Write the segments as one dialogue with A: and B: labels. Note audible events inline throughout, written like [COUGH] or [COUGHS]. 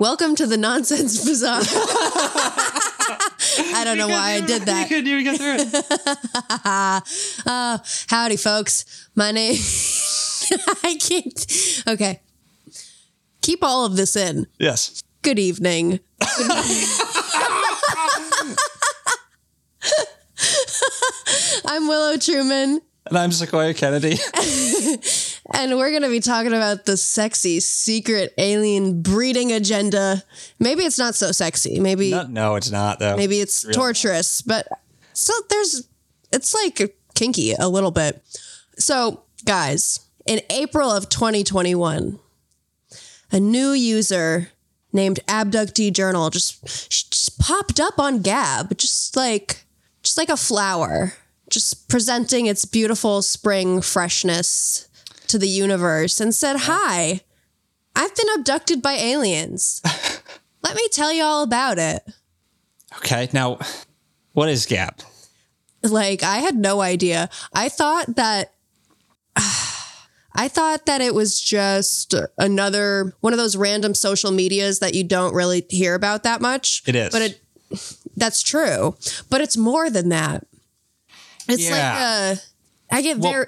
A: Welcome to the Nonsense Bazaar. I don't know why I did [LAUGHS] that.
B: couldn't even get through
A: [LAUGHS]
B: it.
A: Howdy, folks. My name. [LAUGHS] I can't. Okay. Keep all of this in.
B: Yes.
A: Good evening. [LAUGHS] I'm Willow Truman,
B: And I'm
A: [LAUGHS]
B: Sequoia Kennedy.
A: and we're going to be talking about the sexy secret alien breeding agenda. Maybe it's not so sexy. Maybe
B: no, no, it's not though.
A: maybe it's torturous, but still there's it's like kinky a little bit. So, guys, in April of 2021, a new user named Abductee Journal just, she just popped up on Gab, just like just like a flower, just presenting its beautiful spring freshness to the universe and said, "Hi, I've been abducted by aliens. Let me tell you all about it."
B: Okay. Now, what is Gap?
A: like i had no idea i thought that [SIGHS] i thought that it was just another one of those random social medias that you don't really hear about that much
B: It is.
A: but it that's true but it's more than that it's
B: Yeah.
A: like a, i get
B: Well-
A: very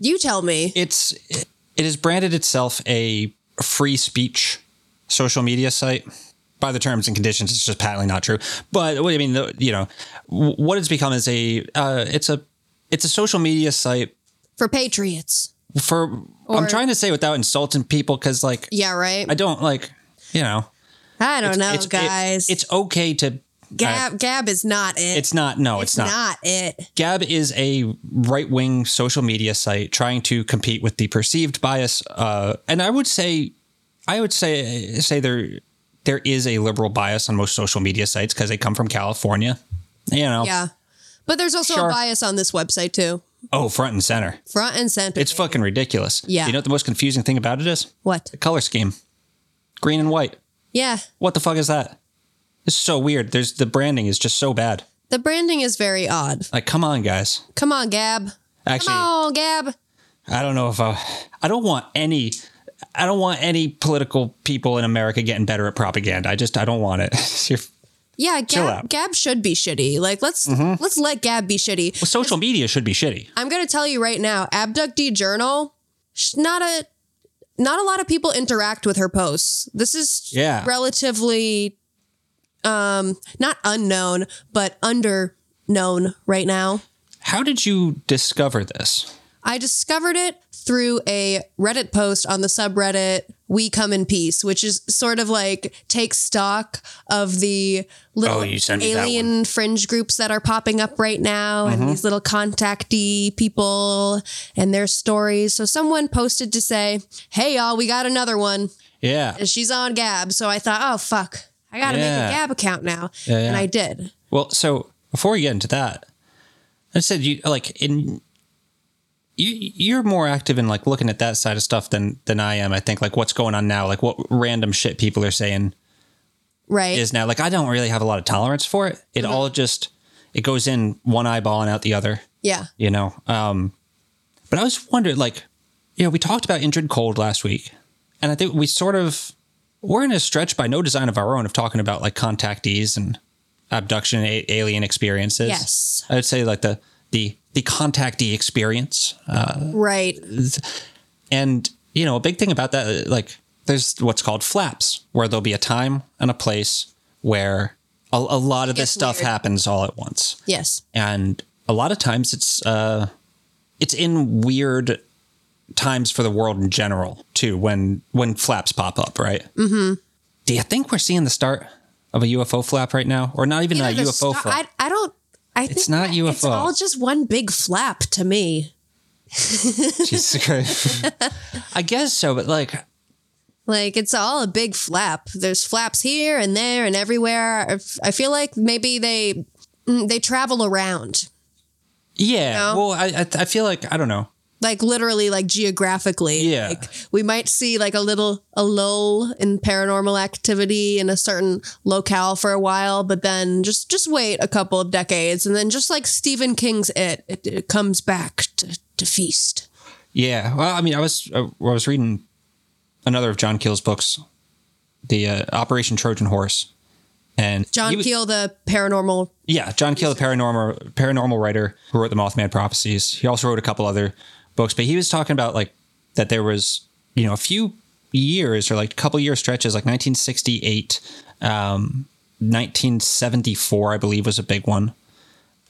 A: you tell me
B: It's it has branded itself a free speech social media site. By the terms and conditions, it's just patently not true. But what I mean, the, you know, w- what it's become is a uh, it's a it's a social media site
A: for patriots
B: for. I'm
A: Or-
B: trying to say without insulting people because like
A: yeah right
B: I don't like you know.
A: i, don't know
B: it's, it-
A: Oh, guys
B: it's okay to. uh,
A: gab gab is not it
B: It's not. No, it's, not.
A: it
B: Gab is a right wing social media site trying to compete with the perceived bias, uh, and I would say, I would say say there there is a liberal bias on most social media sites because they come from California. You know,
A: yeah but there's also
B: Oh. Sure.
A: a bias on this website too
B: oh, front and center.
A: front and center
B: It's fucking ridiculous.
A: Yeah.
B: you know what the most confusing thing about it is
A: what
B: the color scheme, green and white.
A: yeah
B: What the fuck is that? It's so weird. There's the branding is just so bad.
A: The branding is very odd.
B: Like, come on, guys.
A: Come on, Gab.
B: Actually,
A: Come on, Gab.
B: I don't know if I, I don't want any, I don't want any political people in America getting better at propaganda. I just, I don't want it. [LAUGHS] Your
A: Yeah, Gab,
B: out. Mm-hmm.
A: Gab should be shitty. Like let's let's let Gab be shitty.
B: social media should be shitty.
A: I'm gonna tell you right now, abductee journal, sh- not a not a lot of people interact with her posts. This is
B: Yeah.
A: relatively um not unknown, but under known right now.
B: How did you discover this?
A: I discovered it through a Reddit post on the subreddit We Come in Peace, which is sort of like take stock of the little
B: Oh, you sent me that Mm-hmm.
A: alien fringe groups that are popping up right now and these little contactee people and their stories. So someone posted to say, Hey y'all, we got another one.
B: Yeah.
A: And she's on Gab. So I thought, oh fuck. I gotta make
B: Yeah.
A: a Gab account now. And I did.
B: Well, so before we get into that, I said you like in you you're more active in like looking at that side of stuff than than I am. I think like what's going on now, like what random shit people are saying
A: Right.
B: is now. Like I don't really have a lot of tolerance for it. It all just it goes in one eyeball and out the other.
A: yeah.
B: you know. Um, but I was wondering, like, you know, we talked about injured cold last week, and I think we sort of we're in a stretch by no design of our own of talking about like contactees and abduction a- alien experiences.
A: Yes.
B: I would say like the the the contactee experience,
A: Right.
B: and you know, a big thing about that, uh, like, there's what's called flaps, where there'll be a time and a place where a, a lot of this
A: Gets
B: stuff
A: weird.
B: happens all at once
A: Yes.
B: and a lot of times it's uh it's in weird times for the world in general too when when flaps pop up right mm-hmm. do you think we're seeing the start of a ufo flap right now or not even a
A: Either the
B: ufo
A: star- [LAUGHS]
B: flap
A: I, I don't. I think
B: not
A: that It's
B: UFO.
A: all just one big flap to me.
B: [LAUGHS] Jesus Christ. i guess so but like
A: Like it's all a big flap. There's flaps here and there and everywhere. I f- I feel like maybe they mm, they travel around,
B: Yeah.
A: No?
B: Well, I, I I feel like I don't know.
A: like literally, like geographically.
B: Yeah.
A: Like we might see like a little a lull in paranormal activity in a certain locale for a while, but then just just wait a couple of decades, and then just like Stephen King's It, it, it comes back to, to feast.
B: Yeah. Well, I mean, I was I was reading another of John Keel's books, the uh, Operation Trojan Horse, and
A: John
B: he was-
A: Keel, the paranormal.
B: Yeah, John Keel, the paranormal paranormal writer who wrote the Mothman Prophecies. He also wrote a couple other books, but he was talking about like that there was you know a few years or like a couple year stretches, like 1968, um, 1974, I believe was a big one,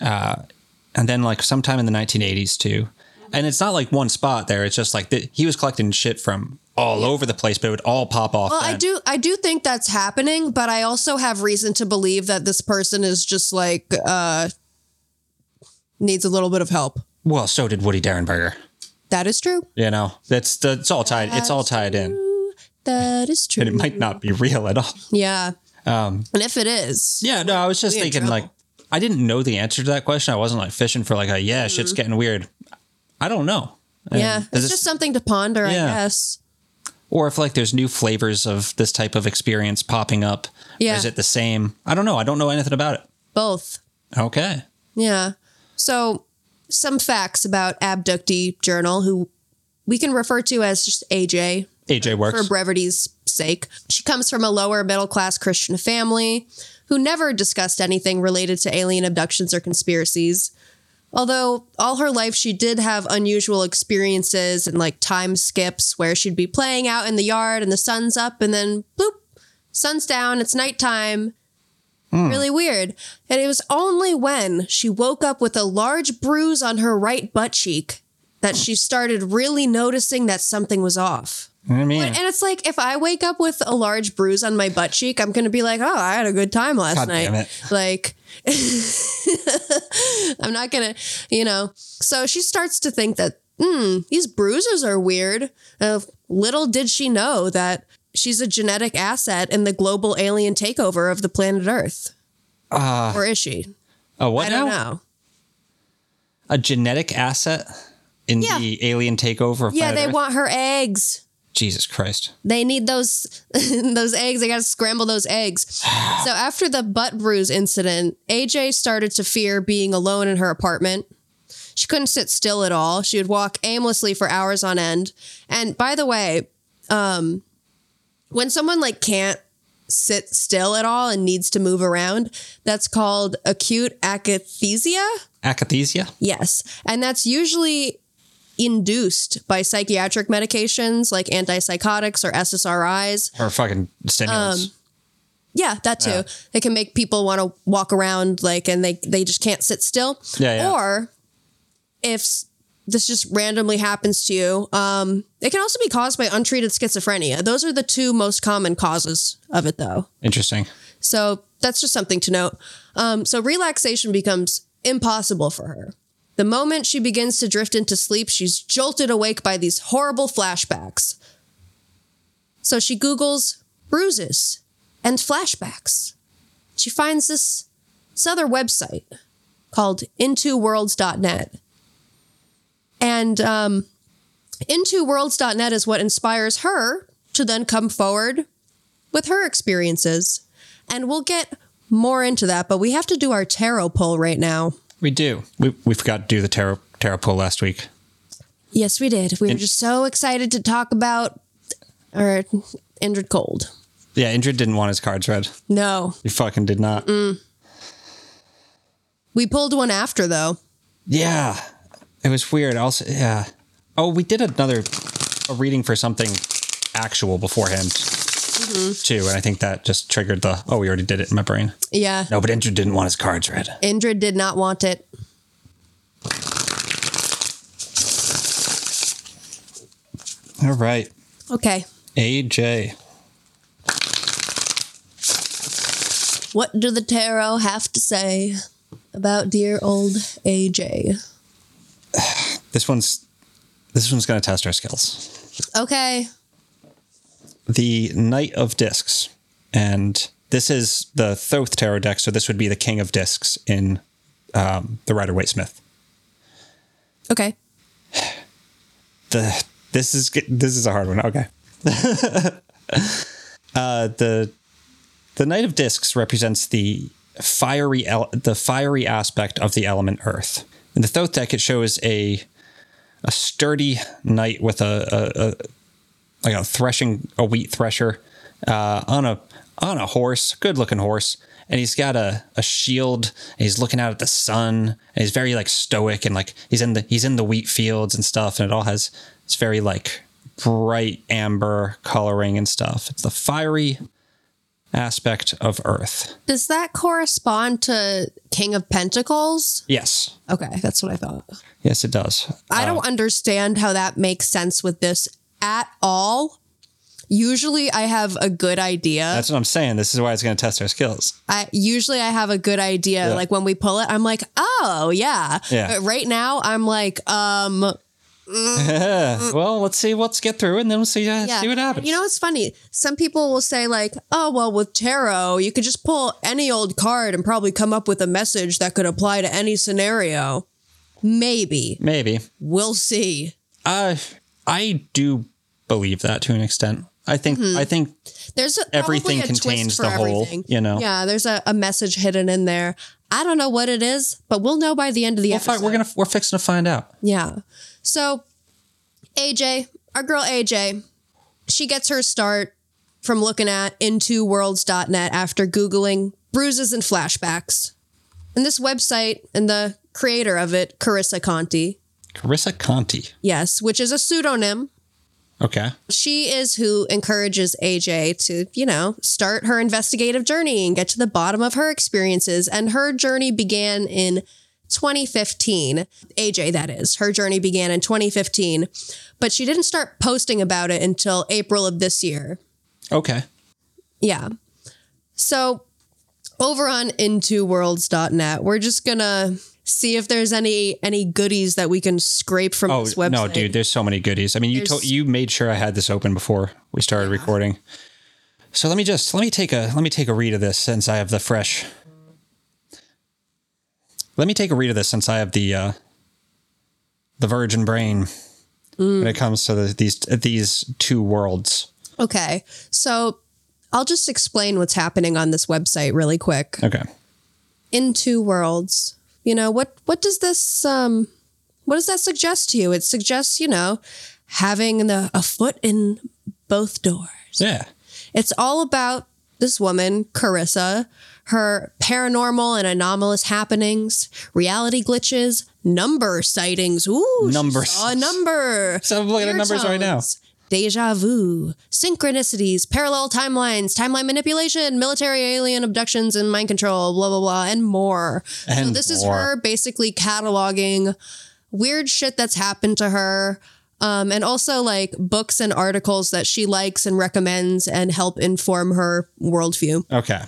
B: uh, and then like sometime in the 1980s too. And it's not like one spot there; it's just like the, he was collecting shit from all over the place, but it would all pop off.
A: Well, I
B: then.
A: do I do think that's happening, but I also have reason to believe that this person is just like uh needs a little bit of help.
B: Well, so did Woody Derenberger.
A: That is true.
B: You know, that's that's all tied. It's all tied in.
A: That is true.
B: and it might not be real at all.
A: yeah.
B: Um,
A: and if it is,
B: Yeah, no, I was just
A: in
B: thinking
A: trouble.
B: like I didn't know the answer to that question. I wasn't like fishing for like a yeah, shit's getting weird. I don't know.
A: Mm-hmm.
B: And
A: yeah,
B: does
A: it's
B: it-
A: just something to ponder, I
B: Yeah.
A: guess.
B: or if like there's new flavors of this type of experience popping up. or
A: Yeah.
B: is it the same? I don't know. I don't know anything about it.
A: Both.
B: Okay.
A: Yeah. So, some facts about Abductee Journal, who we can refer to as just AJ
B: AJ works.
A: for brevity's sake. She comes from a lower middle class Christian family who never discussed anything related to alien abductions or conspiracies. Although all her life she did have unusual experiences and like time skips where she'd be playing out in the yard and the sun's up and then bloop, sun's down, it's nighttime. Really weird. And it was only when she woke up with a large bruise on her right butt cheek that she started really noticing that something was off.
B: I mean,
A: And it's like if I wake up with a large bruise on my butt cheek, I'm gonna be like, "Oh, I had a good time last
B: God
A: night."
B: damn it.
A: Like, [LAUGHS] I'm not gonna, you know. So she starts to think that hmm, these bruises are weird. Uh, little did she know that she's a genetic asset in the global alien takeover of the planet Earth. or is she?
B: oh, Uh, what
A: I don't
B: now?
A: know.
B: A genetic asset in
A: Yeah.
B: the alien takeover of
A: Yeah,
B: planet
A: they
B: Earth?
A: want her eggs.
B: Jesus Christ.
A: They need those [LAUGHS] those eggs. They got to scramble those eggs. so after the butt bruise incident, AJ started to fear being alone in her apartment. She couldn't sit still at all. She would walk aimlessly for hours on end. And by the way, um, when someone like can't sit still at all and needs to move around, that's called acute akathisia.
B: Akathisia?
A: Yes. And that's usually induced by psychiatric medications like antipsychotics or SSRIs.
B: Or fucking stimulants.
A: Um, Yeah, that too. They can make people want to walk around like and they they just can't sit still.
B: Yeah, yeah.
A: Or if s- this just randomly happens to you, um, it can also be caused by untreated schizophrenia. Those are the two most common causes of it though.
B: Interesting.
A: So that's just something to note. Um, so relaxation becomes impossible for her. The moment she begins to drift into sleep, she's jolted awake by these horrible flashbacks. So she Googles bruises and flashbacks. She finds this, this other website called intoworlds.net. And um, intoworlds.net is what inspires her to then come forward with her experiences. And we'll get more into that, but we have to do our tarot poll right now.
B: We do. We, we forgot to do the tarot, tarot poll last week.
A: Yes, we did. We were just so excited to talk about our Indrid Cold.
B: Yeah, Indra didn't want his cards read.
A: No,
B: He fucking did not.
A: we pulled one after though.
B: Yeah, it was weird. Also, yeah. Oh, we did another a reading for something actual beforehand too, and I think that just triggered the oh, we already did it in my brain.
A: Yeah.
B: No, but Indra didn't want his cards read.
A: Indrid did not want it.
B: All right,
A: Okay.
B: AJ.
A: What do the tarot have to say about dear old AJ?
B: This one's this one's gonna test our skills.
A: Okay.
B: the Knight of Discs, and this is the Thoth Tarot deck, so this would be the King of Discs in um, the Rider Waite Smith.
A: Okay.
B: The this is this is a hard one. Okay. [LAUGHS] uh, the the Knight of Discs represents the fiery ele- the fiery aspect of the element Earth. In the Thoth deck, it shows a a sturdy knight with a, a, a like a threshing a wheat thresher uh, on a on a horse, good looking horse, and he's got a, a shield. And he's looking out at the sun, and he's very like stoic and like he's in the he's in the wheat fields and stuff, and it all has it's very like bright amber coloring and stuff. It's the fiery aspect of Earth.
A: Does that correspond to King of Pentacles?
B: Yes,
A: Okay, that's what I thought.
B: yes, it does.
A: I don't understand how that makes sense with this at all. Usually I have a good idea.
B: That's what I'm saying. This is why it's going to test our skills.
A: I usually I have a good idea.
B: Yeah.
A: Like when we pull it, I'm like, oh yeah.
B: Yeah.
A: But right now I'm like, um,
B: Uh, Well, let's see. Let's get through, and then we'll see uh,
A: Mm. yeah.
B: see what happens.
A: You know, it's funny. Some people will say like, oh well, with tarot, you could just pull any old card and probably come up with a message that could apply to any scenario. Maybe
B: maybe.
A: we'll see.
B: Uh, I do believe that to an extent. I think
A: Hmm.
B: I think
A: There's a,
B: Everything
A: probably a twist
B: contains
A: for
B: the whole,
A: everything.
B: you know.
A: Yeah, there's a, a message hidden in there. I don't know what it is, but we'll know by the end of the
B: we'll
A: episode.
B: find, we're gonna we're fixing to find out.
A: Yeah. So AJ, our girl AJ, she gets her start from looking at into worlds.net after Googling bruises and flashbacks. And this website and the creator of it, Carissa Conti,
B: Carissa Conti.
A: yes, which is a pseudonym.
B: Okay.
A: She is who encourages AJ to, you know, start her investigative journey and get to the bottom of her experiences. And her journey began in 2015. AJ, that is. Her journey began in 2015, but she didn't start posting about it until April of this year.
B: Okay.
A: Yeah. So over on intoworlds.net, we're just going to see if there's any any goodies that we can scrape from
B: Oh
A: this website.
B: no, dude. There's so many goodies. I mean, you told
A: There's-
B: you made sure I had this open before we started recording. So let me just let me take a let me take a read of this since I have the fresh. Let me take a read of this since I have the uh, the virgin brain
A: Hmm.
B: when it comes to the, these these two worlds.
A: Okay. So I'll just explain what's happening on this website really quick.
B: Okay.
A: In two worlds. You know, what what does this um what does that suggest to you? It suggests, you know, having the, a foot in both doors.
B: Yeah.
A: It's all about this woman, Carissa, her paranormal and anomalous happenings, reality glitches, number sightings. Ooh, she
B: Numbers.
A: saw a number.
B: So I'm looking at
A: Ear
B: numbers right now.
A: tones, Deja vu, synchronicities, parallel timelines, timeline manipulation, military alien abductions and mind control, blah, blah, blah, and more. so,
B: And
A: this is
B: more.
A: her basically cataloging weird shit that's happened to her. Um, and also like books and articles that she likes and recommends and help inform her worldview.
B: Okay.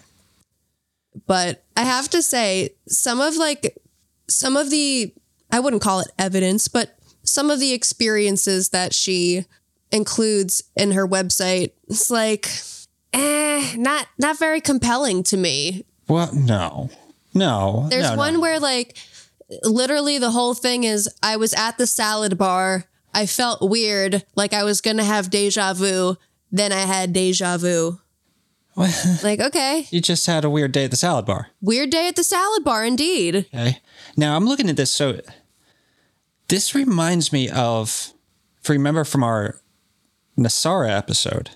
A: But I have to say, some of like some of the I wouldn't call it evidence, but some of the experiences that she includes in her website, it's like eh, not not very compelling to me.
B: Well, no, no.
A: There's
B: no, no.
A: one where like literally the whole thing is I was at the salad bar. I felt weird, like I was gonna have deja vu. Then I had deja vu.
B: [LAUGHS]
A: like okay,
B: you just had a weird day at the salad bar.
A: weird day at the salad bar, indeed.
B: Okay. Now I'm looking at this. So this reminds me of, if you remember from our Nasara episode,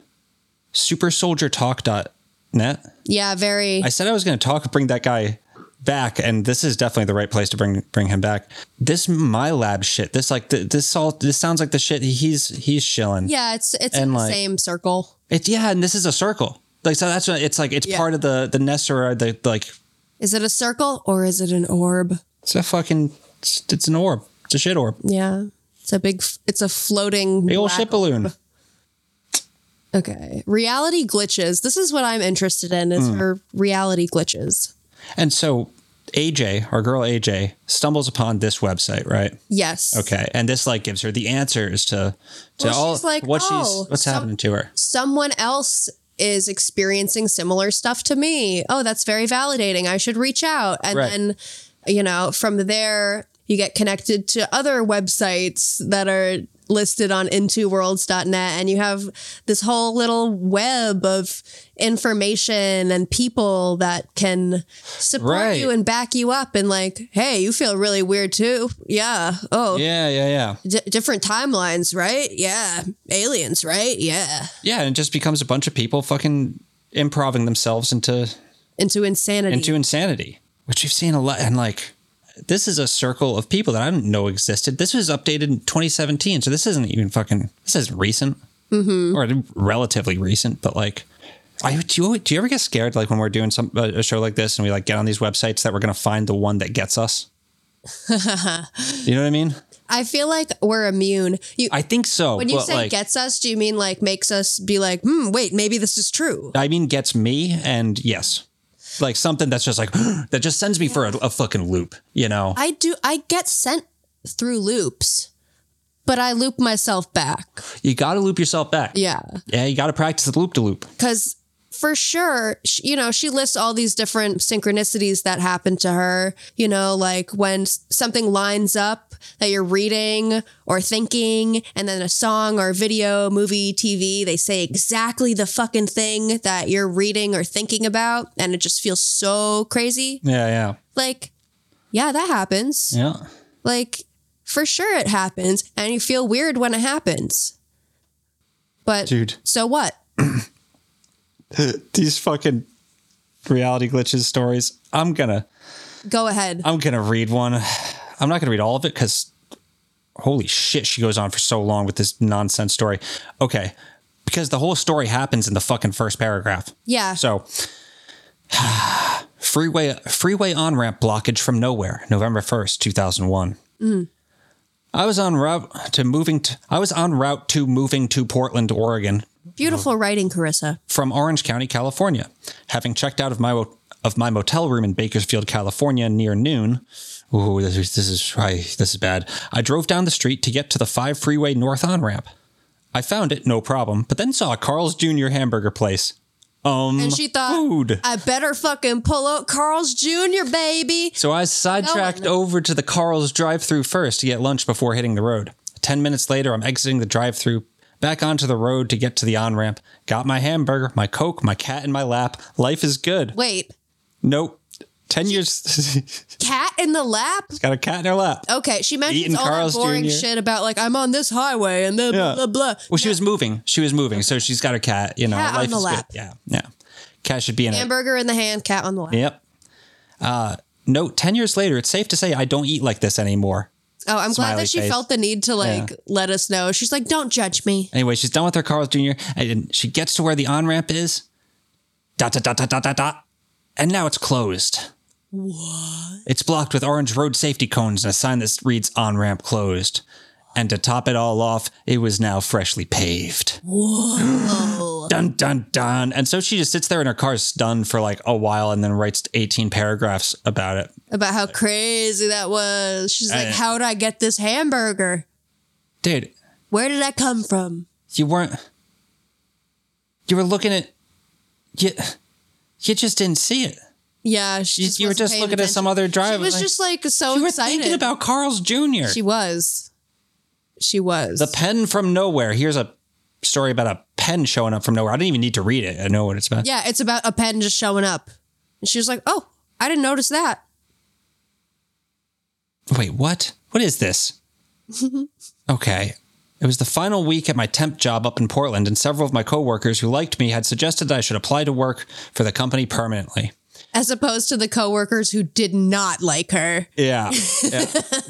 B: supersoldiertalk.net.
A: Yeah, very.
B: I said I was going to talk, bring that guy back, and this is definitely the right place to bring bring him back. This my lab shit. This like th- this all this sounds like the shit he's he's shilling.
A: yeah, it's it's
B: and,
A: in the
B: like-
A: same circle.
B: It's yeah, and this is a circle. Like so that's what it's like. It's
A: Yeah.
B: part of the the Nessera. The like
A: Is it a circle or is it an orb?
B: it's a fucking it's, it's an orb. It's a shit orb.
A: Yeah, it's a big. f- It's a floating.
B: Big old
A: black
B: shit balloon.
A: Okay,
B: Hmm.
A: reality glitches. This is what I'm interested in: is her reality glitches.
B: And so AJ, our girl AJ, stumbles upon this website, right?
A: Yes.
B: Okay, and this like gives her the answers to to
A: Well,
B: all
A: she's like,
B: what
A: "Oh,
B: she's what's
A: some-
B: happening
A: [LAUGHS]
B: to her.
A: Someone else is experiencing similar stuff to me. Oh, that's very validating. I should reach out. And
B: Right.
A: then, you know, from there, you get connected to other websites that are listed on intoworlds.net and you have this whole little web of information and people that can support
B: Right.
A: you and back you up and like hey you feel really weird too yeah oh
B: Yeah, yeah, yeah,
A: D- different timelines, right? Yeah. Aliens, right? Yeah.
B: yeah. And it just becomes a bunch of people fucking improving themselves into
A: Into insanity.
B: into insanity, which you've seen a lot. And like, this is a circle of people that I didn't know existed. This was updated in 2017, so this isn't even fucking. This is recent, mm-hmm. or relatively recent. But like, I do. You, do you ever get scared like when we're doing some a a show like this and we like get on these websites that we're gonna find the one that
A: [LAUGHS]
B: gets us? you know what I mean?
A: I feel like we're immune. You,
B: I think so.
A: when you
B: but,
A: say
B: like,
A: gets us, do you mean like makes us be like, hmm, wait, maybe this is true?
B: I mean, gets me, and yes. Like something that's just like [GASPS] that just sends me for a, a fucking loop, you know?
A: I do. I get sent through loops, but I loop myself back.
B: You got to loop yourself back.
A: Yeah.
B: Yeah, you got to practice the loop to loop.
A: Because for sure, sh you know, she lists all these different synchronicities that happened to her, you know, like when s- something lines up that you're reading or thinking, and then a song or video, movie, TV, they say exactly the fucking thing that you're reading or thinking about. And it just feels so crazy.
B: Yeah, yeah,
A: Like, yeah, that happens.
B: yeah.
A: Like, for sure it happens. And you feel weird when it happens. But
B: Dude. [LAUGHS]
A: so what?
B: These fucking reality glitches stories. I'm gonna,
A: Go ahead.
B: I'm gonna read one. [SIGHS] I'm not gonna read all of it because, holy shit, she goes on for so long with this nonsense story. Okay, because the whole story happens in the fucking first paragraph.
A: Yeah.
B: So, [SIGHS] freeway freeway on ramp blockage from nowhere, November first, two thousand one.
A: Mm.
B: I was on route to moving. To, I was on route to moving to Portland, Oregon,
A: Beautiful writing, Carissa.
B: from Orange County, California. Having checked out of my of my motel room in Bakersfield, California, near noon. Ooh, this is this is I, this is bad. I drove down the street to get to the five freeway north on ramp. I found it, no problem, but then saw a Carl's Jr. hamburger place. Um,
A: And she thought,
B: food.
A: I better fucking pull up Carl's Jr., baby.
B: So I sidetracked
A: Going.
B: over to the Carl's drive through first to get lunch before hitting the road. 10 minutes later, I'm exiting the drive through, back onto the road to get to the on ramp. Got my hamburger, my Coke, my cat in my lap. Life is good.
A: Wait,
B: Nope. 10 years. [LAUGHS]
A: cat in the lap?
B: got a cat in her lap.
A: Okay, she mentions
B: Eating
A: all
B: Carl's
A: that boring
B: Jr..
A: shit about like I'm on this highway and then
B: Yeah.
A: blah blah blah.
B: Well, she was moving. She was moving. So she's got her cat, you know.
A: Cat on
B: life
A: the
B: is
A: lap.
B: good. Yeah. Yeah. Cat should be in it.
A: Hamburger in the hand, cat on the lap.
B: Yep. Uh, no, 10 years later, it's safe to say I don't eat like this anymore.
A: Oh, I'm glad
B: Smiley
A: that she
B: face.
A: felt the need to like let us know. She's like, don't judge me.
B: Anyway, she's done with her Carl's Jr. and she gets to where the on ramp is. Dot dot dot dot dot dot dot. And now it's closed. What? It's blocked with orange road safety cones and a sign that reads on ramp closed. And to top it all off, it was now freshly paved. Whoa. [GASPS] dun dun dun. And so she just sits there in her car stunned for like a while and then writes 18 paragraphs about it.
A: About how crazy that was. She's like,
B: Uh,
A: How'd I get this hamburger?
B: Dude,
A: Where did I come from?
B: you weren't you were looking at you you just didn't see it.
A: Yeah, she
B: You-
A: just
B: you were
A: wasn't
B: just
A: paying
B: looking at some
A: attention.
B: other driver.
A: She was
B: like,
A: just like so
B: you were
A: excited.
B: thinking about Carl's Jr.
A: She was. She was.
B: the pen from nowhere. Here's a story about a pen showing up from nowhere. I didn't even need to read it. I know what it's about.
A: yeah, it's about a pen just showing up. And she was like, oh, I didn't notice that.
B: Wait, what? What
A: [LAUGHS]
B: is this? okay. It was the final week at my temp job up in Portland, and several of my coworkers who liked me had suggested that I should apply to work for the company permanently.
A: As opposed to the coworkers who did not like her. [LAUGHS]
B: Yeah. yeah.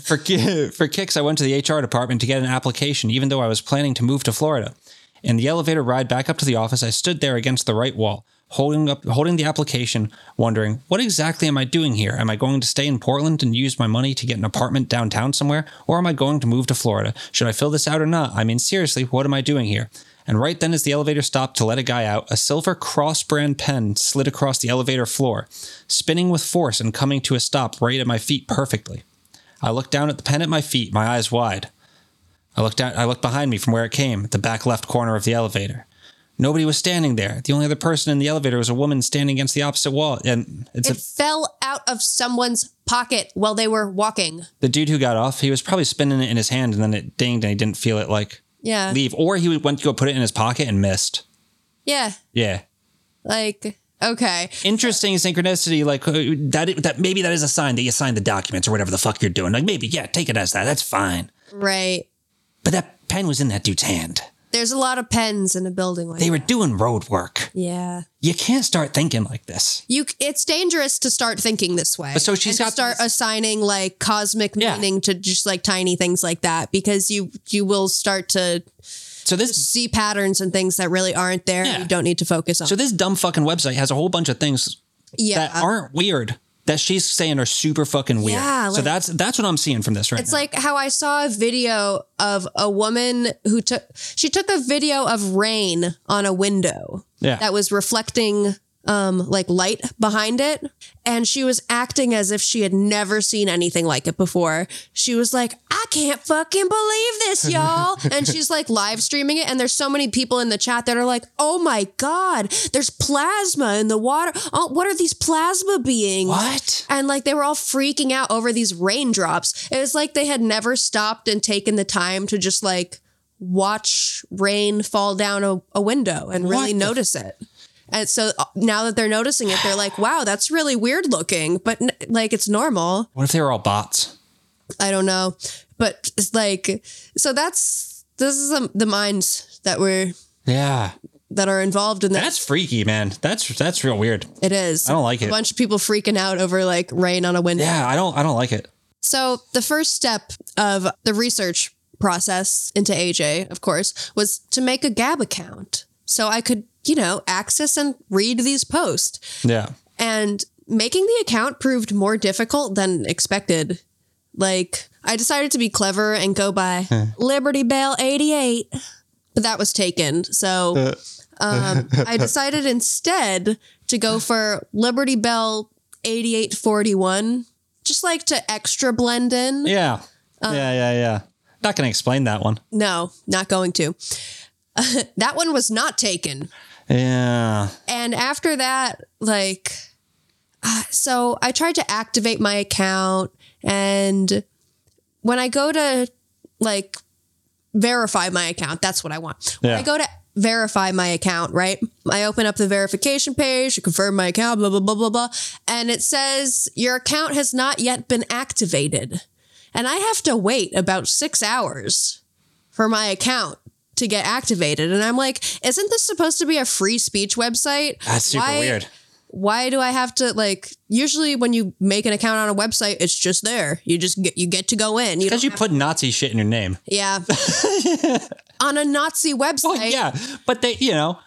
B: for, ki- [LAUGHS] for kicks, I went to the HR department to get an application, even though I was planning to move to Florida. In the elevator ride back up to the office, I stood there against the right wall, holding up holding the application, wondering, what exactly am I doing here? Am I going to stay in Portland and use my money to get an apartment downtown somewhere? Or am I going to move to Florida? Should I fill this out or not? I mean, seriously, what am I doing here? And right then, as the elevator stopped to let a guy out, a silver cross brand pen slid across the elevator floor, spinning with force and coming to a stop right at my feet perfectly. I looked down at the pen at my feet, my eyes wide. I looked down, I looked behind me from where it came, the back left corner of the elevator. Nobody was standing there. The only other person in the elevator was a woman standing against the opposite wall. And it's
A: It
B: a,
A: fell out of someone's pocket while they were walking.
B: the dude who got off, he was probably spinning it in his hand and then it dinged and he didn't feel it like
A: Yeah.
B: leave. Or he went to go put it in his pocket and missed.
A: Yeah.
B: Yeah.
A: Like, okay.
B: interesting synchronicity. Like uh, that, that maybe that is a sign that you signed the documents or whatever the fuck you're doing. Like maybe, yeah, take it as that. That's fine.
A: Right.
B: But that pen was in that dude's hand.
A: There's a lot of pens in a building like
B: They were
A: that.
B: doing road work.
A: Yeah.
B: You can't start thinking like this.
A: You it's dangerous to start thinking this way.
B: But so she's
A: and
B: got
A: to start
B: these-
A: assigning like cosmic
B: Yeah.
A: meaning to just like tiny things like that because you you will start to
B: So this,
A: see patterns and things that really aren't there
B: Yeah.
A: and you don't need to focus on.
B: so this dumb fucking website has a whole bunch of things
A: yeah.
B: that aren't weird that she's saying are super fucking weird.
A: Yeah,
B: so
A: like-
B: that's that's what I'm seeing from this right
A: It's
B: now.
A: like how I saw a video of a woman who took she took a video of rain on a window
B: Yeah.
A: that was reflecting um like light behind it and she was acting as if she had never seen anything like it before. She was like, "I can't fucking believe
B: [LAUGHS]
A: this, y'all." and she's like live streaming it and there's so many people in the chat that are like, "Oh my god, there's plasma in the water. Oh, what are these plasma beings?"
B: what?
A: and like they were all freaking out over these raindrops. It was like they had never stopped and taken the time to just like watch rain fall down a, a window and really
B: What the-
A: notice it. And so uh, now that they're noticing it, they're like, wow, that's really weird looking, but n- like it's normal.
B: What if they were all bots?
A: I don't know. But it's like, so that's, this is um, the minds that were,
B: Yeah,
A: that are involved in that.
B: that's freaky, man. That's that's real weird.
A: it is.
B: I don't like
A: A
B: it.
A: bunch of people freaking out over like rain on a window.
B: Yeah, I don't I don't like it.
A: So the first step of the research process into AJ, of course, was to make a Gab account so I could, you know, access and read these posts.
B: Yeah.
A: And making the account proved more difficult than expected. Like I decided to be clever and go by Liberty Bell 88, but that was taken. So um, I decided instead to go for Liberty Bell 8841, just like to extra blend in.
B: Yeah.
A: Uh.
B: yeah, yeah, yeah. Not going to explain that one.
A: No, not going to. [LAUGHS] that one was not taken.
B: Yeah.
A: And after that, like, uh, so I tried to activate my account. And when I go to like verify my account, that's what I want. When
B: Yeah.
A: I go to verify my account, right? I open up the verification page to confirm my account, blah, blah, blah, blah, blah. And it says, your account has not yet been activated. And I have to wait about six hours for my account to get activated. And I'm like, isn't this supposed to be a free speech website?
B: That's super
A: Why-
B: weird.
A: Why do I have to like usually when you make an account on a website, it's just there. You just get you get to go in. You
B: [LAUGHS] Because
A: don't
B: you put Nazi shit in your name.
A: yeah. on a Nazi website.
B: Well, Oh, yeah. But they, you know,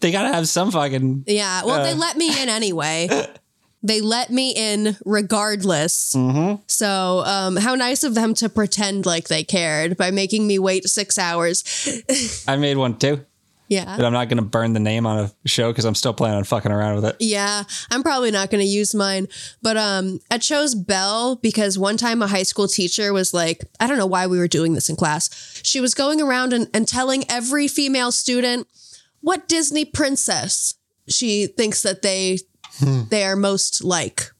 B: they got to have some fucking.
A: Yeah. Well,
B: Uh.
A: they let me in anyway.
B: [LAUGHS]
A: they let me in regardless.
B: Mm-hmm.
A: So, um, how nice of them to pretend like they cared by making me wait six hours.
B: I made one too, but
A: Yeah.
B: I'm not going to burn the name on a show because I'm still planning on fucking around with it.
A: Yeah, I'm probably not going to use mine, but um, I chose Bell because one time a high school teacher was like, I don't know why we were doing this in class. She was going around and, and telling every female student what Disney princess she thinks that they they are most like.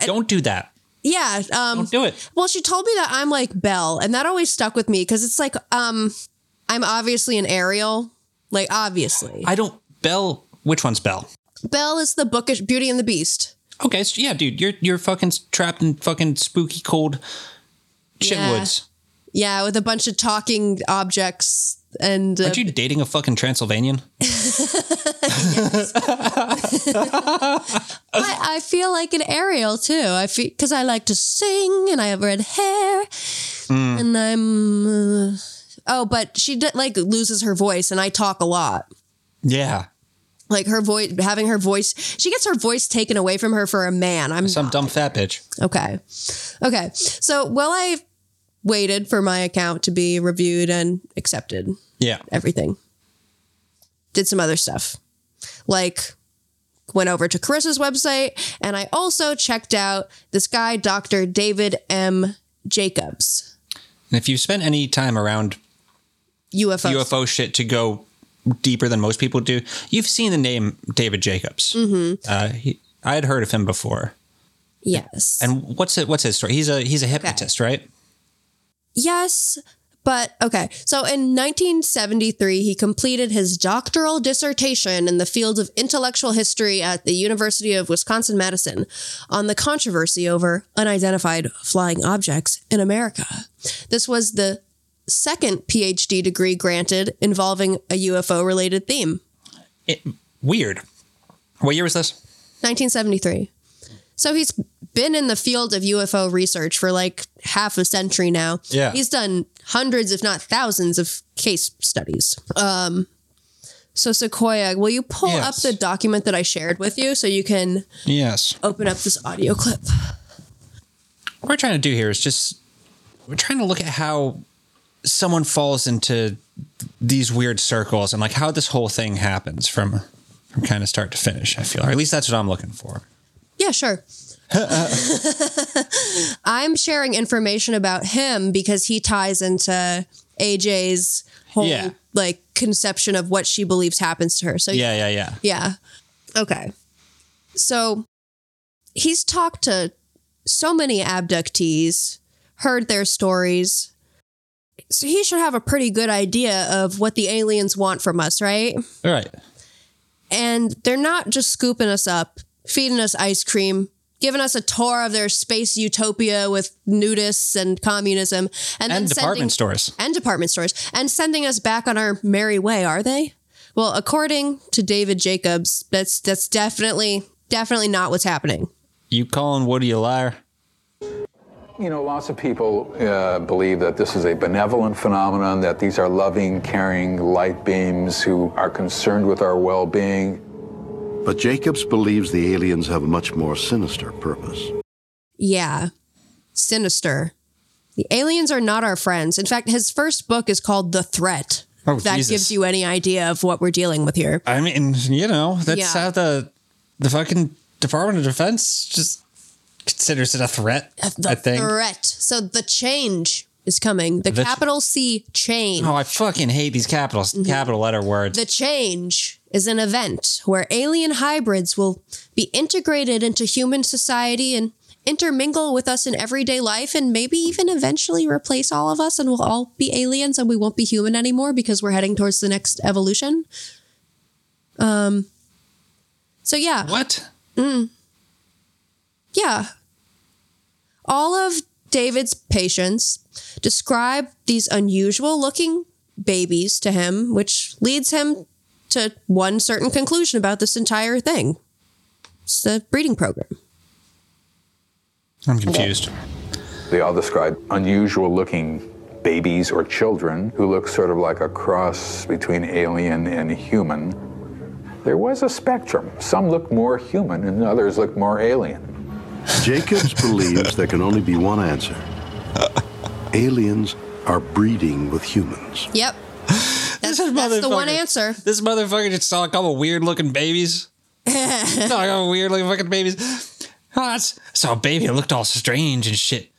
B: Don't do that.
A: Yeah, um,
B: Don't do it.
A: Well, she told me that I'm like Belle, and that always stuck with me because it's like, um, I'm obviously an Ariel, like obviously.
B: I don't. Bell. Which one's Bell?
A: Belle is the bookish Beauty and the Beast.
B: Okay. So yeah, dude, you're you're fucking trapped in fucking spooky cold shit
A: Yeah.
B: woods.
A: Yeah, with a bunch of talking objects and uh,
B: Aren't you dating a fucking [LAUGHS] Transylvanian?
A: I, I feel like an Ariel too. I feel because I like to sing and I have red hair, and I'm. Uh, oh, but she d- like loses her voice, and I talk a lot.
B: Yeah.
A: Like her voice, having her voice, she gets her voice taken away from her for a man. I'm
B: Some dumb fat bitch.
A: Okay. Okay. So while I waited for my account to be reviewed and accepted,
B: Yeah.
A: everything, did some other stuff, like went over to Carissa's website and I also checked out this guy, Dr. David M. Jacobs,
B: And if you've spent any time around
A: UFO.
B: UFO shit to go deeper than most people do, you've seen the name David Jacobs. Mm-hmm. Uh, he, I had heard of him before.
A: Yes.
B: And what's it? What's his story? He's a he's a hypnotist, right?
A: Yes, but okay. So in 1973, he completed his doctoral dissertation in the field of intellectual history at the University of Wisconsin Madison on the controversy over unidentified flying objects in America. This was the second PhD degree granted involving a UFO related theme.
B: It, weird. What year was this?
A: 1973. So he's been in the field of UFO research for like half a century now.
B: Yeah.
A: He's done hundreds, if not thousands, of case studies. Um, so, Sequoia, will you pull
B: Yes.
A: up the document that I shared with you so you can
B: Yes.
A: open up this audio clip?
B: what we're trying to do here is just we're trying to look at how someone falls into these weird circles and like how this whole thing happens from from kind of start to finish i feel or at least that's what i'm looking for
A: Yeah,
B: [LAUGHS]
A: sure. I'm sharing information about him because he ties into AJ's whole
B: Yeah.
A: like conception of what she believes happens to her. So,
B: yeah yeah yeah
A: Yeah. Okay. So he's talked to so many abductees, heard their stories. So he should have a pretty good idea of what the aliens want from us, right?
B: all right
A: And they're not just scooping us up, feeding us ice cream, giving us a tour of their space utopia with nudists and communism, and, then
B: and
A: sending-
B: department stores
A: and department stores and sending us back on our merry way, are they? Well, according to David Jacobs, that's that's definitely definitely not what's happening.
B: you calling woody a liar
C: You know, lots of people uh, believe that this is a benevolent phenomenon, that these are loving, caring light beams who are concerned with our well being.
D: But Jacobs believes the aliens have a much more sinister purpose.
A: Yeah. Sinister. The aliens are not our friends. In fact, his first book is called The Threat.
B: Oh,
A: that
B: Jesus.
A: gives you any idea of what we're dealing with here.
B: i mean you know that's
A: Yeah.
B: how the the fucking department of defense just considers it a threat
A: The
B: i think
A: threat. So the change is coming. The,
B: The ch-
A: capital C change.
B: oh i fucking hate these capitals
A: Mm-hmm.
B: capital letter words
A: The Change is an event where alien hybrids will be integrated into human society and intermingle with us in everyday life and maybe even eventually replace all of us and we'll all be aliens and we won't be human anymore because we're heading towards the next evolution. Um so yeah,
B: what
A: yeah. All of David's patients describe these unusual looking babies to him, which leads him to one certain conclusion about this entire thing. It's the breeding program.
B: i'm confused
C: They all describe unusual looking babies or children who look sort of like a cross between alien and human. There was a spectrum. Some looked more human and others looked more alien.
D: Jacobs believes there can only be one answer aliens are breeding with humans.
A: Yep. That's,
B: [LAUGHS] This
A: that's the one
B: motherfucker-
A: answer.
B: This motherfucker just saw a couple weird looking
A: [LAUGHS]
B: babies. saw a couple weird looking fucking babies. Ah, it's- saw a baby that looked all strange and shit.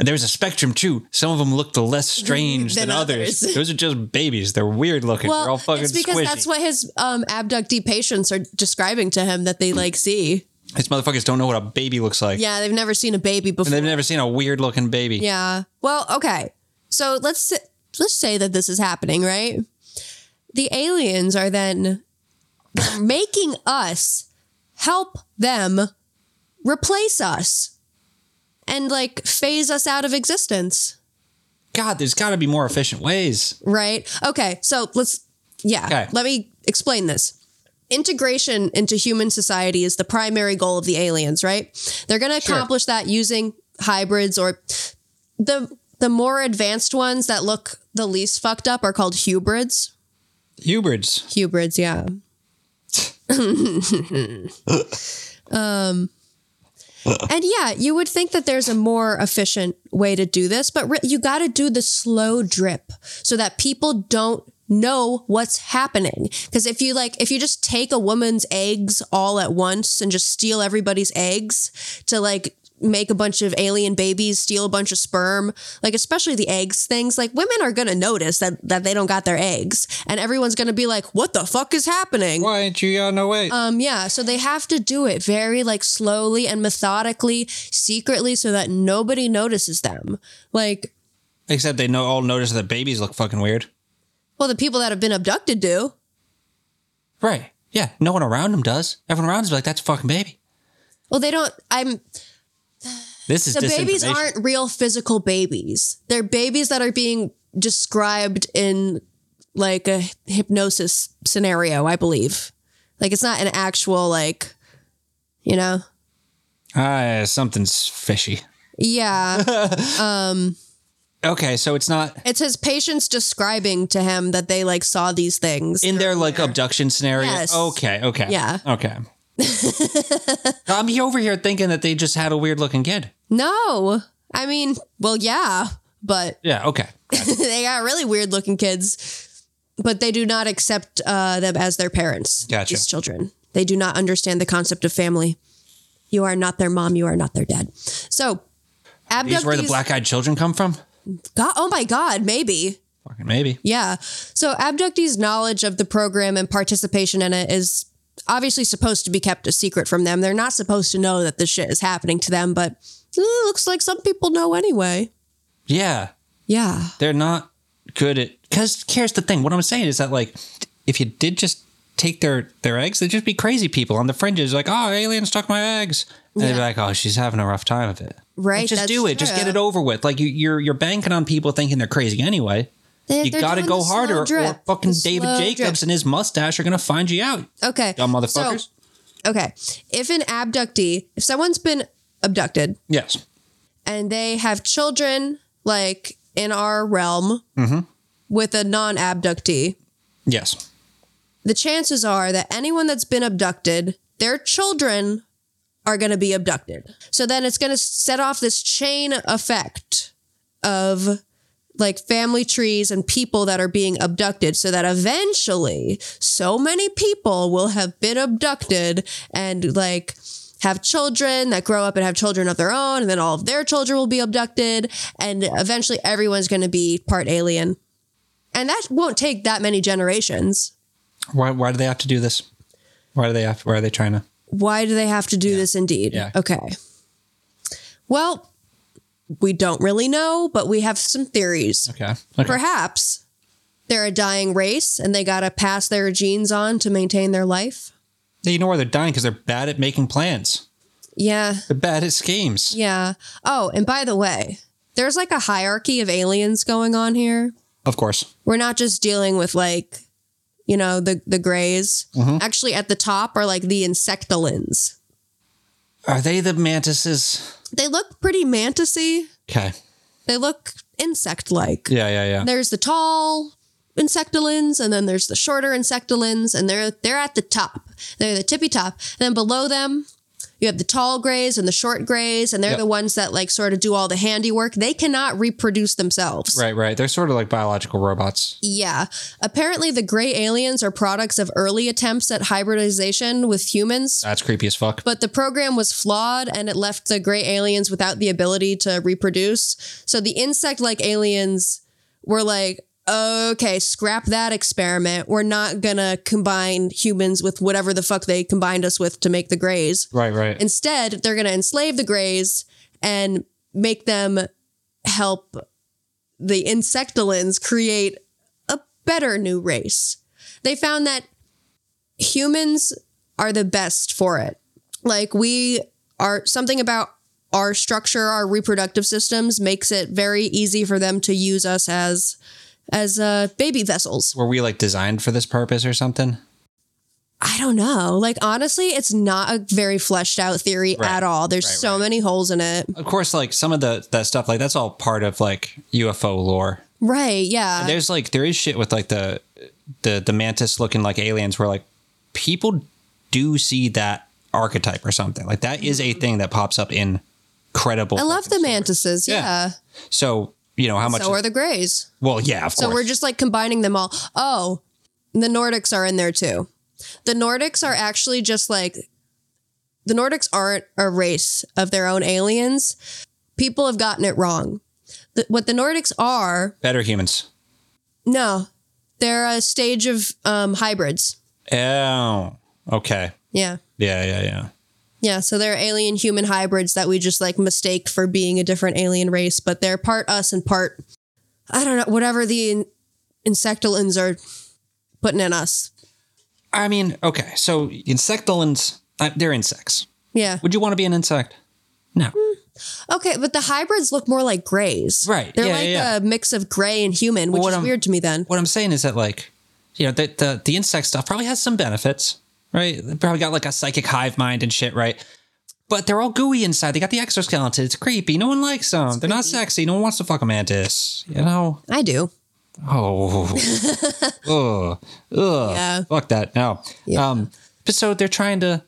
B: And there was a spectrum too. Some of them looked less strange than,
A: Than
B: others.
A: others. [LAUGHS]
B: Those are just babies. They're weird looking. They're all
A: Well,
B: fucking
A: it's because
B: squishy.
A: that's what his um, abductee patients are describing to him that they like see.
B: These motherfuckers don't know what a baby looks like.
A: Yeah, they've never seen a baby before.
B: And they've never seen a weird looking baby.
A: Yeah. Well, okay. So let's let's say that this is happening, right? The aliens are then [LAUGHS] they're making us help them replace us and like phase us out of existence,
B: God, there's got to be more efficient ways.
A: right? Okay. So let's yeah.
B: Okay.
A: Let me explain this. Integration into human society is the primary goal of the aliens, right? They're going to accomplish that using hybrids or the the more advanced ones that look the least fucked up are called hybrids.
B: Hubrids.
A: Hybrids, yeah. um, [LAUGHS] and yeah, you would think that there's a more efficient way to do this, but re- you got to do the slow drip so that people don't know what's happening. Because if you like, if you just take a woman's eggs all at once and just steal everybody's eggs to like make a bunch of alien babies, steal a bunch of sperm, like especially the eggs things, like women are gonna notice that that they don't got their eggs, and everyone's gonna be like, "What the fuck is happening?"
B: Why ain't you on the way?
A: Um, yeah, so they have to do it very like slowly and methodically, secretly, so that nobody notices them. Like,
B: Except they know all notice that babies look fucking weird.
A: well, the people that have been abducted do.
B: Right. Yeah. No one around them does. Everyone around is like, that's a fucking baby.
A: Well, they don't. I'm
B: This is
A: the babies
B: disinformation.
A: aren't real physical babies. They're babies that are being described in like a hypnosis scenario, I believe. Like it's not an actual like, you know.
B: Ah, something's fishy.
A: Yeah.
B: [LAUGHS] Okay, so it's not
A: it's his patients describing to him that they like saw these things.
B: in their like abduction scenario.
A: Yes.
B: Okay. Okay.
A: Yeah. [LAUGHS]
B: Okay. I'm here- over here thinking that they just had a weird looking kid.
A: no. I mean, well, yeah, but [LAUGHS]
B: Yeah. Okay.
A: they got really weird looking kids, but they do not accept uh, them as their parents.
B: Gotcha.
A: These children. They do not understand the concept of family. You are not their mom. You are not their dad. So, abduct
B: These where the
A: these-
B: black eyed children come from?
A: God, oh my God, maybe.
B: Fucking maybe.
A: Yeah. So abductees' knowledge of the program and participation in it is obviously supposed to be kept a secret from them. They're not supposed to know that this shit is happening to them, but eh, looks like some people know anyway.
B: Yeah.
A: Yeah.
B: They're not good at because here's the thing. What I'm saying is that like if you did just take their their eggs, they'd just be crazy people on the fringes, like, oh aliens took my eggs. And they'd be like, oh, she's having a rough time of it.
A: Right.
B: just
A: that's
B: do it. Just
A: true.
B: get it over with. Like you, you're you're banking on people thinking they're crazy anyway.
A: They-
B: you
A: they're
B: got to
A: doing
B: go
A: the slow
B: harder,
A: drip,
B: or fucking
A: the
B: David
A: slow
B: Jacobs
A: drip.
B: and his mustache are gonna find you out,
A: Okay.
B: dumb motherfuckers.
A: So, okay. If an abductee, if someone's been abducted
B: yes,
A: and they have children, like in our realm,
B: Mm-hmm.
A: with a non abductee,
B: yes,
A: the chances are that anyone that's been abducted, their children are going to be abducted. So then it's going to set off this chain effect of like family trees and people that are being abducted so that eventually so many people will have been abducted and like have children that grow up and have children of their own and then all of their children will be abducted and eventually everyone's going to be part alien. And that won't take that many generations.
B: Why, why do they have to do this? Why do they have? Why are they trying to?
A: why do they have to do this indeed?
B: Yeah.
A: Okay. Well, we don't really know, but we have some theories.
B: Okay, okay.
A: Perhaps they're a dying race and they got to pass their genes on to maintain their life.
B: you know why they're dying because they're bad at making plans.
A: Yeah.
B: They're bad at schemes.
A: Yeah. Oh, and by the way, there's like a hierarchy of aliens going on here.
B: Of course,
A: We're not just dealing with like, you know, the the grays.
B: Mm-hmm.
A: Actually, at the top are like the insectolins.
B: are they the mantises?
A: They look pretty mantisy.
B: Okay,
A: They look insect-like.
B: yeah, yeah, yeah.
A: there's the tall insectolins and then there's the shorter insectolins and they're they're at the top they're the tippy top and then below them you have the tall grays and the short grays and they're
B: Yep.
A: the ones that like sort of do all the handiwork they cannot reproduce themselves
B: right, right. They're sort of like biological robots.
A: yeah apparently the gray aliens are products of early attempts at hybridization with humans
B: That's creepy as fuck.
A: but the program was flawed and it left the gray aliens without the ability to reproduce. So the insect like aliens were like, okay, scrap that experiment. We're not going to combine humans with whatever the fuck they combined us with to make the grays.
B: right, right.
A: Instead, they're going to enslave the grays and make them help the insectolins create a better new race. They found that humans are the best for it. Like we are something about our structure, our reproductive systems makes it very easy for them to use us as as uh, baby vessels.
B: Were we like designed for this purpose or something?
A: I don't know. Like honestly, it's not a very fleshed out theory
B: Right.
A: at all. There's
B: Right,
A: so
B: right.
A: many holes in it.
B: of course, like some of the that stuff, like that's all part of like UFO lore.
A: Right, yeah.
B: There's like there is shit with like the the the mantis looking like aliens, where like people do see that archetype or something. Like that is a thing that pops up in credible.
A: I love the mantises. Yeah.
B: Yeah. so you know how much.
A: So are the Greys.
B: well, yeah, of
A: So
B: course.
A: we're just like combining them all. Oh, the Nordics are in there too. The Nordics are actually just like the Nordics aren't a race of their own aliens. People have gotten it wrong. The, what the Nordics are,
B: better humans.
A: no, they're a stage of um, hybrids.
B: Oh, okay.
A: Yeah.
B: Yeah, yeah, yeah.
A: Yeah, so they're alien human hybrids that we just like mistake for being a different alien race, but they're part us and part I don't know whatever the in- insectolins are putting in us.
B: I mean, okay. So insectolins, uh, they're insects.
A: Yeah.
B: Would you want to be an insect? No.
A: Okay, but the hybrids look more like grays.
B: Right,
A: They're
B: yeah,
A: like
B: yeah, yeah.
A: a mix of gray and human, which
B: What
A: is
B: I'm-
A: weird to me then.
B: What I'm saying is that, like, you know, the, the the insect stuff probably has some benefits, right? They probably got like a psychic hive mind and shit, right? But they're all gooey inside. They got the exoskeleton. It's creepy. No one likes them. They're not sexy. No one wants to fuck a mantis. You know?
A: I do.
B: Oh. Ugh. Ugh.
A: Yeah.
B: Fuck that. No. Um. But so they're trying to.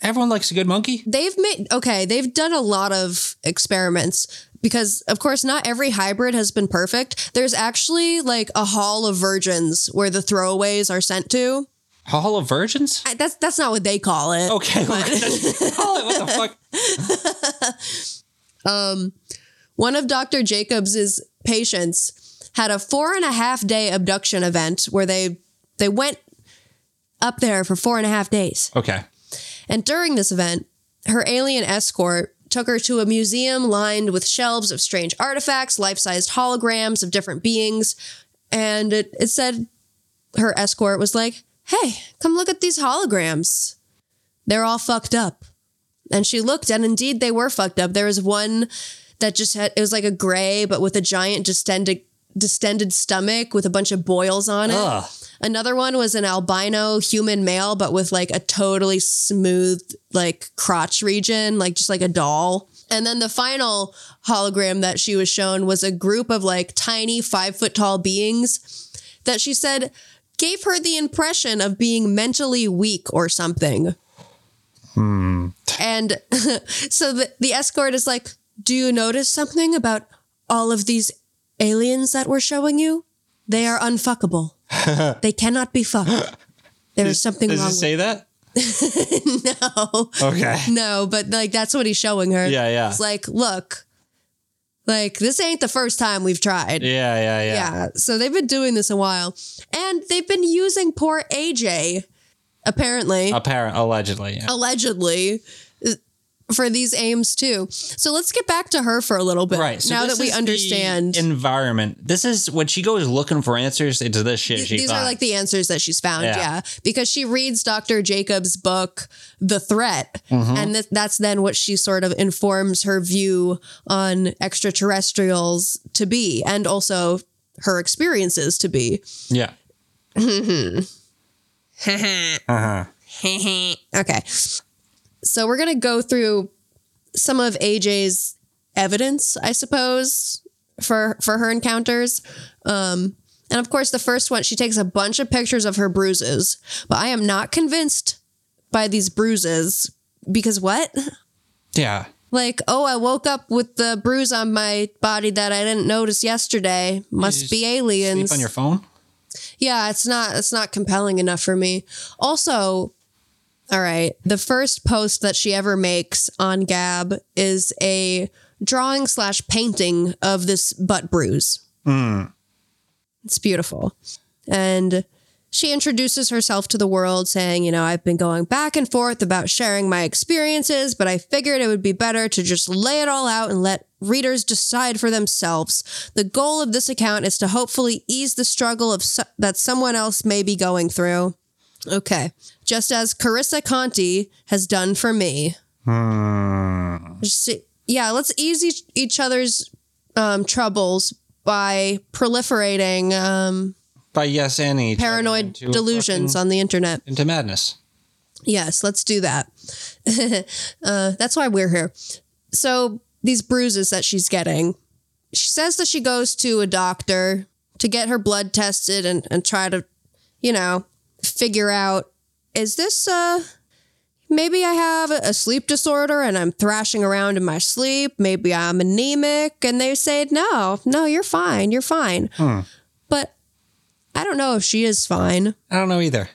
B: Everyone likes a good monkey.
A: They've made okay, they've done a lot of experiments because of course not every hybrid has been perfect. There's actually like a hall of virgins where the throwaways are sent to.
B: Hall of virgins.
A: I- that's that's not what they call it.
B: Okay. [LAUGHS] What? oh, what the fuck?
A: One of Dr. Jacobs's patients had a four and a half day abduction event where they they went up there for four and a half days.
B: Okay.
A: And during this event, her alien escort took her to a museum lined with shelves of strange artifacts, life-sized holograms of different beings, and it, it said her escort was like, "Hey, come look at these holograms. They're all fucked up." And she looked, and indeed they were fucked up. There was one that just had it was like a gray, but with a giant distended distended stomach with a bunch of boils on it.
B: Ugh.
A: Another one was an albino human male, but with like a totally smooth, like crotch region, like just like a doll. And then the final hologram that she was shown was a group of like tiny five foot tall beings that she said gave her the impression of being mentally weak or something. And [LAUGHS] so the, the escort is like, Do you notice something about all of these aliens that we're showing you? They are unfuckable. They cannot be fucked. There is something
B: Does
A: wrong
B: it
A: with [LAUGHS]
B: say that?
A: no.
B: Okay.
A: No, but like that's what he's showing her.
B: Yeah, yeah.
A: It's like, look, like this ain't the first time we've tried.
B: Yeah, yeah, yeah.
A: Yeah. So they've been doing this a while. And they've been using poor AJ, apparently,
B: Apparent, allegedly. Yeah.
A: allegedly, uh, for these aims too. So let's get back to her for a little bit.
B: Right. so
A: now
B: this
A: that we
B: is the
A: understand.
B: environment. This is when she goes looking for answers into this shit.
A: Th-
B: she
A: these are
B: finds.
A: like the answers that she's found
B: Yeah.
A: yeah, because she reads dr jacob's book the threat
B: Mm-hmm.
A: and th- that's then what she sort of informs her view on extraterrestrials to be and also her experiences to be
B: yeah.
A: okay so we're gonna go through some of aj's evidence i suppose for for her encounters um and of course the first one she takes a bunch of pictures of her bruises but i am not convinced by these bruises because what
B: Yeah.
A: like oh i woke up with the bruise on my body that i didn't notice yesterday must be aliens
B: Sleep on your phone.
A: yeah, it's not it's not compelling enough for me. Also, all right, the first post that she ever makes on Gab is a drawing slash painting of this butt bruise. It's beautiful. And she introduces herself to the world saying, you know, I've been going back and forth about sharing my experiences, but I figured it would be better to just lay it all out and let readers decide for themselves. The goal of this account is to hopefully ease the struggle of so- that someone else may be going through. Okay. Just as Carissa Conti has done for me. Just, yeah, let's ease each, each other's um, troubles by proliferating um,
B: By yes, Annie.
A: paranoid
B: into a
A: delusions on the internet.
B: fucking- into madness.
A: Yes, let's do that. [LAUGHS] uh, that's why we're here. So, these bruises that she's getting, she says that she goes to a doctor to get her blood tested and, and try to, you know, figure out is this, uh, maybe I have a sleep disorder and I'm thrashing around in my sleep. Maybe I'm anemic. And they say, no, no, you're fine. You're fine.
B: Hmm.
A: But I don't know if she is fine
B: I don't know either.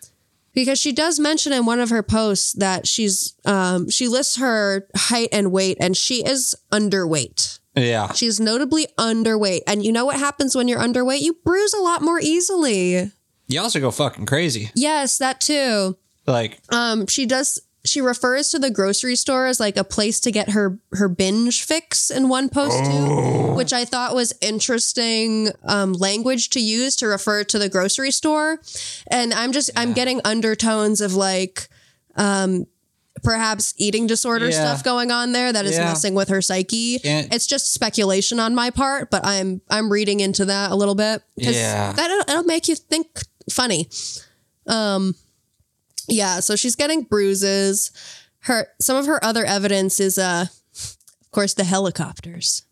A: because she does mention in one of her posts that she's, um, she lists her height and weight and she is underweight.
B: Yeah.
A: She's notably underweight. And you know what happens when you're underweight? You bruise a lot more easily.
B: You also go fucking crazy.
A: Yes, that too.
B: Like,
A: um she does she refers to the grocery store as like a place to get her her binge fix in one post
B: Oh.
A: too which i thought was interesting um, language to use to refer to the grocery store and i'm just i'm getting undertones of like um perhaps eating disorder
B: Yeah.
A: stuff going on there that is
B: Yeah.
A: messing with her psyche
B: Yeah.
A: it's just speculation on my part but i'm i'm reading into that a little bit 'Cause
B: Yeah.
A: that'll, it'll make you think funny Um, yeah, so she's getting bruises. Her some of her other evidence is uh of course the helicopters.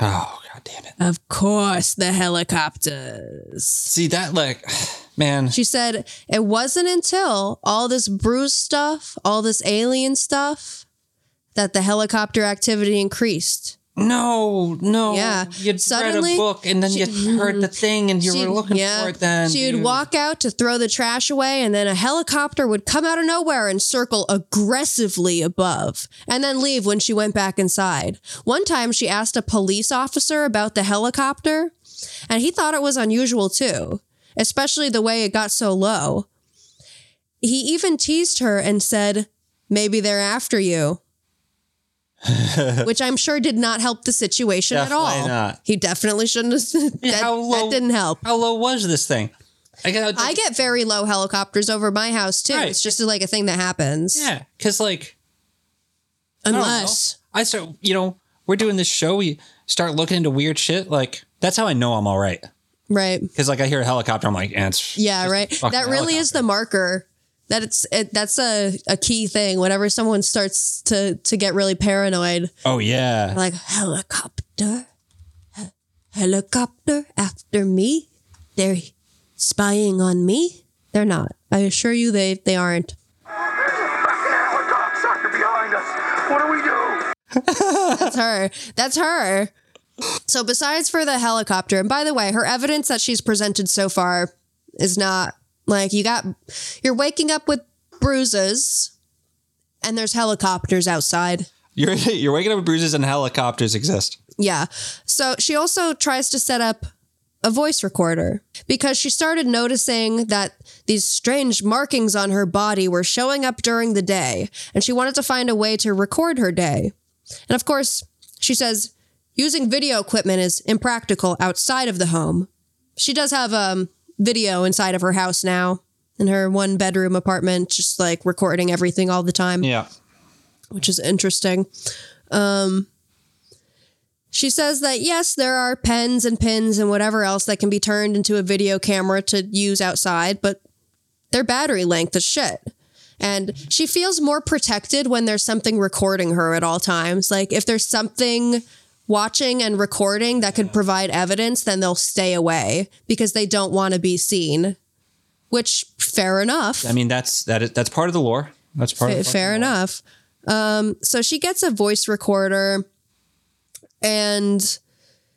B: oh god damn it.
A: Of course the helicopters.
B: See that like [SIGHS] man.
A: She said it wasn't until all this bruise stuff, all this alien stuff that the helicopter activity increased.
B: No, no.
A: Yeah.
B: You'd read
A: Suddenly,
B: a book and then you heard the thing and you
A: She'd-
B: were looking
A: yeah.
B: for it then.
A: She would
B: you-
A: walk out to throw the trash away, and then a helicopter would come out of nowhere and circle aggressively above, and then leave when she went back inside. One time, she asked a police officer about the helicopter, and he thought it was unusual too, especially the way it got so low. He even teased her and said, Maybe they're after
B: [LAUGHS]
A: you. Which I'm sure did not help the situation at all.
B: Definitely not.
A: He definitely shouldn't have. that,
B: How low-
A: that didn't help.
B: How low was this thing? I got
A: I get very low helicopters over my house too.
B: Right.
A: It's just like a thing that happens.
B: Yeah, cuz like I don't know.
A: Unless
B: I start, you know, we're doing this show, we start looking into weird shit. Like, that's how I know I'm all right.
A: right.
B: Cause, like, I hear a helicopter, I'm like, eh, it's,
A: Yeah, right. That
B: fucking
A: really is the marker. That it's it, that's a, a key thing. Whenever someone starts to to get really paranoid,
B: oh, yeah.
A: like helicopter, he- helicopter after me. They're spying on me. They're not. I assure you, they they aren't.
E: behind us. What do we do?
A: That's her. That's her. So besides for the helicopter, and by the way, her evidence that she's presented so far is not like you got you're waking up with bruises and there's helicopters outside.
B: You're, [LAUGHS] you're waking up with bruises and helicopters exist.
A: Yeah. So she also tries to set up a voice recorder because she started noticing that these strange markings on her body were showing up during the day and she wanted to find a way to record her day. And of course, she says using video equipment is impractical outside of the home. She does have um video inside of her house now in her one bedroom apartment just like recording everything all the time
B: Yeah.
A: which is interesting. Um, she says that yes, there are pens and pins and whatever else that can be turned into a video camera to use outside, but their battery length is shit. And she feels more protected when there's something recording her at all times. Like if there's something watching and recording that could provide evidence, then they'll stay away because they don't want to be seen. Which fair enough.
B: I mean, that's, that is, that's part of the lore. That's part
A: Fa-
B: of the
A: fair enough. Um, so she gets a voice recorder and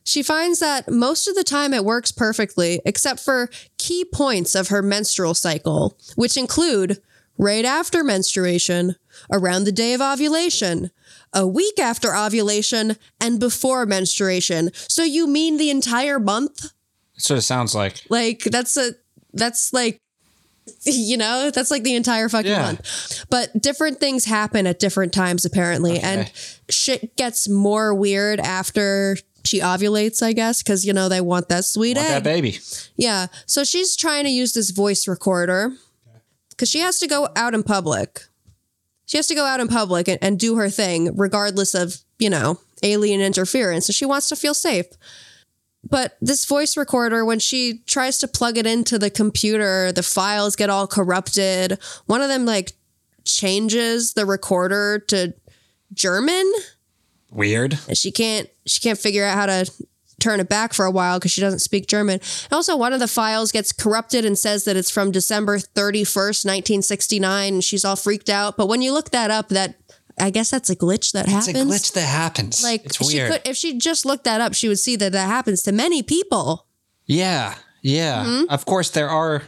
A: she finds that most of the time it works perfectly, except for key points of her menstrual cycle, which include right after menstruation, around the day of ovulation, a week after ovulation, and before menstruation. So you mean the entire month?
B: It sort of sounds like.
A: Like that's a that's like you know, that's like the entire fucking
B: Yeah.
A: month. But different things happen at different times apparently and shit gets more weird after she ovulates, I guess, cuz you know they want that sweet
B: Want
A: egg.
B: that baby.
A: Yeah. So she's trying to use this voice recorder because she has to go out in public. She has to go out in public and, and do her thing, regardless of, you know, alien interference. So she wants to feel safe. But this voice recorder, when she tries to plug it into the computer, the files get all corrupted. One of them, like, changes the recorder to German
B: Weird.
A: she can't she can't figure out how to turn it back for a while because she doesn't speak German. And also, one of the files gets corrupted and says that it's from December 31st, 1969, and she's all freaked out. But when you look that up, that I guess that's a glitch that
B: It's a
A: happens.
B: glitch that happens.
A: Like
B: it's
A: she
B: weird.
A: could, if she just looked that up, she would see that that happens to many people.
B: yeah, yeah. Of course, there are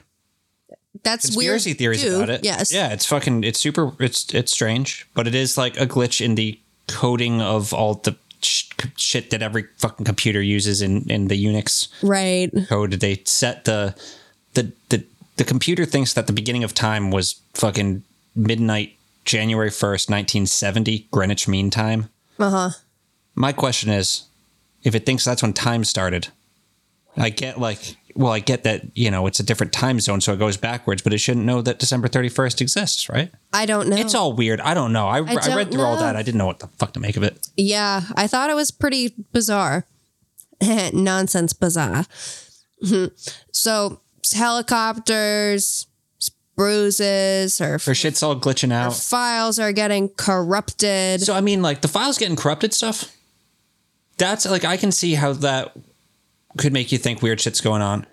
A: That's
B: conspiracy
A: Mm-hmm. weird
B: theories
A: too.
B: about it.
A: Yes.
B: Yeah, it's fucking. It's super. It's it's strange, but it is like a glitch in the coding of all the sh- shit that every fucking computer uses in in the Unix
A: Right.
B: code. They set the the the the computer thinks that the beginning of time was fucking midnight, January first, nineteen seventy, Greenwich Mean Time.
A: Uh huh.
B: My question is, if it thinks that's when time started, I get like, well, I get that you know it's a different time zone, so it goes backwards, but it shouldn't know that December thirty first exists, right?
A: I don't know.
B: It's all weird. I don't know. I, I,
A: Oh. don't
B: read through all
A: know.
B: that. I didn't know what the fuck to make of it.
A: Yeah, I thought it was pretty bizarre. [LAUGHS] Nonsense bizarre. [LAUGHS] Mhm. so helicopters, bruises, her,
B: Her shit's all glitching
A: her
B: out.
A: files are getting corrupted.
B: So I mean, like the files getting corrupted stuff. That's like I can see how that could make you think weird shit's going on.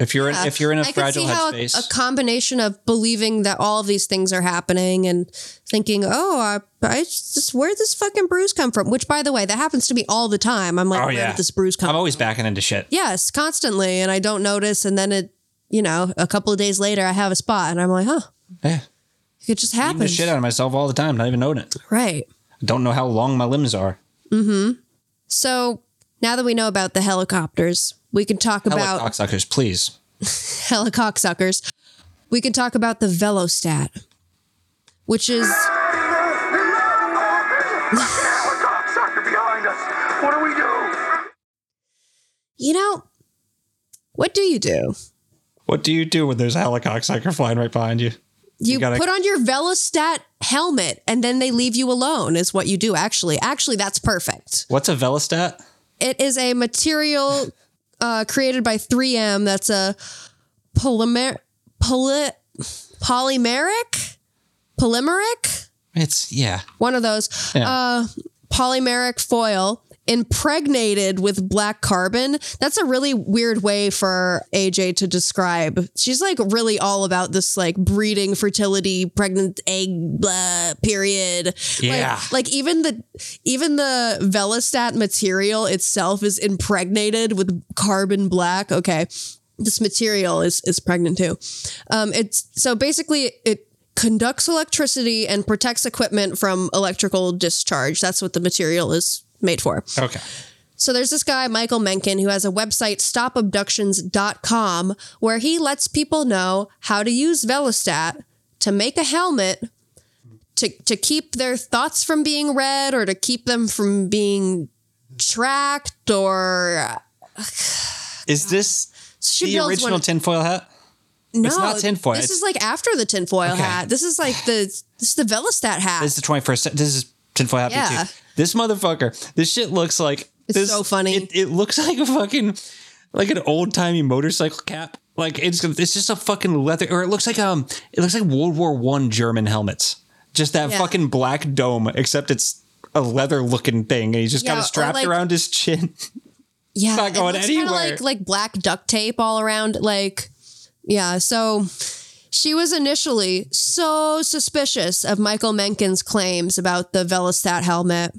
B: If you're in, if you're in a
A: I could
B: fragile
A: see how a,
B: headspace,
A: a combination of believing that all of these things are happening and thinking, "Oh, I, I just where would this fucking bruise come from?" Which, by the way, that happens to me all the time. I'm like,
B: oh
A: "Where
B: yeah,
A: did this bruise come
B: I'm always backing into shit.
A: Yes, constantly. And I don't notice. And then it, you know, a couple of days later, I have a spot and I'm like, huh,
B: Yeah.
A: it just
B: Beating the
A: happens.
B: shit out of myself all the time, not even knowing it.
A: right.
B: don't know how long my limbs are.
A: So now that we know about the helicopters, we can talk
B: About
A: about [LAUGHS]
B: cocksuckers, please.
A: helicocksuckers. We can talk about the Velostat, which is
E: Cocksucker behind us. What do we do?
A: you know, what do you do?
B: What do you do when there's a helicocksucker flying right behind you?
A: You,
B: gotta-
A: put on your Velostat helmet and then they leave you alone, is what you do, actually. Actually, that's perfect.
B: What's a velostat?
A: It is a material uh, created by 3M that's a polymer poly, polymeric polymeric
B: It's yeah.
A: one of those
B: Yeah.
A: uh, polymeric foil impregnated with black carbon. That's a really weird way for AJ to describe. She's like really all about this like breeding, fertility, pregnant egg blah, period.
B: Yeah.
A: Like, like even the even the Velostat material itself is impregnated with carbon black. Okay. This material is is pregnant too. Um, it's so basically it conducts electricity and protects equipment from electrical discharge. That's what the material is made for.
B: Okay.
A: So there's this guy, Michael Menken, who has a website, stopabductions.com, where he lets people know how to use Velostat to make a helmet to, to keep their thoughts from being read or to keep them from being tracked or uh,
B: Is this
A: she
B: the
A: builds
B: original
A: one-
B: tinfoil hat?
A: no,
B: it's not tinfoil.
A: This
B: It's-
A: is like after the tinfoil
B: Okay.
A: hat. This is like the this is the Velostat hat.
B: This is the 21st. cent- This is tinfoil hat.
A: Yeah.
B: too. This motherfucker. This shit looks like.
A: It's
B: this-
A: so funny.
B: It, it looks [LAUGHS] like a fucking, like an old timey motorcycle cap. Like it's it's just a fucking leather, or it looks like um, it looks like World War One German helmets. Just that
A: Yeah.
B: fucking black dome, except it's a leather looking thing, and he's just
A: Yeah,
B: kind
A: or
B: of strapped
A: like-
B: around his chin.
A: yeah,
B: not going
A: it looks kinda
B: anywhere.
A: Like like black duct tape all around. Like yeah, so she was initially so suspicious of Michael Menken's claims about the Velostat helmet.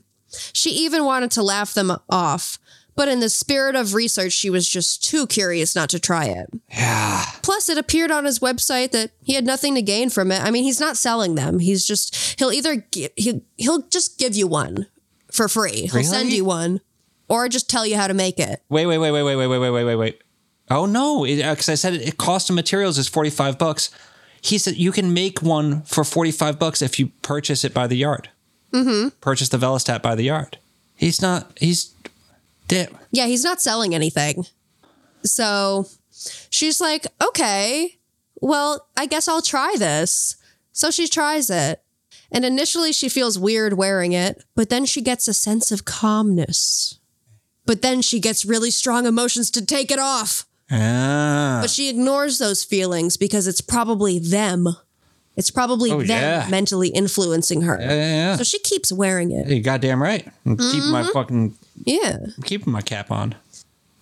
A: She even wanted to laugh them off, but in the spirit of research, she was just too curious not to try it. Yeah. Plus, it appeared on his website that he had nothing to gain from it. I mean, he's not selling them. He's just he'll either gi- he he'll just give you one for free. He'll send you one, or just tell you how to make it.
B: Wait, wait, wait, wait, wait, wait, wait, wait, wait, wait, wait. Oh no, because I said it, it cost of materials is forty five bucks. He said you can make one for forty five bucks if you purchase it by the yard. Mm-hmm. Purchase the Velostat by the yard. He's not. He's. Damn.
A: Yeah, he's not selling anything. So she's like, okay, well, I guess I'll try this. So she tries it. And initially she feels weird wearing it, but then she gets a sense of calmness. But then she gets really strong emotions to take it off.
B: Ah.
A: But she ignores those feelings because it's probably them. It's probably
B: Oh,
A: them
B: yeah.
A: mentally influencing her.
B: yeah.
A: So she keeps wearing it.
B: You goddamn right. I'm keeping my fucking
A: Yeah.
B: keeping my cap on.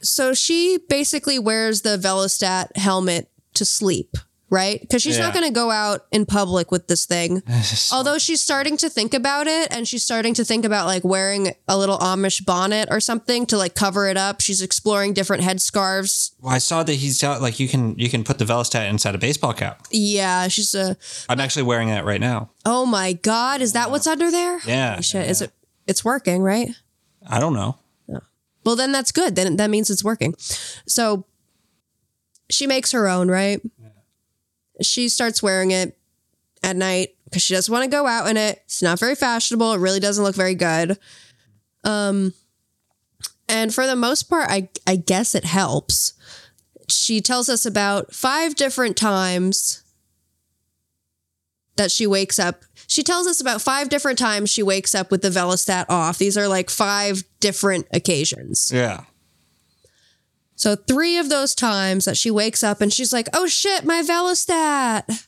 A: So she basically wears the Velostat helmet to sleep, right? Because she's not
B: Yeah.
A: going to go out in public with this thing.
B: [LAUGHS]
A: Although she's starting to think about it and she's starting to think about like wearing a little Amish bonnet or something to like cover it up. She's exploring different headscarves.
B: Well, I saw that he's got like you can you can put the Velostat inside a baseball cap.
A: Yeah, she's a
B: I'm actually wearing that right now.
A: Oh my god, is that what's under there?
B: Yeah,
A: Holy shit, is it it's working, right?
B: I don't know.
A: Well, then that's good. Then that means it's working. So she makes her own, right? She starts wearing it at night because she doesn't want to go out in it. It's not very fashionable. It really doesn't look very good. Um, and for the most part, I I guess it helps. She tells us about five different times that she wakes up. She tells us about five different times she wakes up with the velostat off. These are like five different occasions.
B: Yeah.
A: So three of those times that she wakes up and she's like, "Oh shit, my velostat."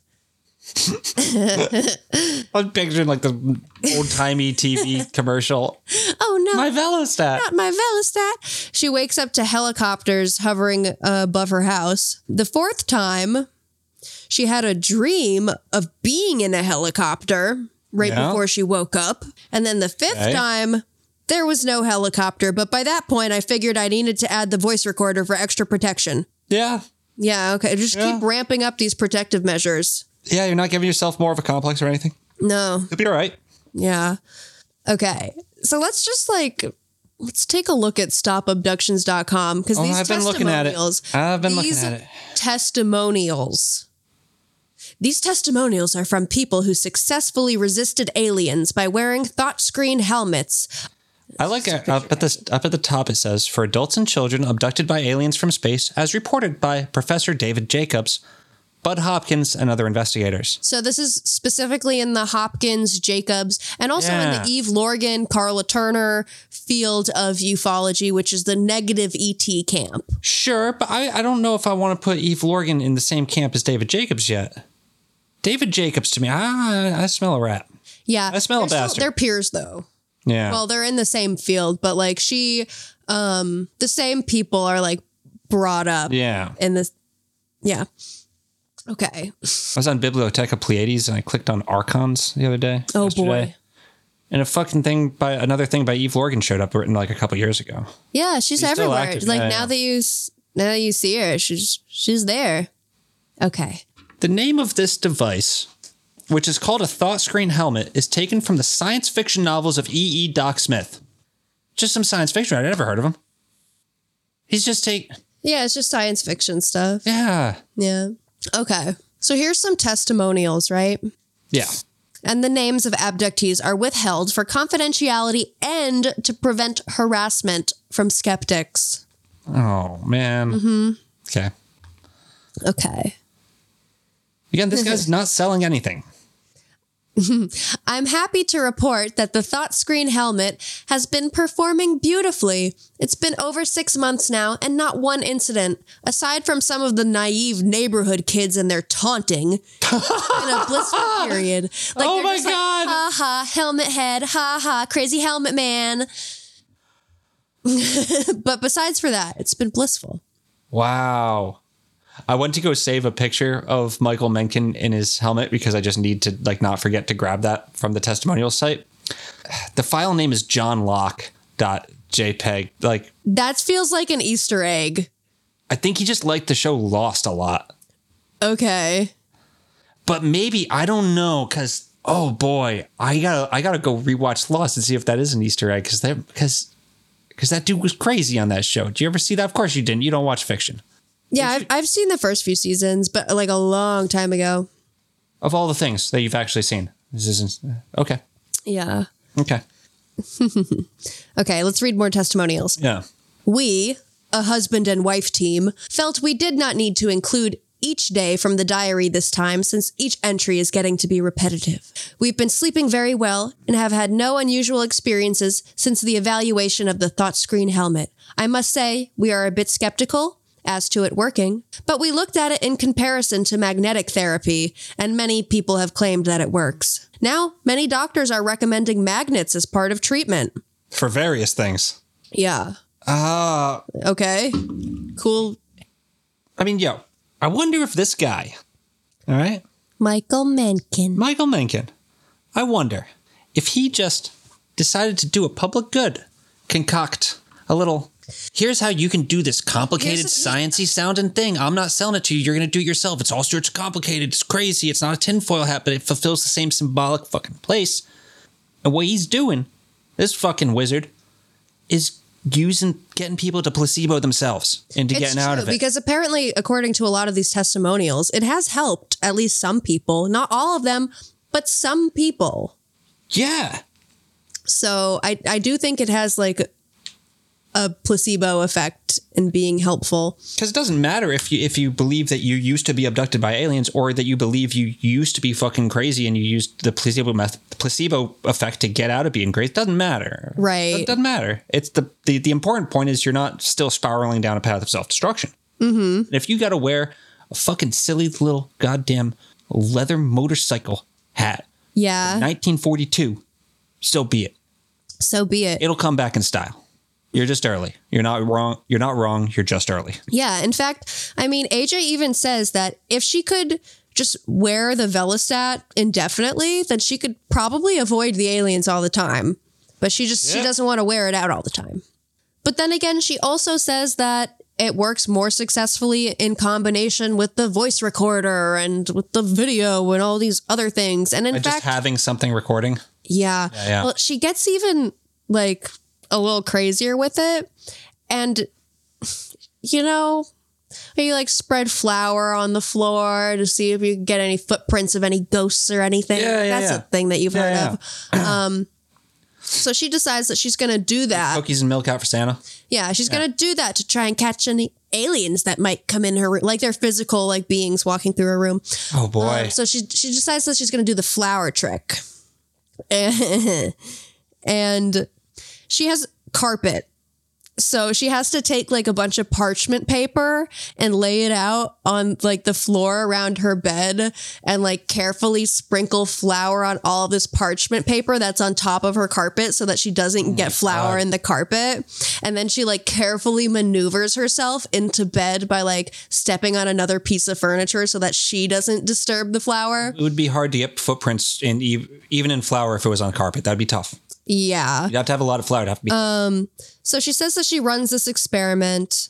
B: I'm picturing like the old timey [LAUGHS] TV commercial.
A: Oh no,
B: [LAUGHS] My Velostat.
A: not my velostat. She wakes up to helicopters hovering uh, above her house. The fourth time, she had a dream of being in a helicopter right
B: Yeah.
A: before she woke up, and then the fifth
B: Okay.
A: time. There was no helicopter, but by that point, I figured I needed to add the voice recorder for extra protection.
B: Yeah.
A: Yeah, okay. Just keep ramping up these protective measures.
B: Yeah, you're not giving yourself more of a complex or anything.
A: No,
B: It'll be all right.
A: Yeah. Okay. So let's just like let's take a look at stopabductions.com because
B: Oh,
A: these
B: I've been
A: testimonials
B: looking at it. I've been looking
A: these
B: at it.
A: testimonials these testimonials are from people who successfully resisted aliens by wearing thought screen helmets.
B: I like it. Up at the up at the top it says for adults and children abducted by aliens from space, as reported by Professor David Jacobs, Bud Hopkins, and other investigators.
A: So this is specifically in the Hopkins, Jacobs, and also in
B: Yeah.
A: the Eve Lorgan, Carla Turner field of ufology, which is the negative ET camp.
B: Sure, but I, I don't know if I want to put Eve Lorgan in the same camp as David Jacobs yet. David Jacobs to me, I I smell a rat.
A: Yeah.
B: I smell a
A: they're still-
B: bastard.
A: They're peers though.
B: Yeah.
A: well they're in the same field but like she um the same people are like brought up
B: yeah.
A: in this yeah okay
B: I was on Biblioteca Pleiades and I clicked on Archons the other day.
A: Oh, boy.
B: And a fucking thing by another thing by Eve Lorgan showed up written like a couple years ago.
A: yeah she's,
B: She's still
A: everywhere
B: active.
A: like
B: Yeah,
A: now
B: yeah.
A: that you s- now that you see her she's she's there okay
B: The name of this device, which is called a thought screen helmet, is taken from the science fiction novels of E. E. Doc Smith. Just some science fiction. I'd never heard of him. He's just take
A: yeah it's just science fiction stuff
B: yeah
A: yeah okay so here's some testimonials right
B: yeah.
A: and the names of abductees are withheld for confidentiality and to prevent harassment from skeptics
B: Oh man.
A: Mm-hmm.
B: Okay.
A: okay
B: Again, this guy's not selling anything.
A: I'm happy to report that the Thought Screen helmet has been performing beautifully. It's been over six months now and not one incident. Aside from some of the naive neighborhood kids and their taunting in a [LAUGHS] blissful period. Like,
B: Oh
A: they're
B: my
A: just like,
B: God.
A: ha ha, helmet head, ha ha, crazy helmet man. [LAUGHS] but besides for that, it's been blissful.
B: Wow. I went to go save a picture of Michael Menken in his helmet because I just need to like not forget to grab that from the testimonial site. [SIGHS] The file name is johnlocke.jpg. Like
A: That feels like an Easter egg.
B: I think he just liked the show Lost a lot.
A: Okay.
B: But maybe I don't know cuz oh boy, I got to I got to go rewatch Lost and see if that is an easter egg cuz that cuz cuz that dude was crazy on that show. Do you ever see that? Of course you didn't. You don't watch fiction.
A: Yeah, I've, I've seen the first few seasons, but like a long time ago.
B: Of all the things that you've actually seen. This isn't okay.
A: Yeah.
B: Okay.
A: Okay, let's read more testimonials.
B: Yeah.
A: We, a husband and wife team, felt we did not need to include each day from the diary this time since each entry is getting to be repetitive. We've been sleeping very well and have had no unusual experiences since the evaluation of the thought screen helmet. I must say, we are a bit skeptical as to it working, but we looked at it in comparison to magnetic therapy, and many people have claimed that it works. Now, many doctors are recommending magnets as part of treatment.
B: for various things.
A: Yeah.
B: Uh,
A: Okay. Cool.
B: I mean, yo, I wonder if this guy, all right,
A: Michael Menken.
B: Michael Menken, I wonder if he just decided to do a public good, concoct a little. Here's how you can do this complicated,
A: Here's the-
B: sciencey sounding thing. I'm not selling it to you. You're gonna do it yourself. It's all sorts of complicated. It's crazy. It's not a tinfoil hat, but it fulfills the same symbolic fucking place. And what he's doing, this fucking wizard, is using getting people to placebo themselves into getting out of it.
A: Because apparently, according to a lot of these testimonials, it has helped at least some people, not all of them, but some people.
B: yeah.
A: So I, I do think it has like a placebo effect in being helpful.
B: Because it doesn't matter if you if you believe that you used to be abducted by aliens or that you believe you used to be fucking crazy and you used the placebo meth- placebo effect to get out of being crazy. It doesn't matter.
A: Right.
B: It doesn't matter. It's the, the the important point is you're not still spiraling down a path of self destruction. Mm-hmm. And if you got to wear a fucking silly little goddamn leather motorcycle hat,
A: Yeah.
B: 1942, so be it.
A: So be it.
B: It'll come back in style. You're just early. You're not wrong. You're not wrong. You're just early.
A: Yeah. In fact, I mean, AJ even says that if she could just wear the Velostat indefinitely, then she could probably avoid the aliens all the time. But she just, she doesn't want to wear it out all the time. But then again, she also says that it works more successfully in combination with the voice recorder and with the video and all these other things. And in
B: And
A: fact,
B: just having something recording.
A: Yeah.
B: yeah.
A: Well, she gets even like a little crazier with it. And, you know, you like spread flour on the floor to see if you can get any footprints of any ghosts or anything.
B: Yeah, yeah,
A: That's
B: yeah.
A: a thing that you've
B: Yeah,
A: heard
B: yeah.
A: of. Um, so she decides that she's going to do that.
B: cookies and milk out for Santa.
A: Yeah, she's gonna do that to try and catch any aliens that might come in her room, like they're physical, like beings walking through her room.
B: Oh boy.
A: Um, so she she decides that she's going to do the flower trick, [LAUGHS] and she has carpet. So she has to take like a bunch of parchment paper and lay it out on like the floor around her bed and like carefully sprinkle flour on all this parchment paper that's on top of her carpet so that she doesn't get flour in the carpet. And then she like carefully maneuvers herself into bed by like stepping on another piece of furniture so that she doesn't disturb the flour.
B: it would be hard to get footprints in ev- even in flour if it was on carpet. That'd be tough.
A: Yeah.
B: You'd have to have a lot of flour. It'd have to be.
A: Uh, So she says that she runs this experiment.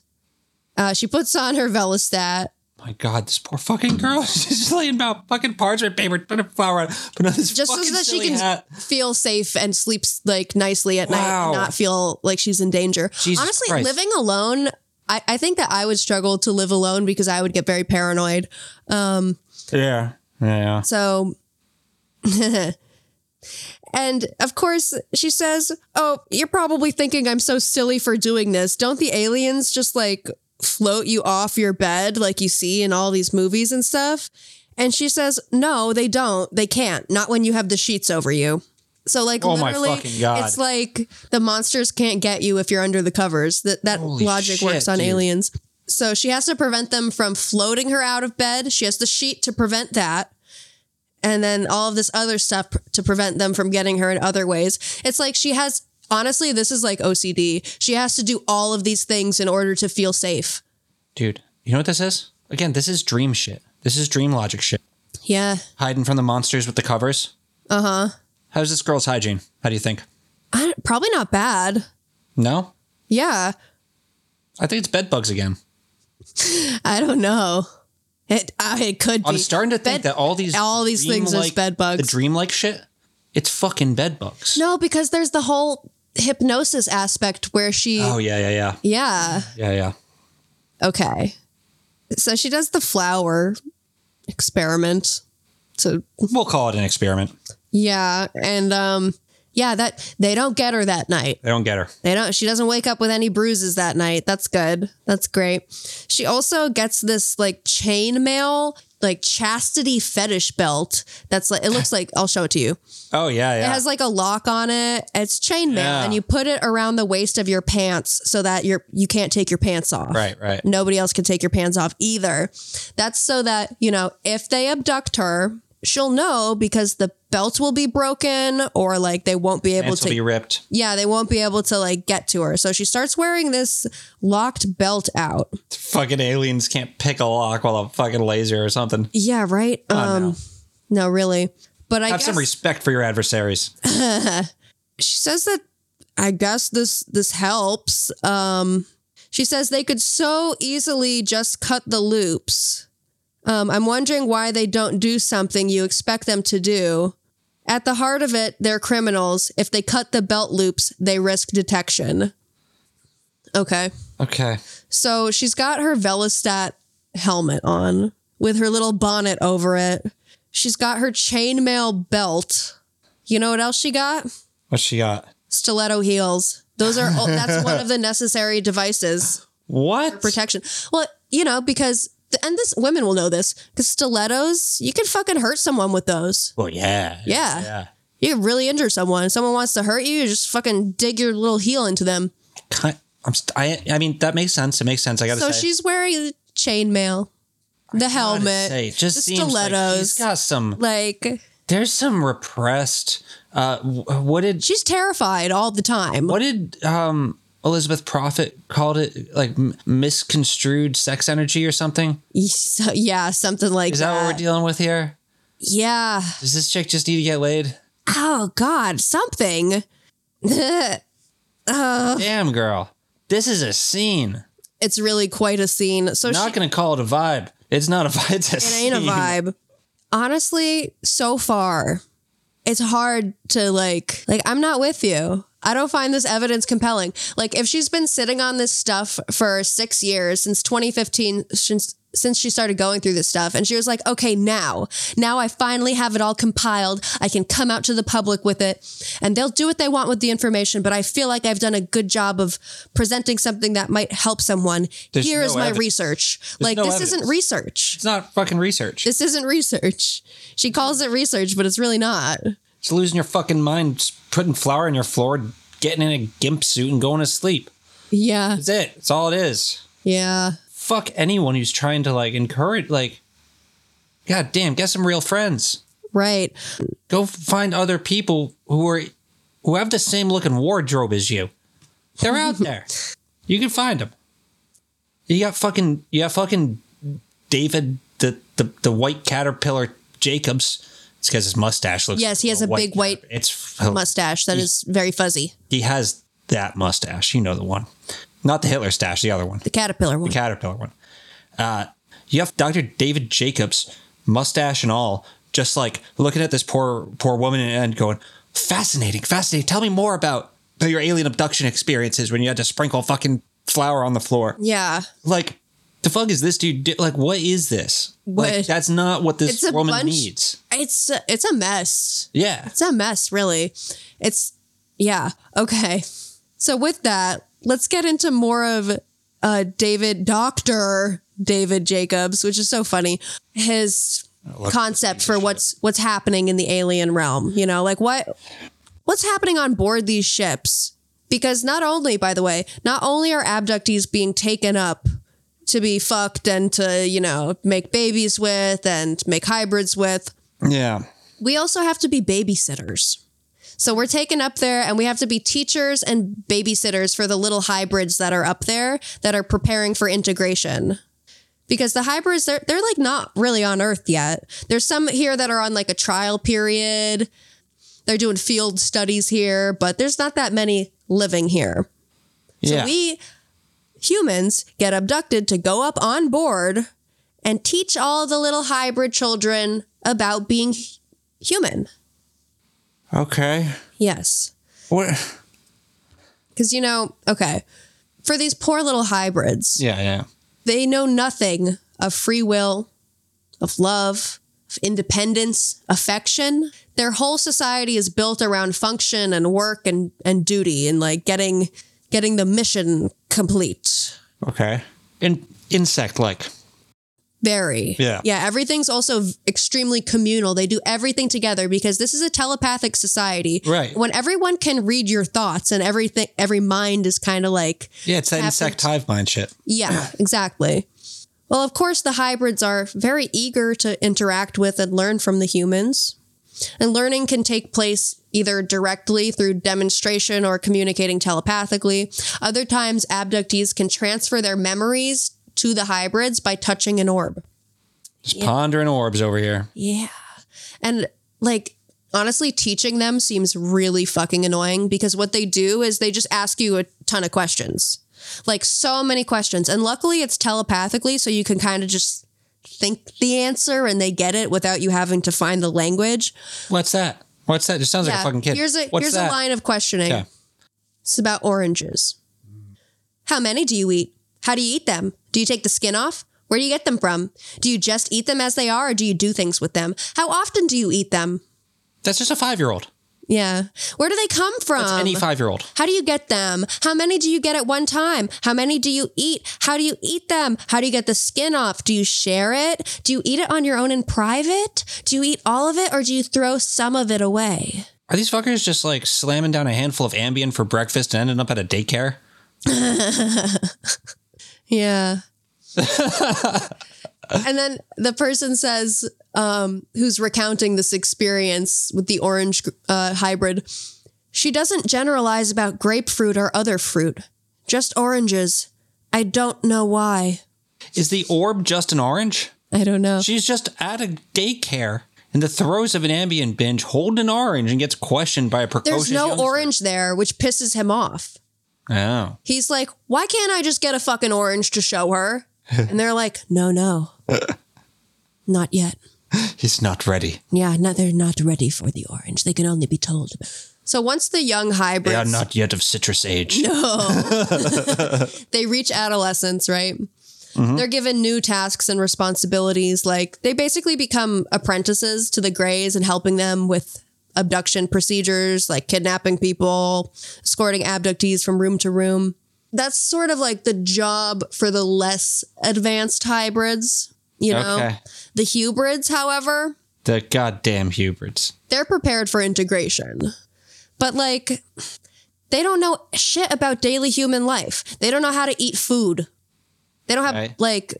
A: Uh, she puts on her Velostat.
B: "Oh my God, this poor fucking girl. [LAUGHS] She's just laying about fucking parchment paper, putting flour on, putting on this
A: just so
B: fucking
A: that she
B: silly
A: can
B: hat.
A: feel safe and sleeps like nicely at night
B: Wow.
A: and not feel like she's in danger.
B: Jesus
A: Honestly,
B: Christ.
A: living alone, I, I think that I would struggle to live alone because I would get very paranoid. Um,
B: Yeah. Yeah.
A: so, [LAUGHS] and of course, she says, Oh, you're probably thinking I'm so silly for doing this. Don't the aliens just like float you off your bed like you see in all these movies and stuff? And she says, No, they don't. They can't. Not when you have the sheets over you. So like
B: Oh my
A: literally,
B: fucking God.
A: it's like the monsters can't get you if you're under the covers. That that
B: Holy
A: logic
B: shit,
A: works on
B: dude.
A: aliens. So she has to prevent them from floating her out of bed. She has the sheet to prevent that. And then all of this other stuff pr- to prevent them from getting her in other ways. It's like she has, honestly, this is like OCD. She has to do all of these things in order to feel safe.
B: Dude, you know what this is? Again, this is dream shit. This is dream logic shit.
A: Yeah.
B: Hiding from the monsters with the covers. Uh huh.
A: Uh-huh.
B: How's this girl's hygiene? How do you think?
A: I, probably not bad.
B: No,
A: Yeah.
B: I think it's bed bugs again.
A: I don't know. It, I it could be.
B: I'm starting to think
A: Bed-
B: that all these
A: all these things is
B: dream-like-
A: bed bugs.
B: The dreamlike shit, it's fucking bed bugs.
A: No, because there's the whole hypnosis aspect where she.
B: Oh yeah, yeah, yeah,
A: Yeah.
B: yeah, yeah.
A: Okay. So she does the flower experiment. So
B: We'll call it an experiment.
A: yeah, and um yeah, that they don't get her that night.
B: They don't get her.
A: They don't she doesn't wake up with any bruises that night. That's good. That's great. She also gets this like chain mail like chastity fetish belt that's like it looks like I'll show it to you.
B: Oh yeah, yeah.
A: It has like a lock on it. It's chainmail,
B: Yeah.
A: and you put it around the waist of your pants so that you're you can't take your pants off.
B: Right, right.
A: Nobody else can take your pants off either. That's so that you know if they abduct her, she'll know because the belt will be broken or like they won't be able
B: Pants
A: to.
B: will be ripped.
A: yeah, they won't be able to like get to her. So she starts wearing this locked belt out.
B: Fucking aliens can't pick a lock while a fucking laser or something.
A: Yeah, right. um, no. really. But I
B: Oh, Have
A: guess
B: some respect for your adversaries.
A: she says that I guess this this helps. Um, she says they could so easily just cut the loops. Um, I'm wondering why they don't do something you expect them to do. At the heart of it, they're criminals. If they cut the belt loops, they risk detection. Okay.
B: Okay.
A: So she's got her Velostat helmet on with her little bonnet over it. She's got her chainmail belt. You know what else she got?
B: What's she got?
A: Stiletto heels. Those are oh, that's one of the necessary devices
B: What?
A: protection. Well, you know because and this women will know this because stilettos you can fucking hurt someone with those.
B: Well, yeah.
A: Yeah.
B: Yeah.
A: You can really injure someone. If someone wants to hurt you, you just fucking dig your little heel into them.
B: Ki- I'm st- I, I mean, that makes sense. It makes sense. I gotta
A: So
B: say.
A: she's wearing chainmail, the
B: gotta
A: helmet,
B: say, it just
A: the
B: seems Like
A: stilettos.
B: she's got some.
A: like
B: There's some repressed. Uh, wh- what did
A: she's terrified all the time.
B: what did um Elizabeth Prophet called it? Like m- misconstrued sex energy or something?
A: [LAUGHS] So- yeah, something like
B: Is that what we're
A: that.
B: dealing with here?
A: yeah.
B: Does this chick just need to get laid?
A: Oh God, something. [LAUGHS] it's
B: Damn, girl. This is a scene.
A: really quite a scene. So
B: Not
A: she,
B: gonna call it a vibe. It's not a [LAUGHS] vibe. It's a
A: it ain't a
B: scene.
A: vibe. Honestly, so far, it's hard to like. Like I'm not with you. I don't find this evidence compelling. Like if she's been sitting on this stuff for six years since 2015, since since she started going through this stuff, and she was like, okay, now, now I finally have it all compiled. I can come out to the public with it, and they'll do what they want with the information. But I feel like I've done a good job of presenting something that might help someone.
B: There's
A: Here
B: no
A: is my
B: evidence.
A: research. like
B: no
A: this
B: evidence.
A: isn't research
B: It's not fucking research.
A: this isn't research. She calls it research, but it's really not.
B: It's losing your fucking mind, just putting flour on your floor, getting in a gimp suit, and going to sleep.
A: Yeah.
B: That's it. That's all it is.
A: Yeah.
B: Fuck anyone who's trying to like encourage, like, god damn, get some real friends.
A: Right.
B: Go f- find other people who are who have the same looking wardrobe as you.
A: [LAUGHS]
B: They're out there. You can find them. You got fucking you got fucking David the the, the white caterpillar Jacobs. It's because his mustache looks.
A: Yes, he has a big white
B: caterp- It's
A: Mustache that is very fuzzy.
B: he has that mustache. You know the one, not the Hitler stash, the other one,
A: The caterpillar one.
B: the caterpillar one. Uh, you have Dr. David Jacobs, mustache and all, just like looking at this poor poor woman in the end, going, "Fascinating, fascinating. Tell me more about your alien abduction experiences when you had to sprinkle fucking flour on the floor."
A: yeah.
B: Like, the fuck is this dude? do- Like, what is this? Like,
A: What?
B: that's not what this
A: It's a
B: woman
A: bunch-
B: needs.
A: It's a, it's a mess.
B: Yeah.
A: It's a mess, really. It's yeah. Okay. So with that, let's get into more of uh David Dr. David Jacobs, which is so funny. His concept for what's what's happening in the alien realm, you know, like what what's happening on board these ships because not only by the way not only are abductees being taken up to be fucked and to you know make babies with and make hybrids with
B: Yeah.
A: we also have to be babysitters so we're taken up there and we have to be teachers and babysitters for the little hybrids that are up there that are preparing for integration because the hybrids they're, they're like not really on earth yet there's some here that are on like a trial period they're doing field studies here but there's not that many living here so
B: Yeah.
A: we humans get abducted to go up on board and teach all the little hybrid children about being hu- human
B: okay.
A: yes
B: What?
A: because you know okay for these poor little hybrids
B: Yeah. Yeah.
A: they know nothing of free will, of love, of independence, affection. Their whole society is built around function and work and and duty and like getting getting the mission complete.
B: Okay. In insect like.
A: Very.
B: Yeah.
A: Yeah. Everything's also v- extremely communal. They do everything together because this is a telepathic society.
B: Right.
A: When everyone can read your thoughts and everything, every mind is kind of like,
B: Yeah, it's that insect hive mind shit. [CLEARS THROAT]
A: yeah, exactly. Well, of course, the hybrids are very eager to interact with and learn from the humans. And learning can take place either directly through demonstration or communicating telepathically. Other times, abductees can transfer their memories to the hybrids by touching an orb.
B: Just pondering orbs over here.
A: Yeah. And like, honestly, teaching them seems really fucking annoying because what they do is they just ask you a ton of questions, like so many questions. And luckily, it's telepathically, so you can kind of just think the answer and they get it without you having to find the language.
B: What's that? What's that? It sounds like a fucking kid.
A: Here's a
B: What's
A: here's
B: that?
A: a line of questioning.
B: Yeah.
A: It's about oranges. How many do you eat? How do you eat them? Do you take the skin off? Where do you get them from? Do you just eat them as they are or do you do things with them? How often do you eat them?
B: That's just a five year old.
A: Yeah. Where do they come from?
B: That's any five year old.
A: How do you get them? How many do you get at one time? How many do you eat? How do you eat them? How do you get the skin off? Do you share it? Do you eat it on your own in private? Do you eat all of it or do you throw some of it away?
B: Are these fuckers just like slamming down a handful of Ambien for breakfast and ending up at a daycare?
A: Yeah. and then the person says, um, who's recounting this experience with the orange uh, hybrid, she doesn't generalize about grapefruit or other fruit, just oranges. I don't know why.
B: Is the orb just an orange?
A: I don't know.
B: She's just at a daycare in the throes of an Ambien binge, holding an orange and gets questioned by a precocious.
A: There's no
B: youngster.
A: orange there, which pisses him off.
B: Oh.
A: He's like, why can't I just get a fucking orange to show her? And they're like, no, no. not yet.
B: He's not ready.
A: Yeah, no, they're not ready for the orange. They can only be told. So once the young hybrids,
B: They are
A: [LAUGHS]
B: not yet of citrus age.
A: Oh.
B: [LAUGHS]
A: they reach adolescence, right?
B: Mm-hmm.
A: They're given new tasks and responsibilities. Like they basically become apprentices to the Greys and helping them with abduction procedures, like kidnapping people, escorting abductees from room to room. That's sort of like the job for the less advanced hybrids, you know?
B: Okay.
A: The hybrids, however,
B: The goddamn Huberts.
A: they're prepared for integration. But like, they don't know shit about daily human life. They don't know how to eat food. They don't have
B: Right.
A: like,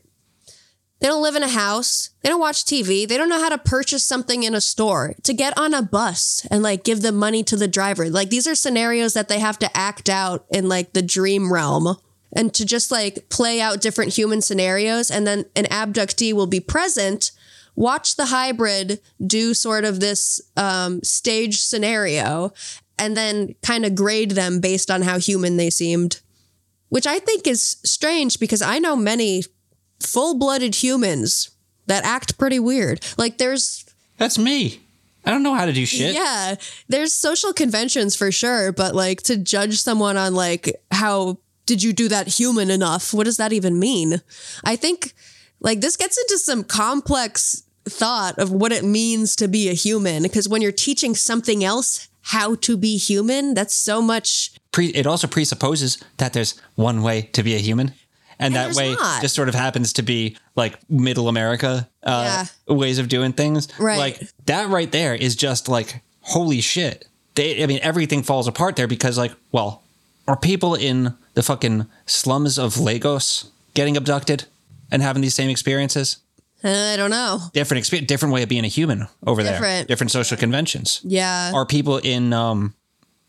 A: they don't live in a house. They don't watch TV. They don't know how to purchase something in a store, to get on a bus and like give the money to the driver. Like, these are scenarios that they have to act out in like the dream realm and to just like play out different human scenarios. And then an abductee will be present watch the hybrid do sort of this um, stage scenario and then kind of grade them based on how human they seemed, which I think is strange because I know many full blooded humans that act pretty weird. Like there's,
B: That's me. I don't know how to do shit.
A: yeah, there's social conventions for sure, but like to judge someone on like how did you do that human enough? What does that even mean? I think like this gets into some complex thought of what it means to be a human because when you're teaching something else how to be human, that's so much
B: Pre- it also presupposes that there's one way to be a human. And, that
A: there's
B: way
A: not.
B: just sort of happens to be like middle America uh, ways of doing things.
A: Right.
B: Like that right there is just like, holy shit. They, I mean, everything falls apart there because, like, well, are people in the fucking slums of Lagos getting abducted and having these same experiences?
A: uh, I don't know.
B: Different experience, different way of being a human over there.
A: Different.
B: Different social conventions.
A: Yeah.
B: are people in um,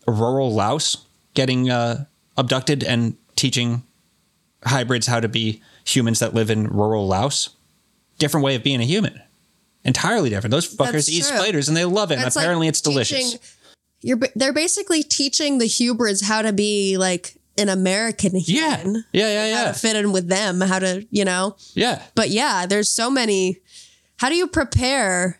B: rural Laos getting uh, abducted and teaching hybrids how to be humans that live in rural Laos? Different way of being a human. Entirely different. Those fuckers
A: That's
B: eat
A: true.
B: spiders and they love it.
A: That's
B: and
A: like
B: apparently it's delicious.
A: teaching- You're ba- they're basically teaching the hybrids how to be like an American
B: yeah.
A: human.
B: Yeah, yeah,
A: How
B: yeah.
A: to fit in with them, how to, you know,
B: Yeah.
A: But yeah, there's so many. How do you prepare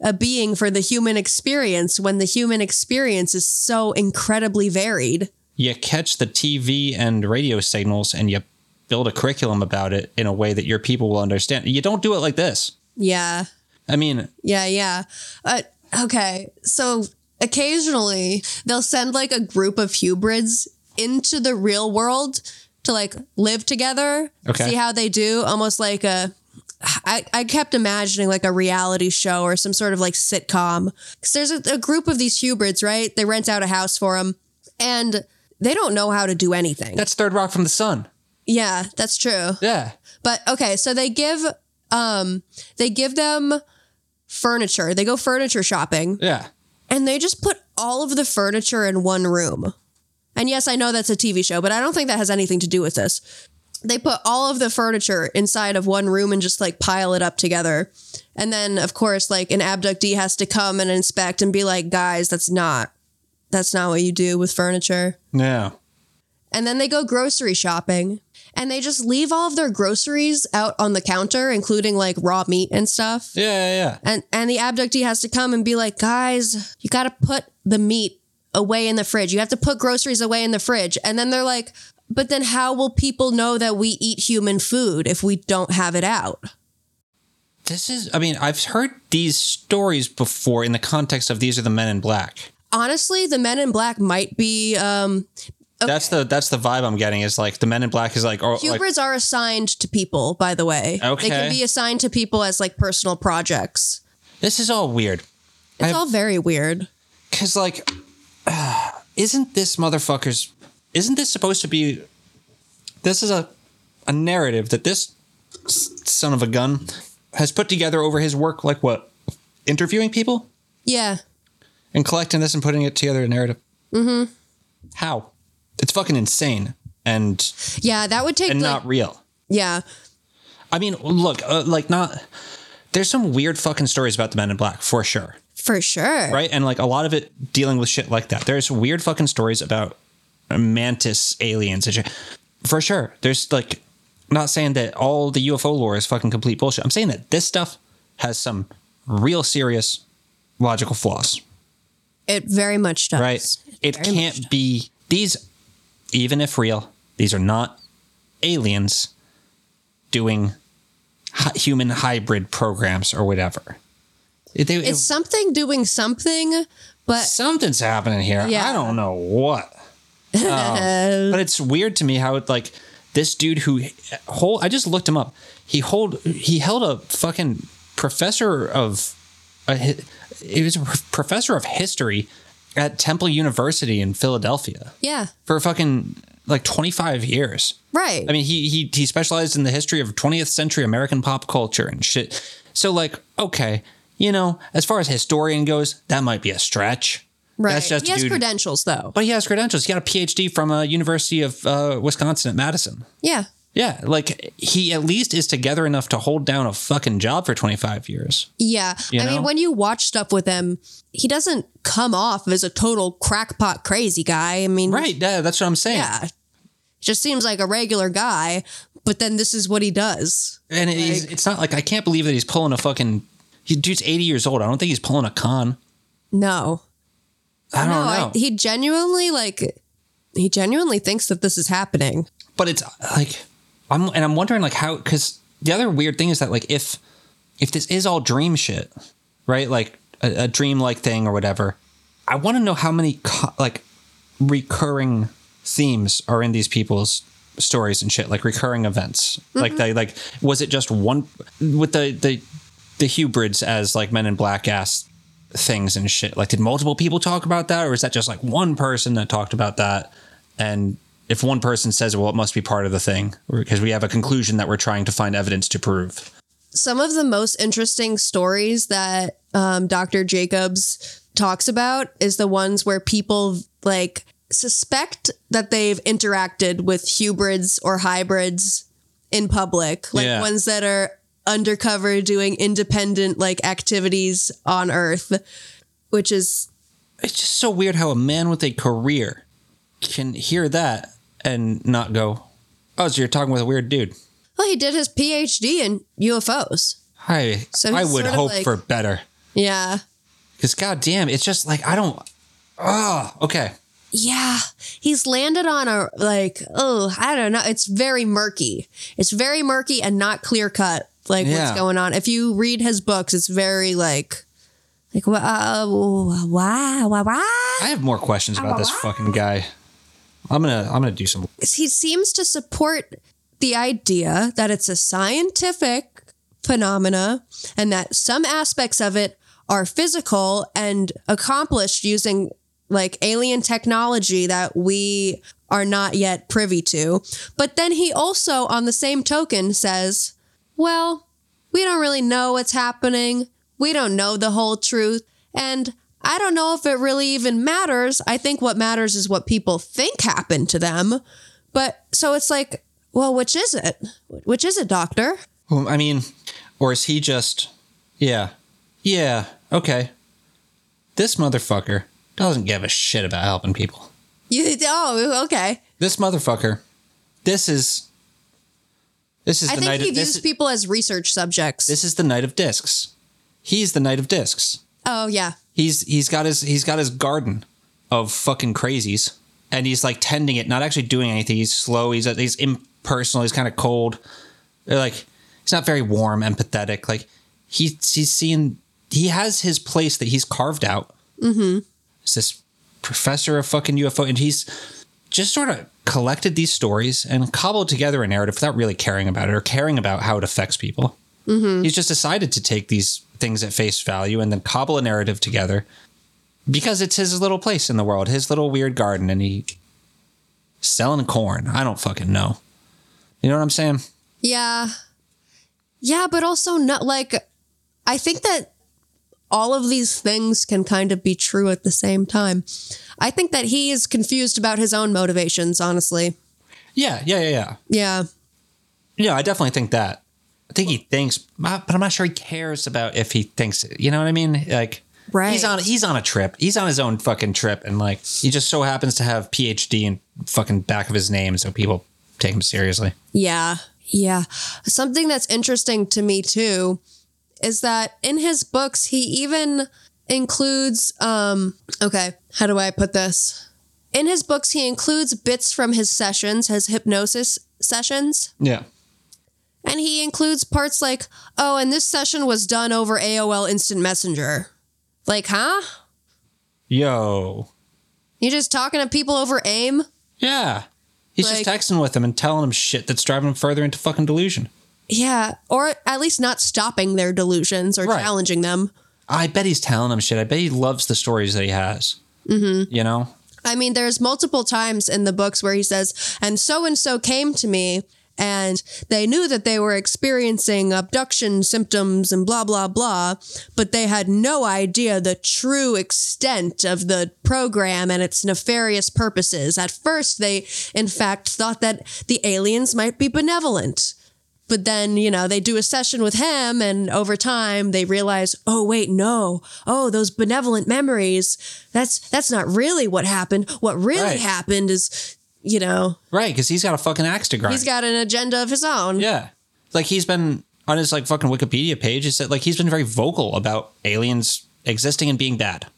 A: a being for the human experience when the human experience is so incredibly varied?
B: You catch the TV and radio signals and you build a curriculum about it in a way that your people will understand. You don't do it like this.
A: Yeah,
B: I mean,
A: yeah, yeah. Uh, okay, so occasionally they'll send like a group of hybrids into the real world to like live together,
B: Okay.
A: see how they do, almost like a I, I kept imagining like a reality show or some sort of like sitcom. Because there's a, a group of these Huberts, right? They rent out a house for them and they don't know how to do anything.
B: That's Third Rock from the Sun.
A: yeah, that's true.
B: Yeah.
A: But okay, so they give um they give them furniture. They go furniture shopping
B: Yeah.
A: and they just put all of the furniture in one room. And yes, I know that's a TV show, but I don't think that has anything to do with this. They put all of the furniture inside of one room and just like pile it up together. And then of course, like an abductee has to come and inspect and be like, "Guys, that's not that's not what you do with furniture."
B: Yeah.
A: and then they go grocery shopping and they just leave all of their groceries out on the counter including like raw meat and stuff
B: Yeah. Yeah.
A: and and the abductee has to come and be like guys you got to put the meat away in the fridge you have to put groceries away in the fridge and then they're like but then how will people know that we eat human food if we don't have it out
B: This is, I mean, I've heard these stories before in the context of these are the men in black.
A: honestly the men in black might be um
B: That's the that's the vibe I'm getting is like the men in black is like, oh, like
A: Huberts are assigned to people, by the way. They
B: Okay.
A: can be assigned to people as like personal projects.
B: this is all weird.
A: It's
B: I've-
A: all very weird.
B: Cause like, [SIGHS] isn't this motherfucker's? Isn't this supposed to be? This is a a narrative that this s- son of a gun has put together over his work. Like what? Interviewing people
A: Yeah.
B: and collecting this and putting it together in a narrative. Mm-hmm. How? It's fucking insane and
A: Yeah, that would take
B: and
A: like
B: not real.
A: yeah.
B: I mean, look, uh, like not. There's some weird fucking stories about the Men in Black for sure,
A: For sure.
B: right? And like a lot of it dealing with shit like that. There's weird fucking stories about mantis aliens and shit. For sure, there's like not saying that all the UFO lore is fucking complete bullshit. I'm saying that this stuff has some real serious logical flaws,
A: It very much does. [LAUGHS]
B: right? It
A: very much
B: can't be these, even if real, these are not aliens doing hi- human hybrid programs or whatever. It- they-
A: It's something doing something, but
B: something's happening here.
A: Yeah.
B: I don't know what. Um,
A: [LAUGHS]
B: but it's weird to me how it like this dude who hold I just looked him up. He hold he held a fucking professor of a, hi- it was a professor of history at Temple University in Philadelphia
A: yeah.
B: for fucking like 25 years.
A: Right.
B: I mean, he he he specialized in the history of 20th century American pop culture and shit. So like, okay, you know, as far as historian goes, that might be a stretch.
A: right.
B: That's just
A: he has
B: dude-
A: credentials though.
B: But he has credentials. He got a PhD from a University of uh, Wisconsin at Madison.
A: Yeah.
B: Yeah, like he at least is together enough to hold down a fucking job for 25 years.
A: Yeah.
B: You
A: I
B: know?
A: mean, when you watch stuff with him, he doesn't come off as a total crackpot crazy guy. I mean,
B: Right. Yeah, that's what I'm saying.
A: Yeah. Just seems like a regular guy, but then this is what he does.
B: And it- he's- it's not like I can't believe that he's pulling a fucking. He, dude's 80 years old. I don't think he's pulling a con.
A: No.
B: I don't
A: no,
B: know.
A: I, he genuinely like he genuinely thinks that this is happening.
B: but it's like I'm and I'm wondering like how because the other weird thing is that like if if this is all dream shit, right? Like a, a dream like thing or whatever. I want to know how many co- like recurring themes are in these people's stories and shit, like recurring events. Like they like was it just one with the the the Hubrids as like Men in Black ass things and shit. Like did multiple people talk about that, or is that just like one person that talked about that? And if one person says, well, it must be part of the thing because we have a conclusion that we're trying to find evidence to prove.
A: Some of the most interesting stories that um, Dr. Jacobs talks about is the ones where people like suspect that they've interacted with hybrids or hybrids in public, like
B: Yeah.
A: ones that are undercover doing independent like activities on Earth, which is
B: It's just so weird how a man with a career can hear that and not go, oh, so you're talking with a weird dude.
A: well, he did his PhD in UFOs.
B: I,
A: So
B: I
A: he's
B: would
A: sort of
B: hope
A: like-
B: for better.
A: Yeah.
B: Because goddamn, it's just like, I don't. Oh, okay.
A: Yeah, he's landed on a like, oh, I don't know. It's very murky. It's very murky and not clear cut. Like
B: Yeah.
A: what's going on? If you read his books, it's very like, like wha- uh, why, why, why?
B: I have more questions about this fucking guy. I'm gonna I'm gonna do some
A: He seems to support the idea that it's a scientific phenomena and that some aspects of it are physical and accomplished using like alien technology that we are not yet privy to. But then he also, on the same token, says, Well, we don't really know what's happening. We don't know the whole truth. And I don't know if it really even matters. I think what matters is what people think happened to them. But so it's like, well, which is it? Which is it, doctor?
B: Well, I mean, or is he just, yeah, yeah, okay. This motherfucker doesn't give a shit about helping people.
A: You, oh, okay.
B: This motherfucker, this is, this is
A: I
B: the
A: think
B: night
A: he
B: of
A: views
B: this,
A: people as research subjects.
B: this is the night of discs. He's the knight of discs.
A: oh, yeah.
B: He's he's got his he's got his garden of fucking crazies, and he's like tending it, not actually doing anything. He's slow. He's he's impersonal. He's kind of cold. They're like he's not very warm, empathetic. Like he he's seeing he has his place that he's carved out. Mm-hmm. It's this professor of fucking UFO, and he's just sort of collected these stories and cobbled together a narrative without really caring about it or caring about how it affects people. He's just decided to take these things at face value and then cobble a narrative together because it's his little place in the world, his little weird garden, and he selling corn. I don't fucking know. You know what I'm saying?
A: Yeah. Yeah, but also not like I think that all of these things can kind of be true at the same time. I think that he is confused about his own motivations, honestly.
B: Yeah, yeah, yeah, yeah.
A: Yeah.
B: Yeah, I definitely think that. I think he thinks, but I'm not sure he cares about if he thinks. It. You know what I mean? Like,
A: Right.
B: He's on. He's on a trip. He's on his own fucking trip, and like, he just so happens to have PhD in fucking back of his name, so people take him seriously.
A: Yeah. Yeah. Something that's interesting to me too is that in his books he even includes um okay, how do I put this? In his books he includes bits from his sessions, his hypnosis sessions.
B: Yeah.
A: And he includes parts like, oh, and this session was done over AOL Instant Messenger. Like, huh?
B: Yo.
A: You're just talking to people over AIM?
B: Yeah. He's just
A: Like-
B: texting with him and telling him shit that's driving him further into fucking delusion.
A: Yeah. Or at least not stopping their delusions or
B: Right.
A: challenging them.
B: I bet he's telling him shit. I bet he loves the stories that he has. Mm-hmm. You know?
A: I mean, there's multiple times in the books where he says, and so and so came to me and they knew that they were experiencing abduction symptoms and blah, blah, blah, but they had no idea the true extent of the program and its nefarious purposes. At first, they, in fact, thought that the aliens might be benevolent. But then, you know, they do a session with him, and over time they realize, oh wait, no, oh those benevolent memories. That's that's not really what happened. What really
B: Right.
A: happened is, you know,
B: Right, because he's got a fucking axe to grind.
A: he's got an agenda of his own.
B: yeah. Like he's been on his like fucking Wikipedia page, it said like he's been very vocal about aliens existing and being bad.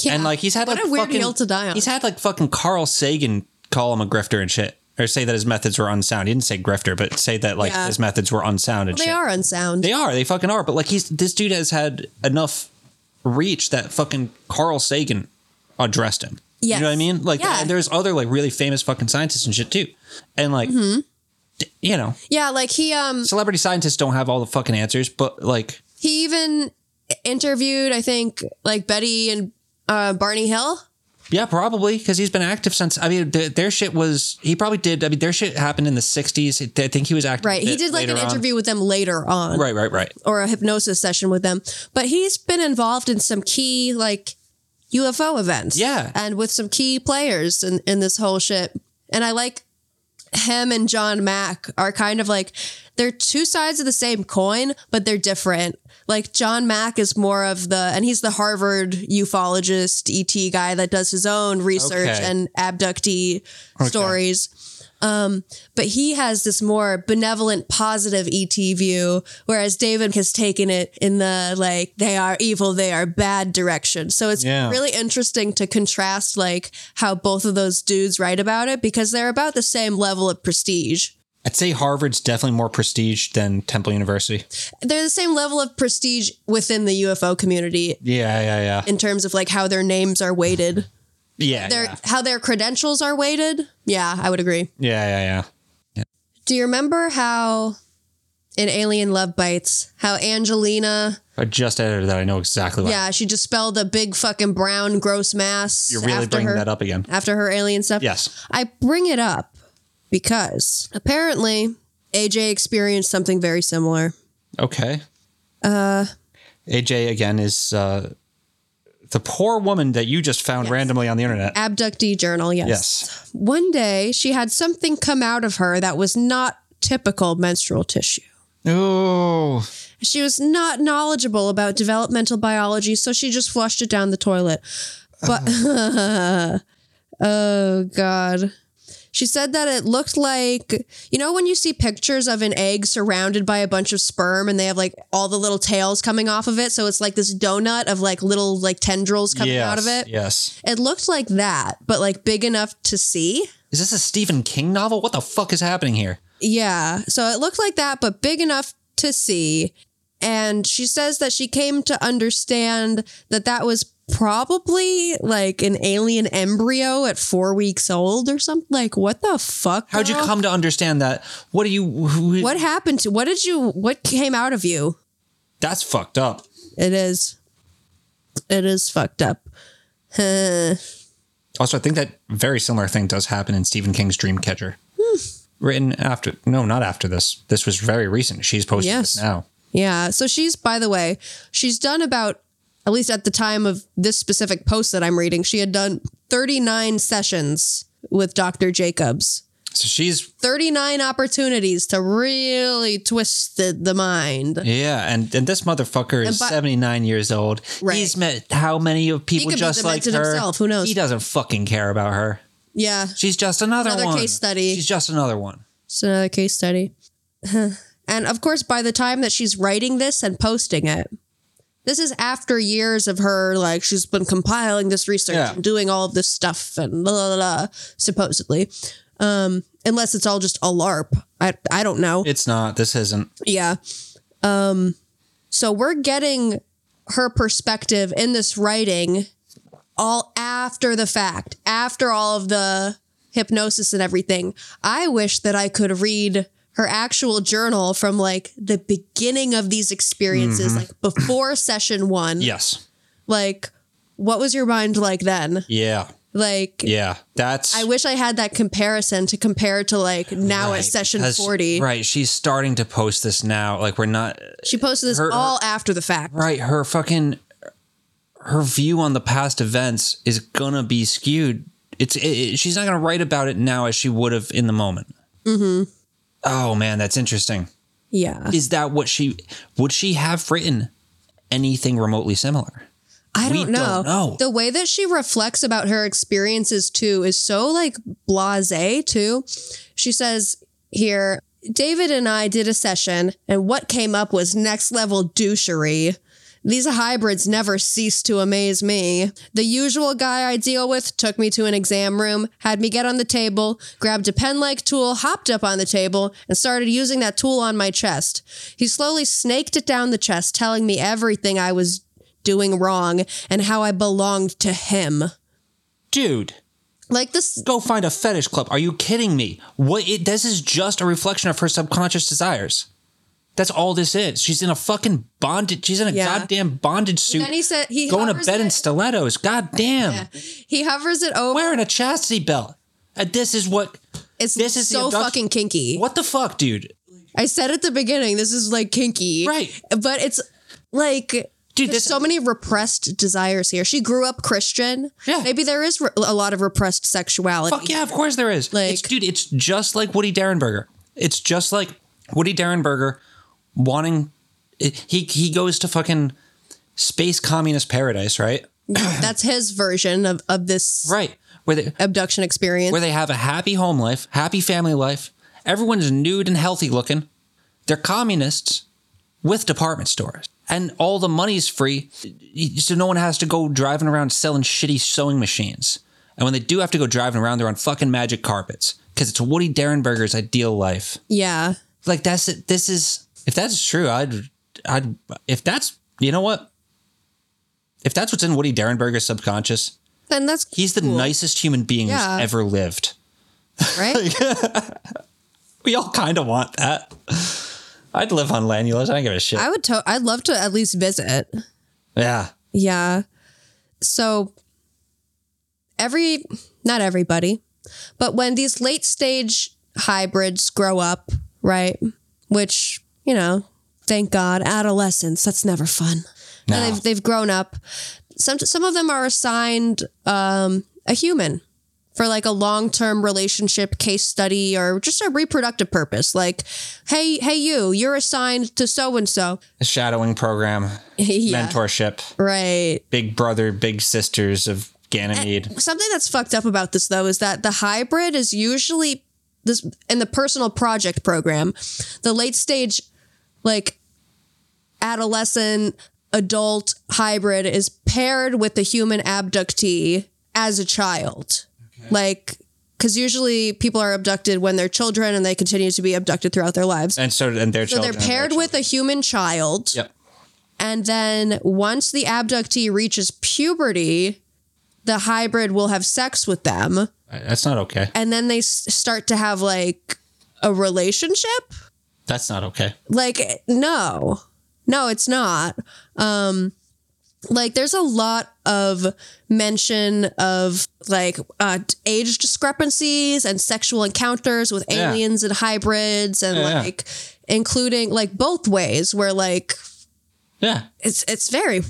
A: Yeah.
B: And like he's had
A: what
B: like
A: a weird
B: fucking,
A: hill to die on.
B: He's had like fucking Carl Sagan call him a grifter and shit. Or say that his methods were unsound. He didn't say grifter, but say that like
A: Yeah.
B: his methods were unsound and
A: they
B: shit.
A: are unsound.
B: They are. They fucking are. But like he's this dude has had enough reach that fucking Carl Sagan addressed him.
A: Yes.
B: You know what I mean? Like
A: Yeah.
B: and there's other like really famous fucking scientists and shit too. And like
A: Mm-hmm.
B: d- you know,
A: yeah, like he um
B: celebrity scientists don't have all the fucking answers, but like
A: he even interviewed, I think, like Betty and uh, Barney Hill.
B: yeah, probably because he's been active since. I mean, th- their shit was. He probably did. I mean, their shit happened in the '60s. I think he was active.
A: Right. He did like an
B: later on.
A: interview with them later on.
B: Right, right, right.
A: or a hypnosis session with them. But he's been involved in some key like UFO events.
B: Yeah.
A: And with some key players in, in this whole shit. And I like him and John Mack are kind of like they're two sides of the same coin, but they're different. Like John Mack is more of the and he's the Harvard ufologist ET guy that does his own research
B: Okay.
A: and abductee stories but he has this more benevolent, positive ET view, whereas David has taken it in the like they are evil, they are bad direction. So it's
B: Yeah.
A: really interesting to contrast like how both of those dudes write about it because they're about the same level of prestige.
B: I'd say Harvard's definitely more prestige than Temple University.
A: They're the same level of prestige within the UFO community
B: Yeah, yeah, yeah,
A: in terms of like how their names are weighted,
B: yeah,
A: their
B: yeah,
A: how their credentials are weighted. Yeah, I would agree.
B: yeah, yeah, yeah.
A: Do you remember how in Alien Love Bites how Angelina,
B: I just edited that. I know exactly what.
A: yeah, she just spelled a big fucking brown gross mass.
B: You're really
A: after
B: bringing
A: her,
B: that up again.
A: After her alien stuff?
B: Yes.
A: I bring it up because apparently AJ experienced something very similar.
B: Okay. Uh, AJ again is uh, the poor woman that you just found randomly on the internet.
A: Abductee journal, yes.
B: Yes.
A: One day she had something come out of her that was not typical menstrual tissue.
B: Oh.
A: She was not knowledgeable about developmental biology, so she just flushed it down the toilet. But [LAUGHS] oh god. She said that it looked like, you know, when you see pictures of an egg surrounded by a bunch of sperm and they have like all the little tails coming off of it. So it's like this donut of like little like tendrils coming out of it.
B: Yes.
A: It looked like that, but like big enough to see.
B: Is this a Stephen King novel? What the fuck is happening here?
A: Yeah. So it looked like that, but big enough to see. And she says that she came to understand that that was probably like an alien embryo at four weeks old or something. Like, what the fuck?
B: How'd you
A: girl?
B: come to understand that? What do you? who-
A: What happened to? What did you? What came out of you?
B: That's fucked up.
A: It is. It is fucked up. Huh.
B: Also, I think that very similar thing does happen in Stephen King's Dreamcatcher.
A: Hmm.
B: Written after, no, not after this. This was very recent. She's posting
A: Yes.
B: this now.
A: Yeah. So she's, by the way, she's done about, at least at the time of this specific post that I'm reading, she had done 39 sessions with Dr. Jacobs,
B: So she's
A: 39 opportunities to really twist the, the mind.
B: yeah, and and this motherfucker is
A: And by-
B: seventy nine years old.
A: Right.
B: He's met how many of people
A: could be
B: just like her?
A: demented himself, who knows?
B: He doesn't fucking care about her.
A: Yeah.
B: She's just another,
A: Another
B: one.
A: case study.
B: She's just another one.
A: It's another case study. [LAUGHS] and of course, by the time that she's writing this and posting it, this is after years of her, like, she's been compiling this research
B: Yeah.
A: and doing all of this stuff and la la la, la, supposedly. Um, unless it's all just a LARP. I, I don't know.
B: It's not. This isn't.
A: Yeah. Um, so we're getting her perspective in this writing all after the fact, after all of the hypnosis and everything. I wish that I could read her actual journal from like the beginning of these
B: Mm-hmm.
A: experiences, like
B: [COUGHS]
A: before session one.
B: Yes.
A: Like, what was your mind like then?
B: Yeah.
A: Like,
B: Yeah. That's.
A: I wish I had that comparison to compare to like now
B: Right,
A: at session
B: because-
A: 40.
B: Right. She's starting to post this now. Like we're not
A: She posted this
B: Her- her-
A: all after the fact.
B: right. Her fucking her view on the past events is gonna be skewed. It's it, it- she's not gonna write about it now as she would have in the moment. Mm-hmm. Oh man, that's interesting.
A: Yeah.
B: Is that what she would she have written anything remotely similar?
A: I
B: We
A: don't know.
B: don't know.
A: The way that she reflects about her experiences too is so like blasé too. She says here, David and I did a session and what came up was next level douchery. These hybrids never cease to amaze me. The usual guy I deal with took me to an exam room, had me get on the table, grabbed a pen like tool, hopped up on the table, and started using that tool on my chest. He slowly snaked it down the chest, telling me everything I was doing wrong and how I belonged to him.
B: Dude,
A: Like this,
B: go find a fetish club. Are you kidding me? What it, this is just a reflection of her subconscious desires. That's all this is. She's in a fucking bondage. She's in a
A: Yeah.
B: goddamn bondage suit.
A: Then he said- he
B: going to
A: hovers
B: bed in
A: it-
B: stilettos. Goddamn,
A: he hovers it over.
B: wearing a chastity belt. And this is what.
A: it's
B: this is the
A: so
B: abduction-
A: fucking kinky.
B: What the fuck, dude?
A: I said at the beginning, this is like kinky,
B: Right.
A: But it's like.
B: Dude,
A: There's
B: this-
A: so many repressed desires here. She grew up Christian.
B: Yeah.
A: Maybe there is re- a lot of repressed sexuality.
B: Fuck yeah, of course there is.
A: Like-
B: it's, dude, it's just like Woody Derenberger. It's just like Woody Derenberger wanting. He he goes to fucking space communist paradise, right?
A: That's his version of, of this
B: Right. Where they,
A: abduction experience.
B: where they have a happy home life, happy family life. Everyone's nude and healthy looking. They're communists with department stores, and all the money's free, so no one has to go driving around selling shitty sewing machines. And when they do have to go driving around, they're on fucking magic carpets because it's Woody Derenberger's ideal life.
A: yeah.
B: Like that's it. This is if that's true, I'd, I'd if that's you know what. If that's what's in Woody Derenberger's subconscious,
A: Then that's
B: he's the nicest human being
A: Yeah.
B: who's ever lived [LAUGHS]
A: right.
B: we all kind of want that. I'd live on Lanulus. I don't give a shit.
A: I would. To- I'd love to at least visit.
B: yeah.
A: Yeah. So every not everybody, but when these late stage hybrids grow up, right? Which, you know, thank God, adolescence, that's never fun.
B: No.
A: And they've they've grown up. Some some of them are assigned um a human for like a long-term relationship case study or just a reproductive purpose like hey hey you you're assigned to so and [LAUGHS] so
B: A shadowing program, mentorship,
A: right
B: big brother, big sisters of Ganymede.
A: something that's fucked up about this though is that the hybrid is usually this in the personal project program the late stage like adolescent adult hybrid is paired with the human abductee as a child like because usually people are abducted when they're children and they continue to be abducted throughout their lives
B: And so, and their
A: so
B: children.
A: they're paired with a human child
B: Yep.
A: and then once the abductee reaches puberty, the hybrid will have sex with them.
B: That's not okay.
A: And then they s- start to have like a relationship.
B: That's not okay.
A: Like, no, no, it's not. Um, like, there's a lot of mention of like uh, age discrepancies and sexual encounters with
B: Yeah.
A: aliens and hybrids, and
B: Yeah, yeah.
A: like, including like both ways, where like
B: Yeah.
A: it's it's very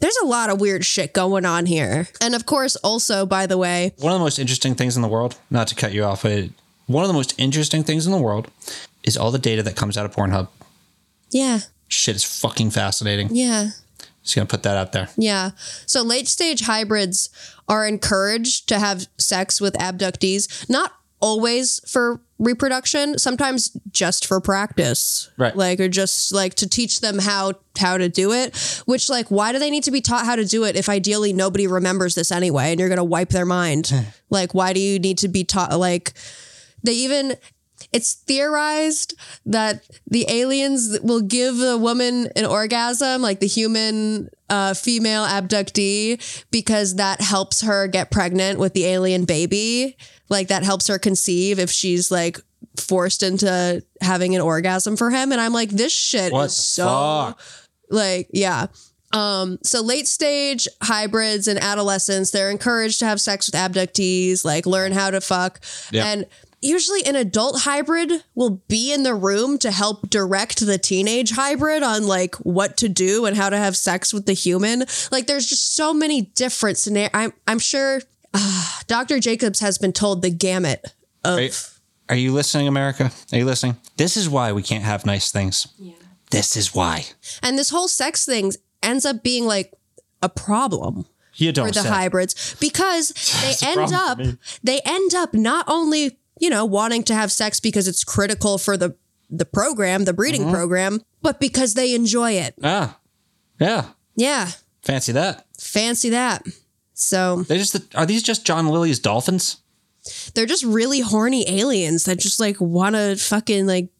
A: there's a lot of weird shit going on here. And of course, also by the way,
B: One of the most interesting things in the world, not to cut you off, but one of the most interesting things in the world is all the data that comes out of Pornhub.
A: yeah,
B: Shit is fucking fascinating.
A: yeah,
B: Just gonna put that out there.
A: yeah. So late stage hybrids are encouraged to have sex with abductees, not always for reproduction, sometimes just for practice.
B: Right.
A: Like or just like to teach them how how to do it, which like why do they need to be taught how to do it if ideally nobody remembers this anyway and you're going to wipe their mind? like why do you need to be taught like they even it's theorized that the aliens will give a woman an orgasm like the human uh, female abductee because that helps her get pregnant with the alien baby like that helps her conceive if she's like forced into having an orgasm for him and i'm like this shit
B: What
A: is
B: the
A: so
B: fuck?
A: like yeah um so late stage hybrids and adolescents they're encouraged to have sex with abductees like learn how to fuck
B: Yeah.
A: and usually an adult hybrid will be in the room to help direct the teenage hybrid on like what to do and how to have sex with the human like there's just so many different scenarios i'm i'm sure ah, dr jacobs has been told the gamut of
B: Are you, are you listening, America? Are you listening? This is why we can't have nice things. This is why.
A: and this whole sex thing ends up being like a problem
B: You don't
A: for the
B: say.
A: hybrids
B: [LAUGHS]
A: because they end
B: problem
A: up they end up not only you know wanting to have sex because it's critical for the the program the breeding
B: Mm-hmm.
A: program but because they enjoy it
B: Ah. Yeah.
A: yeah
B: Fancy that.
A: fancy that so
B: They just are these just John Lilly's dolphins?
A: they're just really horny aliens that just like want to fucking like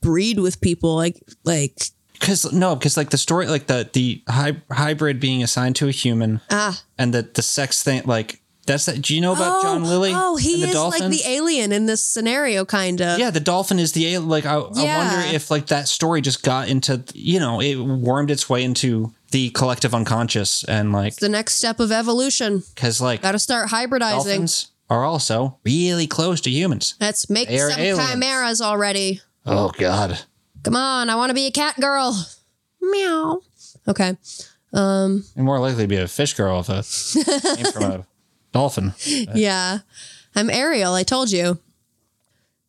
A: breed with people like like
B: Because no, because like the story, like the the hy- hybrid being assigned to a human, ah. and the the sex thing, like that's that. Do you know about John Lilly?
A: oh he
B: and the
A: is
B: dolphin?
A: like the alien in this scenario kind of
B: yeah, the dolphin is the alien. Like I, I
A: Yeah.
B: wonder if like that story just got into you know it wormed its way into the collective unconscious and like
A: the next step of evolution
B: because like
A: gotta start hybridizing
B: dolphins are also really close to humans.
A: Let's make
B: They are
A: some
B: aliens.
A: chimeras already.
B: Oh God,
A: Come on, I want to be a cat girl. Meow. Okay.
B: and more likely to be a fish girl if a came from a dolphin.
A: Yeah. I'm Ariel, I told you.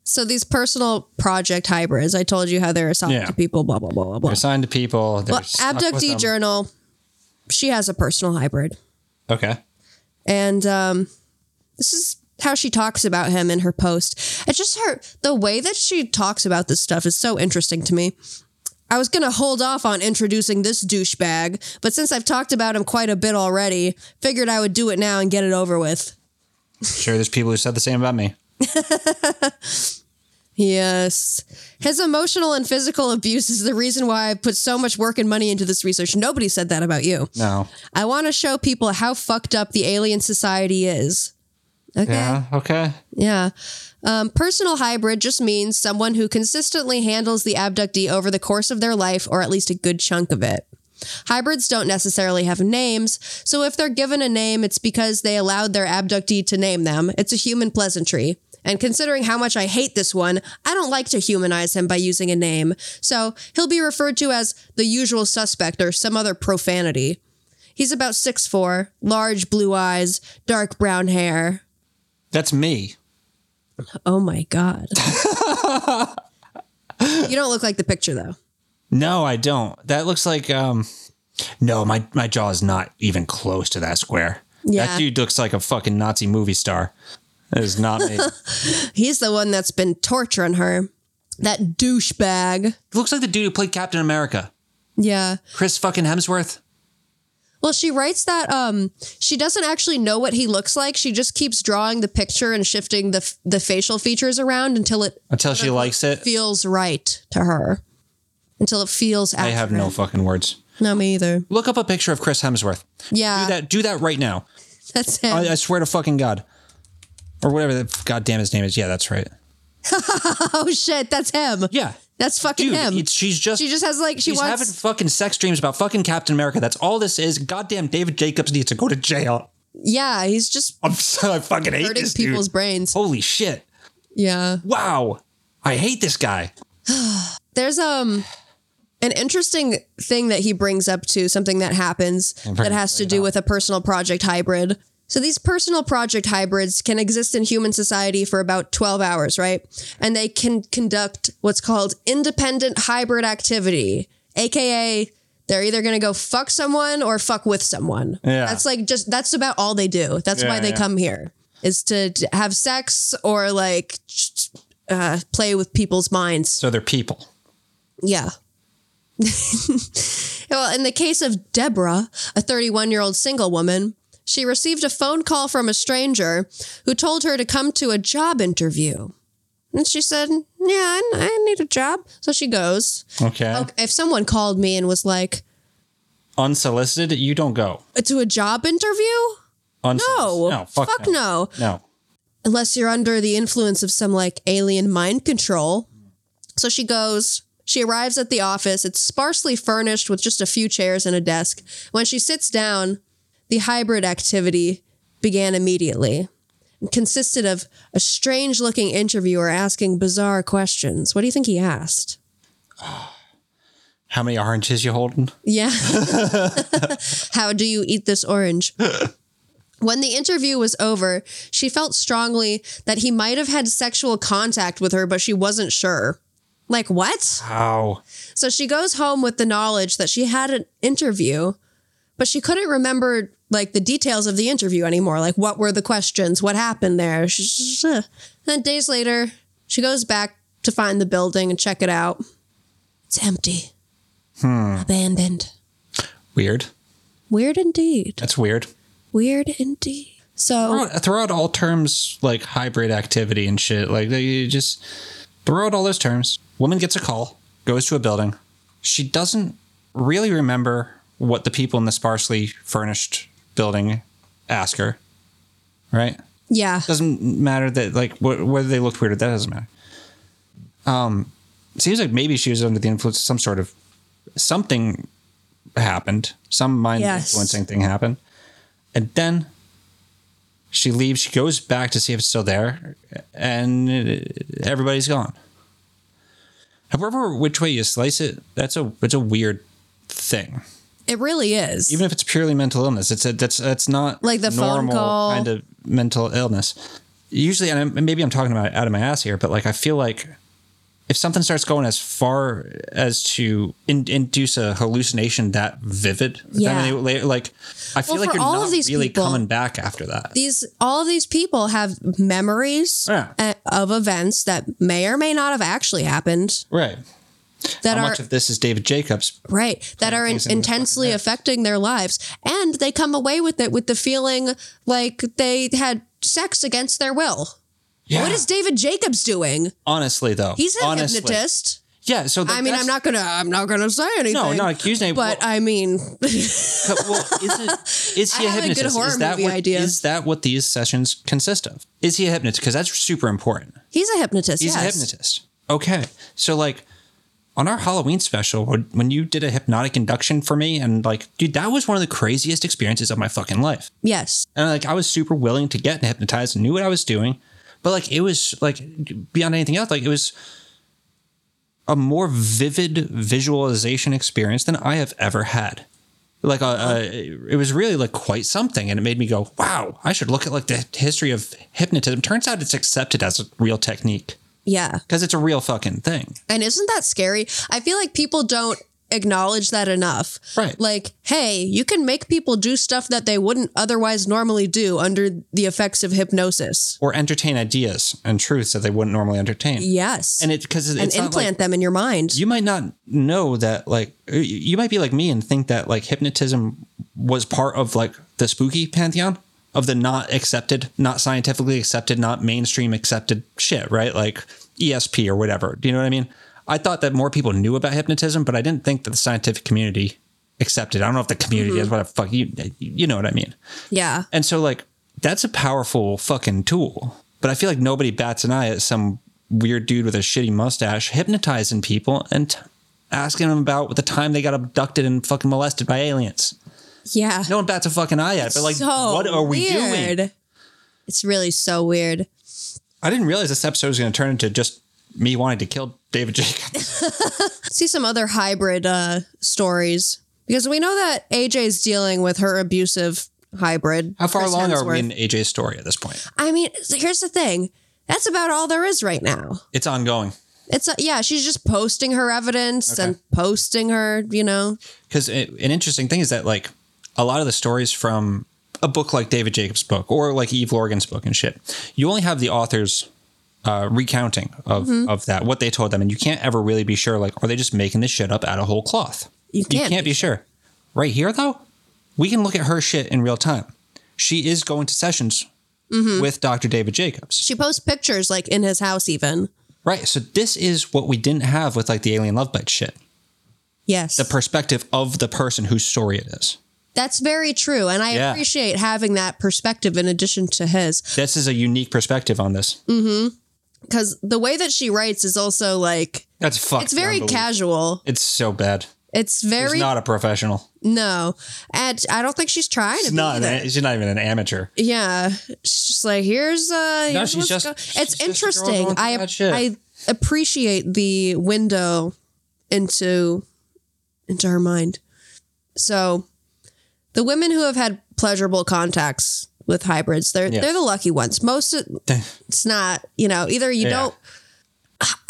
A: So these personal project hybrids, I told you how they're assigned
B: Yeah.
A: to people, blah, blah, blah, blah, blah.
B: They're assigned to people. They're
A: Well,
B: stuck with
A: abductee
B: them.
A: journal, she has a personal hybrid.
B: Okay.
A: And um, this is how she talks about him in her post. It's just her, the way that she talks about this stuff is so interesting to me. I was going to hold off on introducing this douchebag, but since I've talked about him quite a bit already, figured I would do it now and get it over with.
B: Sure, there's people who said the same about me.
A: Yes. His emotional and physical abuse is the reason why I put so much work and money into this research. Nobody said that about you.
B: No.
A: I want to show people how fucked up the alien society is. Okay.
B: Yeah. Okay.
A: Yeah. Um, personal hybrid just means someone who consistently handles the abductee over the course of their life, or at least a good chunk of it. Hybrids don't necessarily have names, so if they're given a name, it's because they allowed their abductee to name them. It's a human pleasantry. And considering how much I hate this one, I don't like to humanize him by using a name, so he'll be referred to as the usual suspect or some other profanity. He's about 6'4, large blue eyes, dark brown hair,
B: That's me.
A: Oh my [LAUGHS] God. you don't look like the picture though.
B: No, I don't. That looks like um no, my my jaw is not even close to that square.
A: Yeah.
B: That dude looks like a fucking Nazi movie star. That is
A: [LAUGHS]
B: not me.
A: He's the one that's been torturing her. That douchebag.
B: looks like the dude who played Captain America.
A: Yeah.
B: Chris fucking Hemsworth.
A: Well, she writes that um she doesn't actually know what he looks like. She just keeps drawing the picture and shifting the f- the facial features around until it
B: Until she likes it.
A: feels right to her. Until it feels
B: I
A: accurate.
B: have no fucking words.
A: No me either.
B: Look up a picture of Chris Hemsworth.
A: Yeah.
B: Do that do that right now.
A: That's him.
B: I, I swear to fucking God. Or whatever the goddamn his name is. Yeah, that's right.
A: [LAUGHS] oh shit, that's him.
B: Yeah.
A: That's fucking
B: Dude,
A: him.
B: it's, she's just
A: She just has like she
B: she's
A: wants
B: having fucking sex dreams about fucking Captain America. That's all this is. Goddamn, David Jacobs needs to go to jail. [LAUGHS]
A: Yeah, he's just
B: I'm so I fucking hate
A: hurting
B: this dude.
A: people's brains.
B: Holy shit!
A: Yeah.
B: Wow, I hate this guy.
A: There's um an interesting thing that he brings up to something that happens
B: [LAUGHS]
A: that has to do with a personal project hybrid. So these personal project hybrids can exist in human society for about 12 hours, right? And they can conduct what's called independent hybrid activity, aka they're either going to go fuck someone or fuck with someone.
B: Yeah.
A: That's like just that's about all they do. That's why
B: Yeah,
A: they
B: yeah.
A: come here is to d- have sex or like just, uh, play with people's minds.
B: So they're people.
A: Yeah. [LAUGHS] well, in the case of Deborah, a 31 year old single woman, she received a phone call from a stranger who told her to come to a job interview. And she said, Yeah, I, I need a job. So she goes.
B: Okay.
A: Oh, if someone called me and was like,
B: Unsolicited, you don't go.
A: To a job interview? No.
B: Unsolicited. no, fuck, no.
A: no.
B: No.
A: unless you're under the influence of some like alien mind control. So she goes, she arrives at the office. It's sparsely furnished with just a few chairs and a desk. When she sits down, the hybrid activity began immediately. It consisted of a strange looking interviewer asking bizarre questions. What do you think he asked?
B: How many oranges you holding?
A: Yeah. How do you eat this orange? When the interview was over, she felt strongly that he might have had sexual contact with her, but she wasn't sure. Like, what?
B: How?
A: So she goes home with the knowledge that she had an interview, but she couldn't remember like the details of the interview anymore. Like, what were the questions? What happened there? She's just, "Ugh." Then days later, she goes back to find the building and check it out. It's empty, abandoned.
B: Weird.
A: Weird indeed.
B: That's weird.
A: Weird indeed. So
B: Throw out, throw out all terms like hybrid activity and shit. Like they just throw out all those terms. Woman gets a call, goes to a building. She doesn't really remember what the people in the sparsely furnished building ask her. Right?
A: yeah,
B: doesn't matter that like wh- whether they looked weird or that doesn't matter. Um, seems like maybe she was under the influence of some sort of something happened, some mind
A: Yes.
B: influencing thing happened, and then she leaves. She goes back to see if it's still there, and it- everybody's gone. However, which way you slice it, that's a it's a weird thing.
A: it really is.
B: Even if it's purely mental illness, it's a, that's that's not
A: Like the phone
B: normal
A: call.
B: kind of mental illness. Usually, and I'm- and maybe I'm talking about out of my ass here, but like I feel like if something starts going as far as to in, induce a hallucination that vivid,
A: Yeah.
B: then they, like I feel
A: Well,
B: like
A: for
B: you're
A: all
B: not
A: of these
B: really
A: people-
B: coming back after that.
A: these all of these people have memories
B: Yeah.
A: uh, of events that may or may not have actually happened
B: right.
A: that
B: How
A: are
B: much of this is David Jacobs?
A: right that are in,
B: things in their
A: intensely affecting their lives and they come away with it with the feeling like they had sex against their will
B: Yeah.
A: what is david jacobs doing
B: honestly though?
A: he's a
B: honestly,
A: hypnotist
B: Yeah. So
A: I mean, I'm not gonna, I'm not gonna say anything.
B: not accusing anyone.
A: But I mean, [LAUGHS]
B: Well, is it? Is he
A: I
B: a
A: have a good
B: hypnotist?
A: horror
B: is that
A: movie
B: what,
A: idea.
B: Is that what these sessions consist of? Is he a hypnotist? Because that's super important.
A: he's a hypnotist.
B: He's
A: yes.
B: a hypnotist. Okay. So like on our Halloween special, when when you did a hypnotic induction for me, and like, dude, that was one of the craziest experiences of my fucking life.
A: Yes.
B: And like, I was super willing to get hypnotized, knew what I was doing, but like, it was like beyond anything else, like it was a more vivid visualization experience than I have ever had. Like, a, a, it was really like quite something, and it made me go, "Wow, I should look at like the history of hypnotism." Turns out it's accepted as a real technique
A: Yeah.
B: because it's a real fucking thing.
A: And isn't that scary? I feel like people don't acknowledge that enough.
B: Right.
A: Like, hey, you can make people do stuff that they wouldn't otherwise normally do under the effects of hypnosis.
B: Or entertain ideas and truths that they wouldn't normally entertain.
A: Yes.
B: And it because it's
A: and
B: not
A: implant
B: like-
A: them in your mind.
B: you might not know that like you- you might be like me and think that like hypnotism was part of like the spooky pantheon of the not accepted not scientifically accepted not mainstream accepted shit right like esp or whatever do you know what i mean i thought that more people knew about hypnotism but i didn't think that the scientific community accepted i don't know if the community is what the fuck you you know what i mean
A: yeah.
B: and so like that's a powerful fucking tool. But I feel like nobody bats an eye at some weird dude with a shitty mustache hypnotizing people and t- asking them about the time they got abducted and fucking molested by aliens.
A: Yeah.
B: No one bats a fucking eye at it. But like,
A: so
B: what are we
A: weird.
B: doing?
A: It's really so weird.
B: I didn't realize this episode was going to turn into just me wanting to kill
A: [LAUGHS]
B: David Jacobs.
A: see some other hybrid uh, stories because we know that AJ's dealing with her abusive hybrid.
B: How far
A: Chris
B: along are
A: Hemsworth.
B: we in AJ's story at this point?
A: I mean, here's the thing. That's about all there is right now.
B: It's ongoing.
A: It's uh, yeah, she's just posting her evidence and posting her, you know.
B: because an interesting thing is that like a lot of the stories from a book like David Jacobs' book or like Eve Lorgan's book and shit, you only have the authors uh, recounting of of that what they told them, and you can't ever really be sure. Like, are they just making this shit up out of whole cloth?
A: You
B: you
A: can't
B: can't
A: be
B: be sure. Right here, though, we can look at her shit in real time. She is going to sessions with Dr. David Jacobs.
A: She posts pictures like in his house even.
B: Right. So this is what we didn't have with like the alien love bite shit.
A: Yes.
B: The perspective of the person whose story it is.
A: That's very true and I
B: Yeah.
A: appreciate having that perspective in addition to his.
B: This is a unique perspective on this.
A: Cuz the way that she writes is also like
B: That's fucking.
A: it's very
B: unbelievable.
A: casual.
B: It's so bad.
A: It's
B: She's
A: very
B: not a professional.
A: No, and I don't think she's trying to
B: She's
A: be
B: not.
A: either.
B: An, she's not even an amateur.
A: yeah, she's just like here's uh. here's
B: she's
A: what's
B: just-
A: go-"
B: she's
A: It's
B: just a girl
A: interesting.
B: going through
A: I
B: bad shit.
A: I appreciate the window into into her mind. So, the women who have had pleasurable contacts with hybrids, they're
B: Yeah.
A: they're the lucky ones. Most of, it's not. You know, either you
B: Yeah.
A: don't.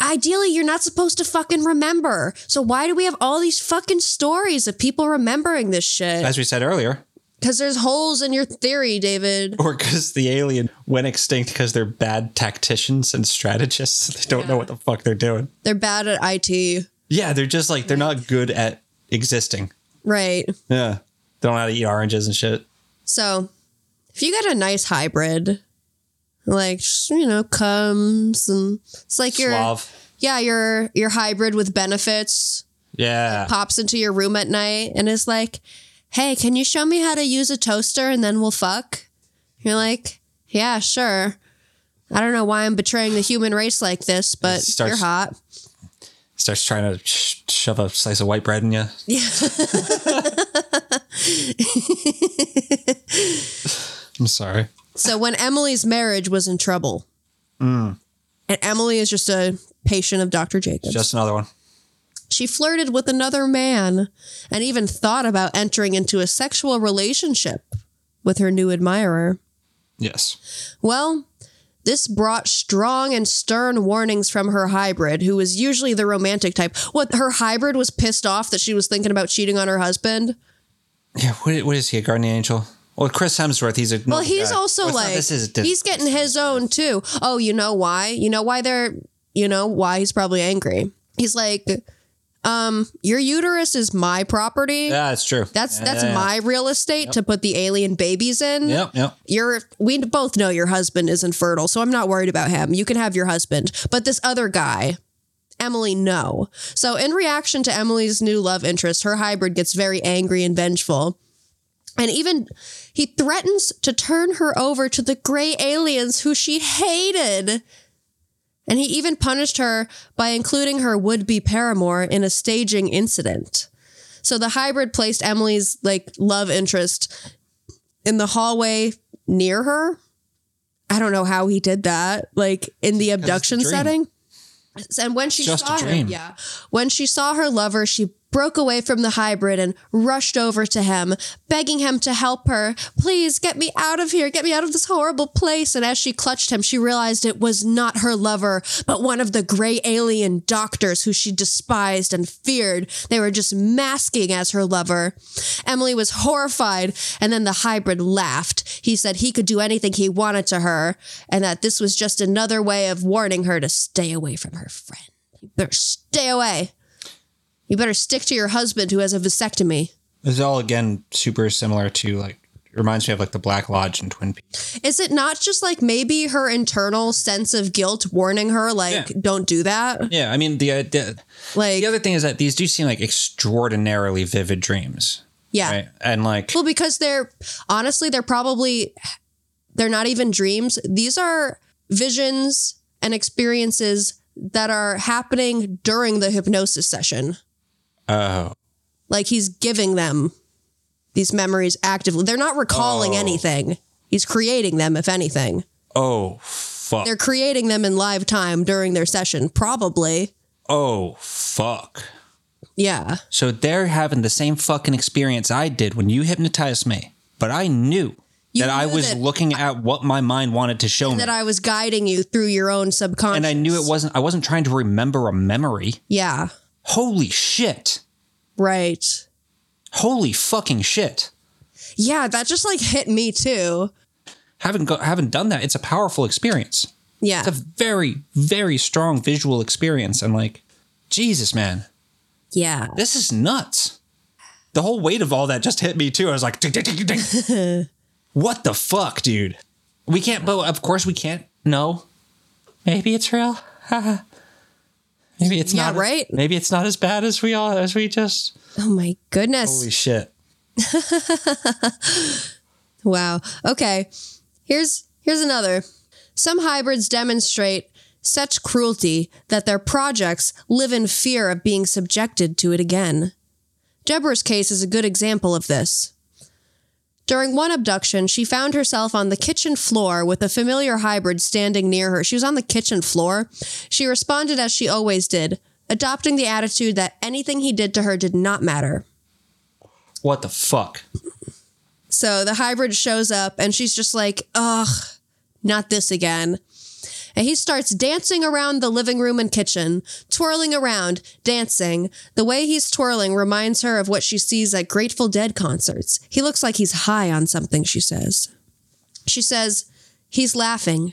A: Ideally, you're not supposed to fucking remember. So why do we have all these fucking stories of people remembering this shit?
B: As we said earlier,
A: Because there's holes in your theory, David.
B: or because the alien went extinct because they're bad tacticians and strategists. [LAUGHS] They don't know what the fuck they're doing.
A: They're bad at IT.
B: Yeah, they're just like they're not good at existing.
A: Right.
B: Yeah, they don't know how to eat E oranges and shit.
A: So if you get a nice hybrid, like just, you know, comes and it's like your
B: Slav.
A: yeah, your your hybrid with benefits
B: Yeah,
A: pops into your room at night and is like, Hey, can you show me how to use a toaster and then we'll fuck? You're like, Yeah, sure. I don't know why I'm betraying the human race like this, but
B: starts-
A: you're hot.
B: starts trying to sh- shove a slice of white bread in you. Yeah. [LAUGHS] I'm sorry.
A: So when Emily's marriage was in trouble, and Emily is just a patient of Dr. Jacobs,
B: Just another one.
A: she flirted with another man and even thought about entering into a sexual relationship with her new admirer.
B: Yes.
A: Well, this brought strong and stern warnings from her hybrid, who was usually the romantic type. What her hybrid was pissed off that she was thinking about cheating on her husband.
B: Yeah. What, what is he? A guardian angel? Well, Chris Hemsworth. He's a
A: Well, he's also
B: Well, it's Oh, not-
A: like
B: this is-
A: he's getting his own too. Oh, you know why? You know why they're you know why he's probably angry. He's like, um, your uterus is my property.
B: Yeah, it's true.
A: That's that's
B: Yeah.
A: my real estate to put the alien babies in.
B: Yep, yep.
A: You're we both know your husband isn't fertile, so I'm not worried about him. You can have your husband. But this other guy, Emily no. So, in reaction to Emily's new love interest, her hybrid gets very angry and vengeful. And even he threatens to turn her over to the gray aliens who she hated. And he even punished her by including her would be paramour in a staging incident. So the hybrid placed Emily's like love interest in the hallway near her. I don't know how he did that, like in the abduction
B: dream.
A: setting. And when she
B: Just a
A: saw him,
B: dream.
A: yeah, when she saw her lover, she broke away from the hybrid and rushed over to him, begging him to help her. Please get me out of here. Get me out of this horrible place. And as she clutched him, she realized it was not her lover, but one of the gray alien doctors who she despised and feared. They were just masking as her lover. Emily was horrified, and then the hybrid laughed. He said he could do anything he wanted to her, and that this was just another way of warning her to stay away from her friend. You better stay away. You better stick to your husband who has a vasectomy.
B: This is all again super similar to like reminds me of like the Black Lodge in Twin Peaks.
A: Is it not just like maybe her internal sense of guilt warning her, like,
B: Yeah.
A: don't do that?
B: Yeah, I mean the uh, the,
A: Like,
B: the other thing is that these do seem like extraordinarily vivid dreams,
A: yeah.
B: right? And like
A: Well, because they're honestly, they're probably, they're not even dreams. These are visions and experiences that are happening during the hypnosis session.
B: oh
A: Like, he's giving them these memories actively. They're not recalling
B: Oh.
A: anything, he's creating them, if anything.
B: oh fuck
A: They're creating them in live time during their session, probably.
B: oh fuck.
A: Yeah.
B: So they're having the same fucking experience I did when you hypnotized me, but I knew
A: You
B: that I
A: knew
B: was
A: that-
B: looking at what my mind wanted to show me,
A: That I was guiding you through your own subconscious.
B: Oh, and I knew it wasn't. I wasn't trying to remember a memory.
A: Yeah.
B: Holy shit!
A: Right.
B: Holy fucking shit!
A: Yeah. That just like hit me too.
B: Haven't go, haven't done that. It's a powerful experience.
A: Yeah.
B: It's a very very strong visual experience, and like, Jesus, man,
A: yeah.
B: this is nuts. The whole weight of all that just hit me too. I was like, "Ding, ding, ding, ding, [LAUGHS] ding." what the fuck, dude? We can't, but of course we can't. No, maybe it's real. [LAUGHS] maybe it's
A: Yeah,
B: not.
A: right?
B: Maybe it's not as bad as we all as we just.
A: Oh my goodness.
B: Holy shit!
A: Wow. Okay. Here's here's another. Some hybrids demonstrate such cruelty that their projects live in fear of being subjected to it again. Deborah's case is a good example of this. During one abduction, she found herself on the kitchen floor with a familiar hybrid standing near her. She was on the kitchen floor. She responded as she always did, adopting the attitude that anything he did to her did not matter.
B: What the fuck?
A: So the hybrid shows up and she's just like, ugh, not this again. And he starts dancing around the living room and kitchen, twirling around, dancing. The way he's twirling reminds her of what she sees at Grateful Dead concerts. He looks like he's high on something, she says. She says, he's laughing.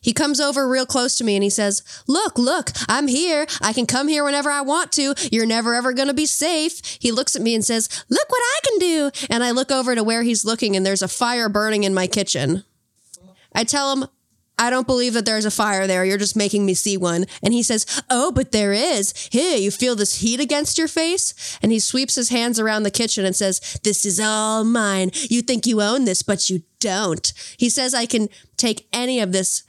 A: He comes over real close to me and he says, Look, look, I'm here. I can come here whenever I want to. You're never ever going to be safe. He looks at me and says, Look what I can do. And I look over to where he's looking and there's a fire burning in my kitchen. I tell him, I don't believe that there's a fire there. You're just making me see one. And he says, Oh, but there is. Here, you feel this heat against your face? And he sweeps his hands around the kitchen and says, This is all mine. You think you own this, but you don't. He says, I can take any of this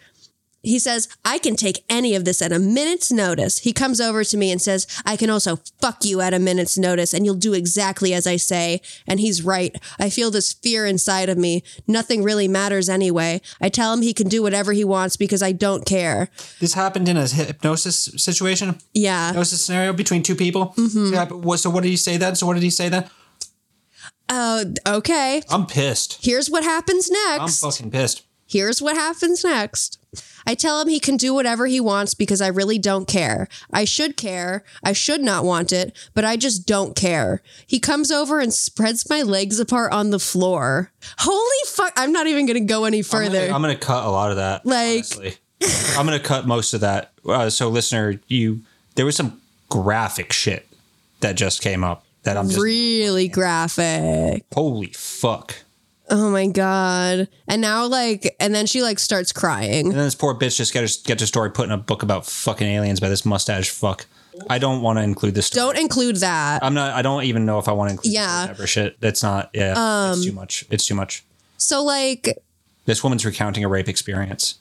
A: he says, I can take any of this at a minute's notice. He comes over to me and says, I can also fuck you at a minute's notice and you'll do exactly as I say. And he's right. I feel this fear inside of me. Nothing really matters anyway. I tell him he can do whatever he wants because I don't care.
B: This happened in a hypnosis situation.
A: Yeah.
B: Hypnosis scenario between two people. So what did he say then? So what did he say then?
A: Oh, okay.
B: I'm pissed.
A: Here's what happens
B: I'm
A: next.
B: fucking pissed.
A: Here's what happens next. I tell him he can do whatever he wants because I really don't care. I should care. I should not want it, but I just don't care. He comes over and spreads my legs apart on the floor. Holy fuck. I'm not even going to go any
B: I'm gonna-
A: further.
B: I'm gonna cut a lot of that.
A: Like-
B: honestly. I'm gonna cut most of that. Uh, so, listener, you there was some graphic shit that just came up that I'm just
A: really graphic.
B: holy fuck.
A: Oh my god. And now like and then she like starts crying.
B: And then this poor bitch just gets gets a story put in a book about fucking aliens by this mustache fuck. I don't want to include this. Story.
A: Don't include that.
B: I'm not. I don't even know if I want to include.
A: Yeah. Um,
B: Ever shit. That's not. Yeah. it's too much. It's too much.
A: So like
B: This woman's recounting a rape experience,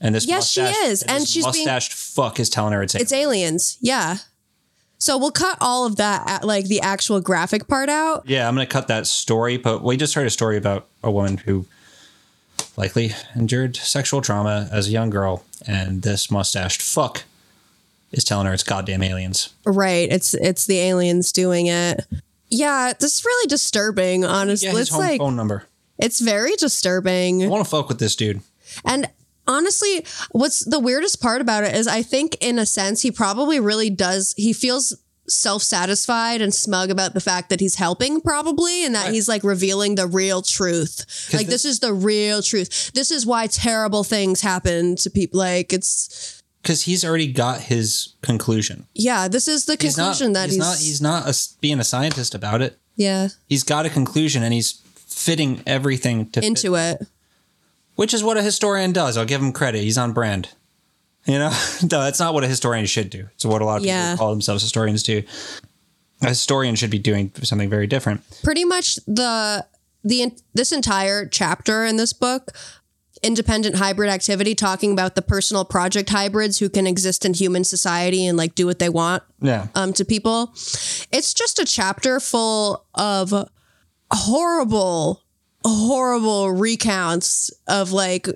B: and this
A: Yes, she
B: mustache-
A: is, and
B: this
A: she's being-
B: mustached fuck is telling her it's,
A: it's aliens. Yeah. So we'll cut all of that at, like the actual graphic part out.
B: yeah. I'm gonna cut that story, but we just heard a story about a woman who likely endured sexual trauma as a young girl, and this mustached fuck is telling her it's goddamn aliens.
A: Right. It's it's the aliens doing it. Yeah, this is really disturbing, honestly.
B: Yeah, his
A: it's
B: home
A: like
B: phone number.
A: it's very disturbing.
B: I want to fuck with this dude.
A: And honestly, what's the weirdest part about it is I think, in a sense, he probably really does, he feels self satisfied and smug about the fact that he's helping, probably, and that he's like revealing the real truth. Like, this, is the real truth. This is why terrible things happen to people. Like, it's,
B: because he's already got his conclusion.
A: yeah, this is the
B: He's not.
A: conclusion that
B: he's,
A: he's,
B: not. He's not a, being a scientist about it.
A: yeah,
B: He's got a conclusion, and he's fitting everything to fit-
A: into it.
B: which is what a historian does. I'll give him credit. He's on brand. You know, [LAUGHS] no, that's not what a historian should do. It's what a lot of
A: Yeah.
B: people call themselves historians do. A historian should be doing something very different.
A: pretty much the the this entire chapter in this book independent hybrid activity talking about the personal project hybrids who can exist in human society and like do what they want
B: Yeah.
A: um, to people it's just a chapter full of horrible horrible recounts of like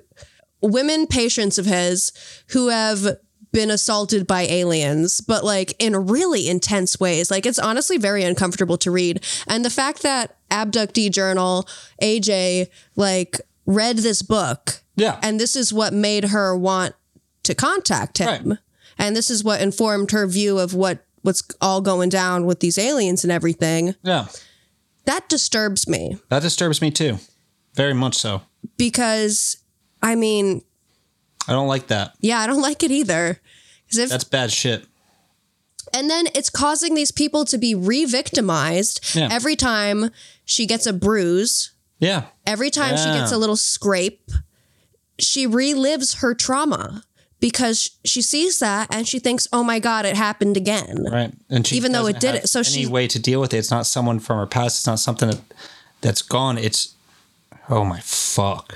A: women patients of his who have been assaulted by aliens, but like in really intense ways. Like it's honestly very uncomfortable to read. And the fact that Abductee Journal, AJ, like read this book
B: yeah.
A: and this is what made her want to contact him.
B: Right.
A: And this is what informed her view of what what's all going down with these aliens and everything.
B: yeah.
A: That disturbs me
B: That disturbs me too. Very much so.
A: because I mean,
B: I don't like that.
A: yeah, I don't [LAUGHS] like it either. 'Cause if
B: That's bad shit.
A: And then it's causing these people to be re victimized
B: Yeah.
A: every time she gets a bruise,
B: Yeah.
A: every time she gets
B: Yeah.
A: a little scrape. She relives her trauma because she sees that and she thinks, oh my God, it happened again.
B: right? And she
A: Even though it
B: doesn't
A: did
B: have
A: it, so
B: any
A: she-
B: way to deal with it. It's not someone from her past. It's not something that that's gone. It's oh my fuck,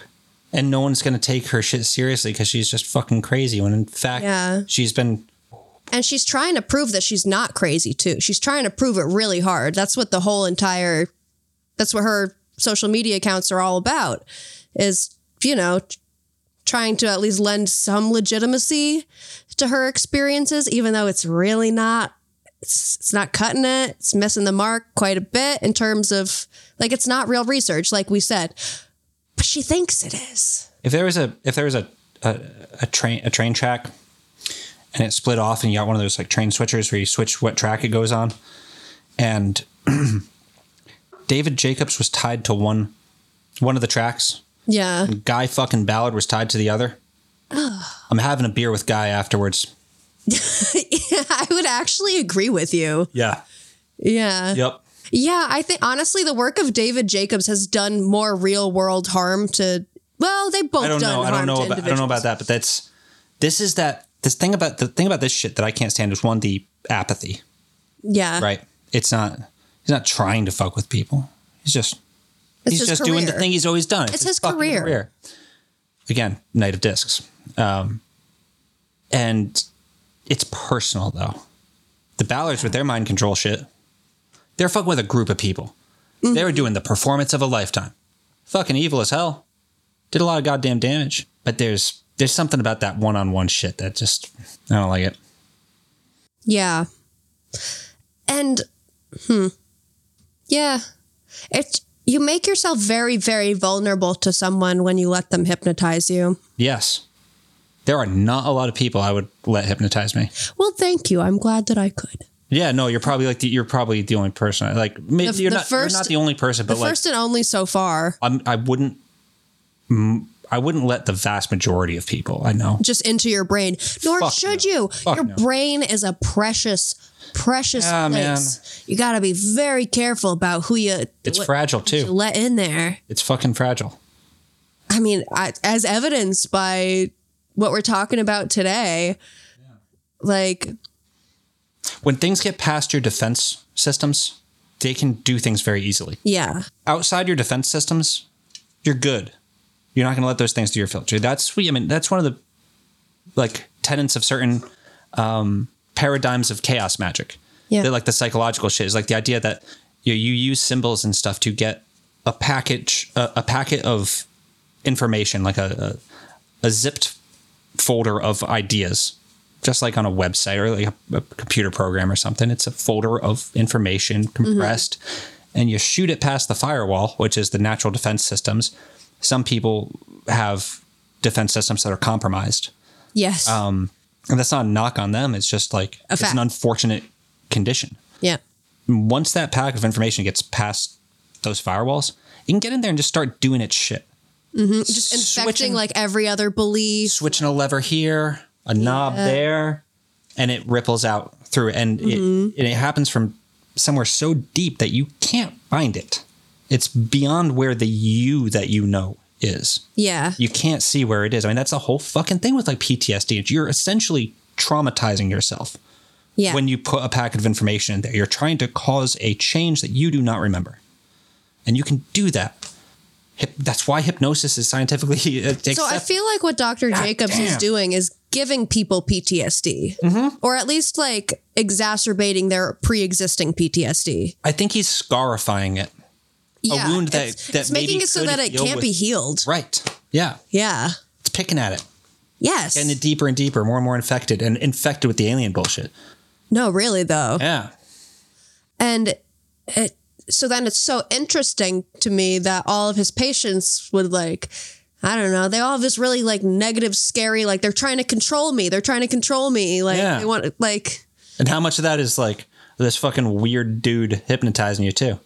B: and no one's gonna take her shit seriously because she's just fucking crazy. When in fact,
A: Yeah.
B: she's been
A: And she's trying to prove that she's not crazy, too. She's trying to prove it really hard. That's what the whole entire, that's what her social media accounts are all about is, you know, t- trying to at least lend some legitimacy to her experiences, even though it's really not, it's, it's not cutting it. It's missing the mark quite a bit in terms of, like, it's not real research, like we said, but she thinks it is.
B: if there was a if there was a a, a train a train track and it split off and you got one of those like train switchers where you switch what track it goes on and [CLEARS THROAT] David Jacobs was tied to one one of the tracks
A: [LAUGHS] Yeah.
B: Guy fucking Ballard was tied to the other. I'm having a beer with Guy afterwards.
A: I would actually agree with you.
B: Yeah.
A: Yeah.
B: Yep.
A: Yeah, I think honestly, the work of David Jacobs has done more real world harm to. Well, they both
B: I don't
A: done
B: know. I
A: harm
B: don't know
A: to
B: about I don't know
A: individuals.
B: about that, but that's this is that this thing about the thing about this shit that I can't stand is one the apathy,
A: Yeah,
B: right? It's not he's not trying to fuck with people. He's just
A: It's
B: he's
A: his
B: just doing the
A: career.
B: thing he's always done.
A: It's his
B: fucking
A: career.
B: Again, Knight of Discs. Um, and it's personal though. The Ballards with their mind control shit, they're fucking with a group of people. They were
A: Mm-hmm.
B: doing the performance of a lifetime. Fucking evil as hell. Did a lot of goddamn damage. But there's there's something about that one on one shit that just I don't like it.
A: Yeah, and hmm, yeah, it. You make yourself very, very vulnerable to someone when you let them hypnotize you.
B: Yes. There are not a lot of people I would let hypnotize me.
A: Well, thank you. I'm glad that I could.
B: Yeah, no, you're probably like the, you're probably the only person. Like maybe
A: The-
B: you're
A: the
B: not
A: first-
B: you're not the only person,
A: The
B: but like
A: first and only so far,
B: I'm, I wouldn't mm, I wouldn't let the vast majority of people I know.
A: just into your brain. Nor
B: Fuck
A: should
B: no.
A: you.
B: Fuck
A: your
B: no.
A: brain is a precious precious
B: Ah, man.
A: place. You got to be very careful about who you
B: It's
A: what
B: fragile,
A: you
B: too.
A: let in there.
B: It's fucking fragile.
A: I mean, I, as evidenced by what we're talking about today, like
B: When things get past your defense systems, they can do things very easily.
A: yeah,
B: outside your defense systems, you're good. You're not going to let those things do your filter. That's we. I mean, that's one of the like tenets of certain um, paradigms of chaos magic.
A: Yeah.
B: They're like the psychological shit is like the idea that you you use symbols and stuff to get a package a, a packet of information like a, a a zipped folder of ideas just like on a website or like a, a computer program or something. It's a folder of information compressed, and you shoot it past the firewall, which is the natural defense systems. Some people have defense systems that are compromised,
A: yes,
B: Um, and that's not a knock on them. It's just like it's
A: fact.
B: an unfortunate condition.
A: yeah,
B: Once that pack of information gets past those firewalls, you can get in there and just start doing its shit.
A: just infecting
B: switching-
A: like every other belief.
B: switching a lever here, a knob there, and it ripples out through. And
A: Mm-hmm.
B: it, and it happens from somewhere so deep that you can't find it. It's beyond where the you that you know is.
A: Yeah,
B: You can't see where it is. I mean, that's the whole fucking thing with like PTSD. You're essentially traumatizing yourself
A: yeah,
B: when you put a packet of information in there. You're trying to cause a change that you do not remember. And you can do that. Hyp- That's why hypnosis is scientifically. [LAUGHS]
A: so I feel like what Dr. Jacobs is
B: damn. Mm-hmm.
A: doing is giving people PTSD or at least like exacerbating their pre-existing PTSD.
B: I think he's scarifying it.
A: Yeah,
B: wound that-
A: it's,
B: that
A: it's making
B: maybe
A: it so
B: could
A: that it
B: heal
A: can't
B: with-
A: be healed.
B: Right. Yeah.
A: Yeah.
B: It's picking at it.
A: Yes.
B: And it deeper and deeper, more and more infected and infected with the alien bullshit.
A: no, really though.
B: Yeah.
A: And it, so then it's so interesting to me that all of his patients would like, I don't know, they all have this really like negative, scary, like they're trying to control me. They're trying to control me. Like
B: Yeah.
A: they want like
B: And how much of that is like this fucking weird dude hypnotizing you too?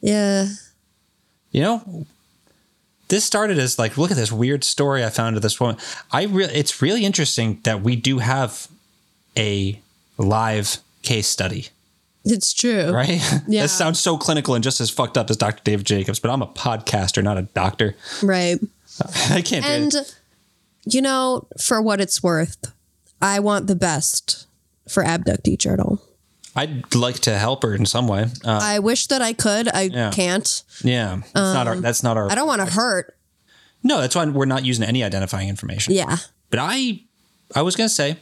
A: yeah.
B: You know? This started as like, look at this weird story I found of this woman. I really it's really interesting that we do have a live case study,
A: It's true.
B: right?
A: Yeah.
B: that sounds so clinical and just as fucked up as Dr. David Jacobs, but I'm a podcaster, not a doctor. [LAUGHS]
A: Right.
B: I can't do
A: And
B: it.
A: you know, for what it's worth, I want the best for Abductee Journal.
B: I'd like to help her in some way. Uh,
A: I wish that I could. I can't.
B: yeah, it's not our. That's not our.
A: Um, I don't want to hurt.
B: No, that's why we're not using any identifying information.
A: Yeah.
B: But I, I was gonna say, I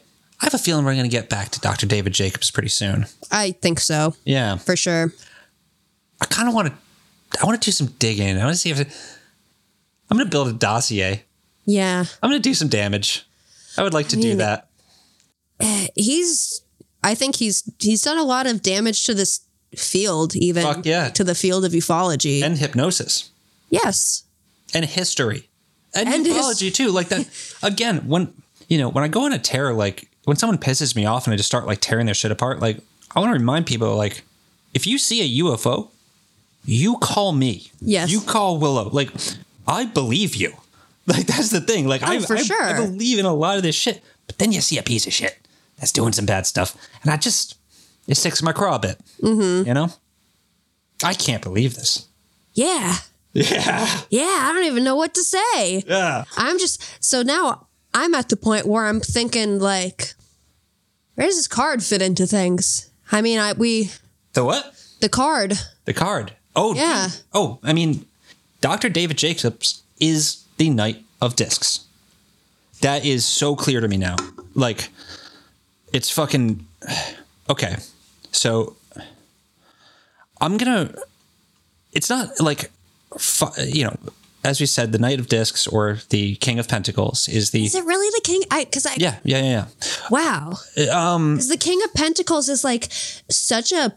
B: have a feeling we're gonna get back to Dr. David Jacobs pretty soon.
A: I think so.
B: Yeah,
A: For sure.
B: I kind of want to. I want to do some digging. I want to see if I'm gonna build a dossier.
A: Yeah.
B: I'm gonna do some damage. I would like to do that.
A: Eh, he's I think he's he's done a lot of damage to this field even
B: Fuck yeah.
A: to the field of ufology.
B: And hypnosis
A: yes.
B: and history and,
A: And his-
B: ufology too.
A: [LAUGHS]
B: Like that again. When you know when I go on a tear, like when someone pisses me off and I just start like tearing their shit apart. Like I want to remind people, like if you see a UFO, you call me.
A: Yes.
B: You call Willow. Like, I believe you. [LAUGHS] Like, that's the thing. Like, I,
A: Oh, for
B: I,
A: sure.
B: I believe in a lot of this shit. But then you see a piece of shit that's doing some bad stuff. And I just, it sticks in my craw a bit. Mm-hmm. You know? I can't believe this.
A: Yeah. Yeah. Yeah, I don't even know what to say.
B: Yeah.
A: I'm just so now I'm at the point where I'm thinking like where does this card fit into things? I mean, I we
B: The what?
A: the card.
B: The card. Oh,
A: Yeah.
B: dude. Oh, I mean, Dr. David Jacobs is the Knight of Discs. That is so clear to me now. Like, it's fucking. [SIGHS] Okay. So, I'm going to. It's not like, fu- you know, as we said, the Knight of Discs or the King of Pentacles is the.
A: Is it really the king? I cuz I
B: Yeah, yeah, yeah, yeah.
A: wow. Um the king of pentacles is like such a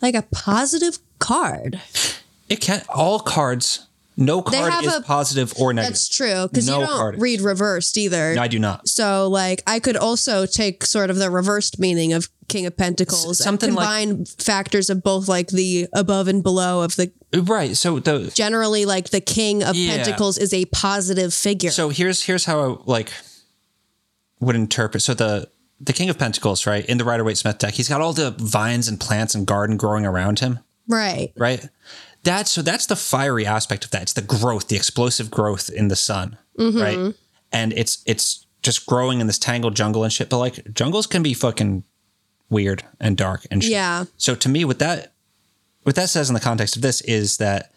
A: like a positive card.
B: It can all cards. No card
A: have
B: is
A: a-
B: positive or negative.
A: That's true because
B: No
A: you don't
B: cardage.
A: read reversed either.
B: I do not.
A: So like I could also take sort of the reversed meaning of King of Pentacles.
B: S- something
A: and
B: like-
A: combine factors of both like the above and below of the
B: Right. So the
A: generally like the King of
B: Yeah.
A: Pentacles is a positive figure.
B: So here's here's how I like would interpret. So the the King of Pentacles, right? In the Rider Waite Smith deck, he's got all the vines and plants and garden growing around him,
A: Right.
B: right? That's so that's the fiery aspect of that. It's the growth, the explosive growth in the sun, right? And it's it's just growing in this tangled jungle and shit. But like jungles can be fucking weird and dark and shit.
A: Yeah.
B: So to me, what that what that says in the context of this is that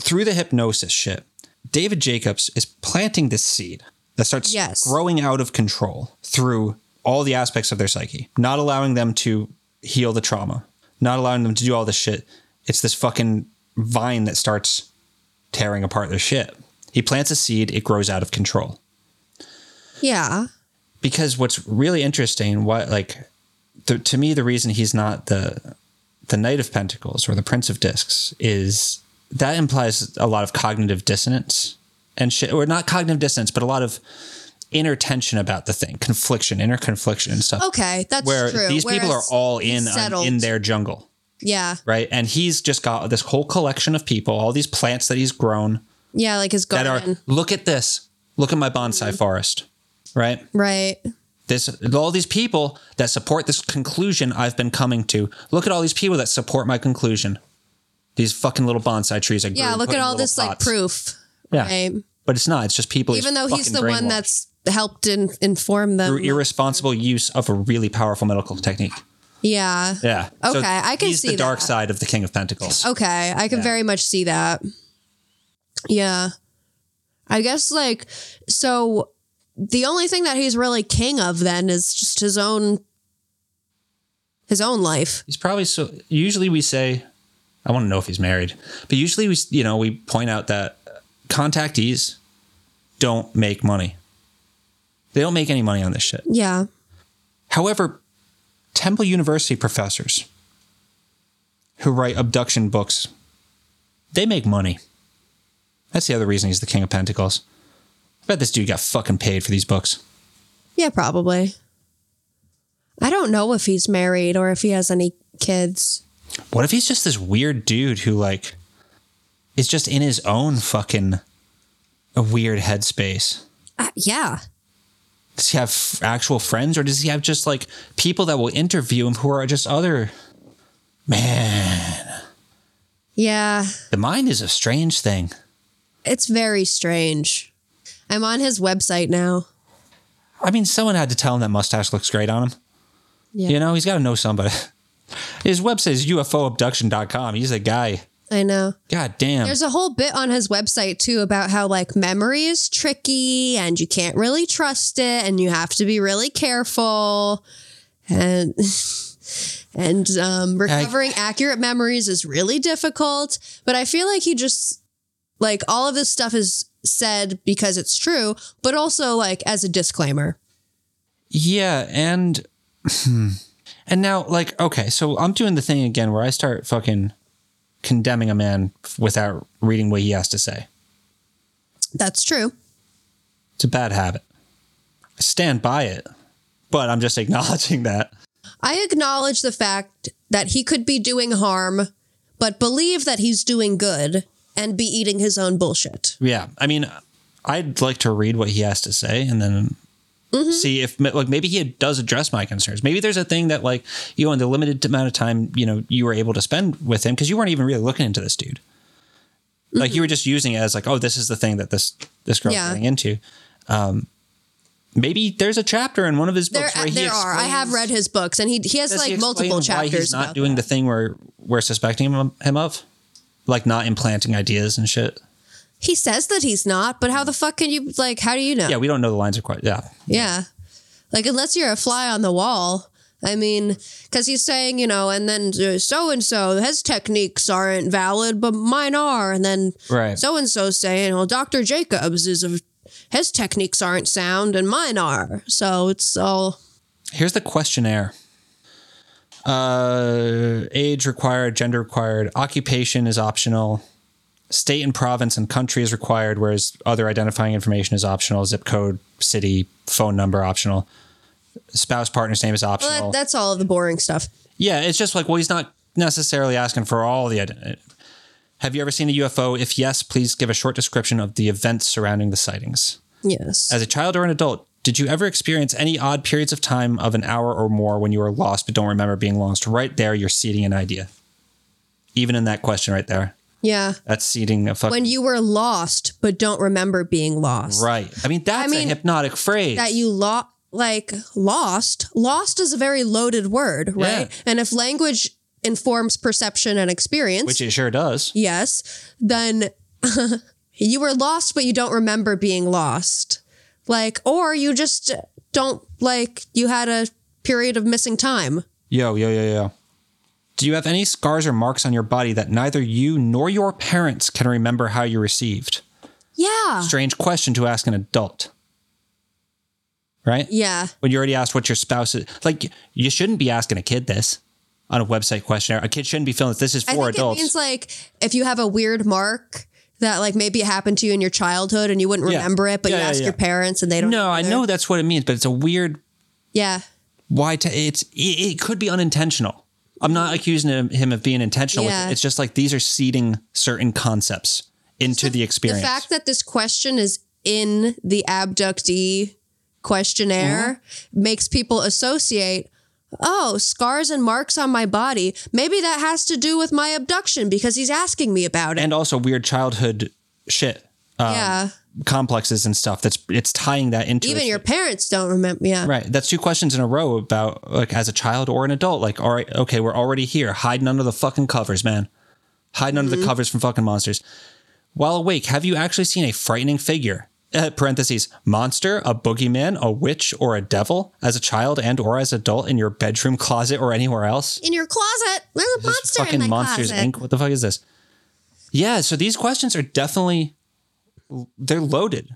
B: through the hypnosis shit, David Jacobs is planting this seed that starts
A: Yes.
B: growing out of control through all the aspects of their psyche, not allowing them to heal the trauma, not allowing them to do all this shit. It's this fucking vine that starts tearing apart their shit. He plants a seed, it grows out of control
A: Yeah.
B: because what's really interesting, what like the, to me, the reason he's not the the Knight of Pentacles or the Prince of Discs is that implies a lot of cognitive dissonance and shit, or not cognitive dissonance, but a lot of inner tension about the thing, confliction, inner confliction and stuff.
A: Okay. That's
B: where
A: true.
B: these people are
A: Whereas
B: all
A: he's
B: in on,
A: settled.
B: in their jungle,
A: Yeah.
B: right? And he's just got this whole collection of people, all these plants that he's grown
A: Yeah. Like his
B: that are
A: garden. Mm-hmm.
B: look at this, look at my bonsai forest, right?
A: right.
B: this all these people that support this conclusion I've been coming to. Look at all these people that support my conclusion. These fucking little bonsai trees are
A: Yeah. Look at all this like proof.
B: Yeah.
A: Right.
B: But it's not. It's just people.
A: Even though
B: who's
A: he's the
B: fucking
A: one
B: brainwashed
A: that's um, helped in, inform them.
B: through irresponsible use of a really powerful medical technique.
A: yeah.
B: Yeah. So
A: Okay, I can
B: he's
A: see
B: the dark
A: that. Oh.
B: side of the King of Pentacles.
A: Okay, I can very much see that. Yeah. I guess like so the only thing that he's really king of then is just his own his own life.
B: He's probably so. Usually we say, I want to know if he's married, but usually we, s- you know, we point out that contactees don't make money. They don't make any money on this shit.
A: Yeah.
B: However, Temple University professors who write abduction books, they make money. That's the other reason he's the king of pentacles. I bet this dude got fucking paid for these books.
A: Yeah, probably. I don't know if he's married or if he has any kids.
B: What if he's just this weird dude who like is just in his own fucking a weird headspace?
A: Uh, yeah.
B: Does he have f- actual friends or does he have just like people that will interview him who are just other man?
A: Yeah.
B: The mind is a strange thing.
A: It's very strange. I'm on his website now.
B: I mean, someone had to tell him that mustache looks great on him.
A: Yeah.
B: You know, he's got to know somebody. [LAUGHS] His website is ufoabduction.com. He's a guy.
A: I know.
B: God damn.
A: There's a whole bit on his website too about how like memory is tricky and you can't really trust it and you have to be really careful and [LAUGHS] and um, recovering accurate memories is really difficult. But I feel like he just like all of this stuff is said because it's true, but also like as a disclaimer.
B: yeah. And, hmm. and now, like, okay, so I'm doing the thing again where I start fucking condemning a man without reading what he has to say.
A: That's true.
B: It's a bad habit. I stand by it, but I'm just [LAUGHS] acknowledging that.
A: I acknowledge the fact that he could be doing harm, but believe that he's doing good and be eating his own bullshit.
B: Yeah, I mean, I'd like to read what he has to say and then
A: Mm-hmm.
B: see if like maybe he does address my concerns. Maybe there's a thing that like you know, in the limited amount of time you know you were able to spend with him because you weren't even really looking into this dude. Like you were just using it as like, oh, this is the thing that this this girl's
A: Mm-hmm. Yeah.
B: getting into. Um, maybe there's a chapter in one of his
A: There,
B: books where he
A: there are. I have
B: explains-
A: read his books, and he he has
B: does
A: like
B: he explain
A: multiple chapters.
B: Why he's not
A: about
B: doing
A: that.
B: the thing where we're suspecting him, him of, like not implanting ideas and shit.
A: He says that he's not, but how the fuck can you like? How do you know?
B: Yeah, we don't know the lines of quite. Yeah,
A: Yeah. Like, unless you're a fly on the wall. I mean, because he's saying, you know, and then so and so, his techniques aren't valid, but mine are. And then
B: Right.
A: so and so saying, well, Dr. Jacobs is a, his techniques aren't sound and mine are. So it's all,
B: Here's the questionnaire. Uh, age required, gender required, occupation is optional, state and province and country is required, whereas other identifying information is optional, zip code, city, phone number optional, spouse partner's name is optional.
A: well, that, that's all of the boring stuff.
B: yeah, it's just like, well, he's not necessarily asking for all the identity. Have you ever seen a UFO? If yes, please give a short description of the events surrounding the sightings.
A: Yes.
B: As a child or an adult, Did you ever experience any odd periods of time of an hour or more when you were lost but don't remember being lost? Right there, you're seeding an idea. Even in that question right there,
A: Yeah.
B: that's seeding a fucking.
A: When you were lost, but don't remember being lost.
B: right. I mean, that's
A: mean,
B: a hypnotic phrase.
A: That you lost, like lost. Lost is a very loaded word, right?
B: Yeah.
A: And if language informs perception and experience,
B: which it sure does.
A: yes, then [LAUGHS] you were lost, but you don't remember being lost. Like, or you just don't like you had a period of missing time.
B: Yo, yo, yo, yo. Do you have any scars or marks on your body that neither you nor your parents can remember how you received?
A: Yeah.
B: Strange question to ask an adult. Right?
A: Yeah.
B: When you already asked what your spouse is like, you shouldn't be asking a kid this on a website questionnaire. A kid shouldn't be feeling this. This is
A: I
B: for
A: think
B: adults.
A: it means like if you have a weird mark that like maybe it happened to you in your childhood and you wouldn't
B: Yeah.
A: remember it, but
B: Yeah,
A: you
B: yeah,
A: ask
B: yeah.
A: your parents and they don't.
B: no, I
A: either.
B: know that's what it means, but it's a weird
A: Yeah,
B: why to it's it, it could be unintentional. I'm not accusing him- him of being intentional with
A: Yeah.
B: it. It's just like these are seeding certain concepts into the experience.
A: the fact that this question is in the abductee questionnaire
B: Mm-hmm.
A: makes people associate. Oh, scars and marks on my body. Maybe that has to do with my abduction because he's asking me about it.
B: and also weird childhood shit um,
A: yeah,
B: complexes and stuff that's it's tying that into
A: even
B: it.
A: your parents don't remember. Yeah,
B: right that's two questions in a row about like as a child or an adult like all right okay we're already here hiding under the fucking covers man hiding under
A: Mm-hmm.
B: the covers from fucking monsters while awake have you actually seen a frightening figure uh, parentheses monster a boogeyman a witch or a devil as a child and or as adult in your bedroom closet or anywhere else
A: in your closet, there's a monster in
B: fucking
A: my
B: Monsters
A: closet.
B: Inc. What the fuck is this? Yeah, so these questions are definitely they're loaded.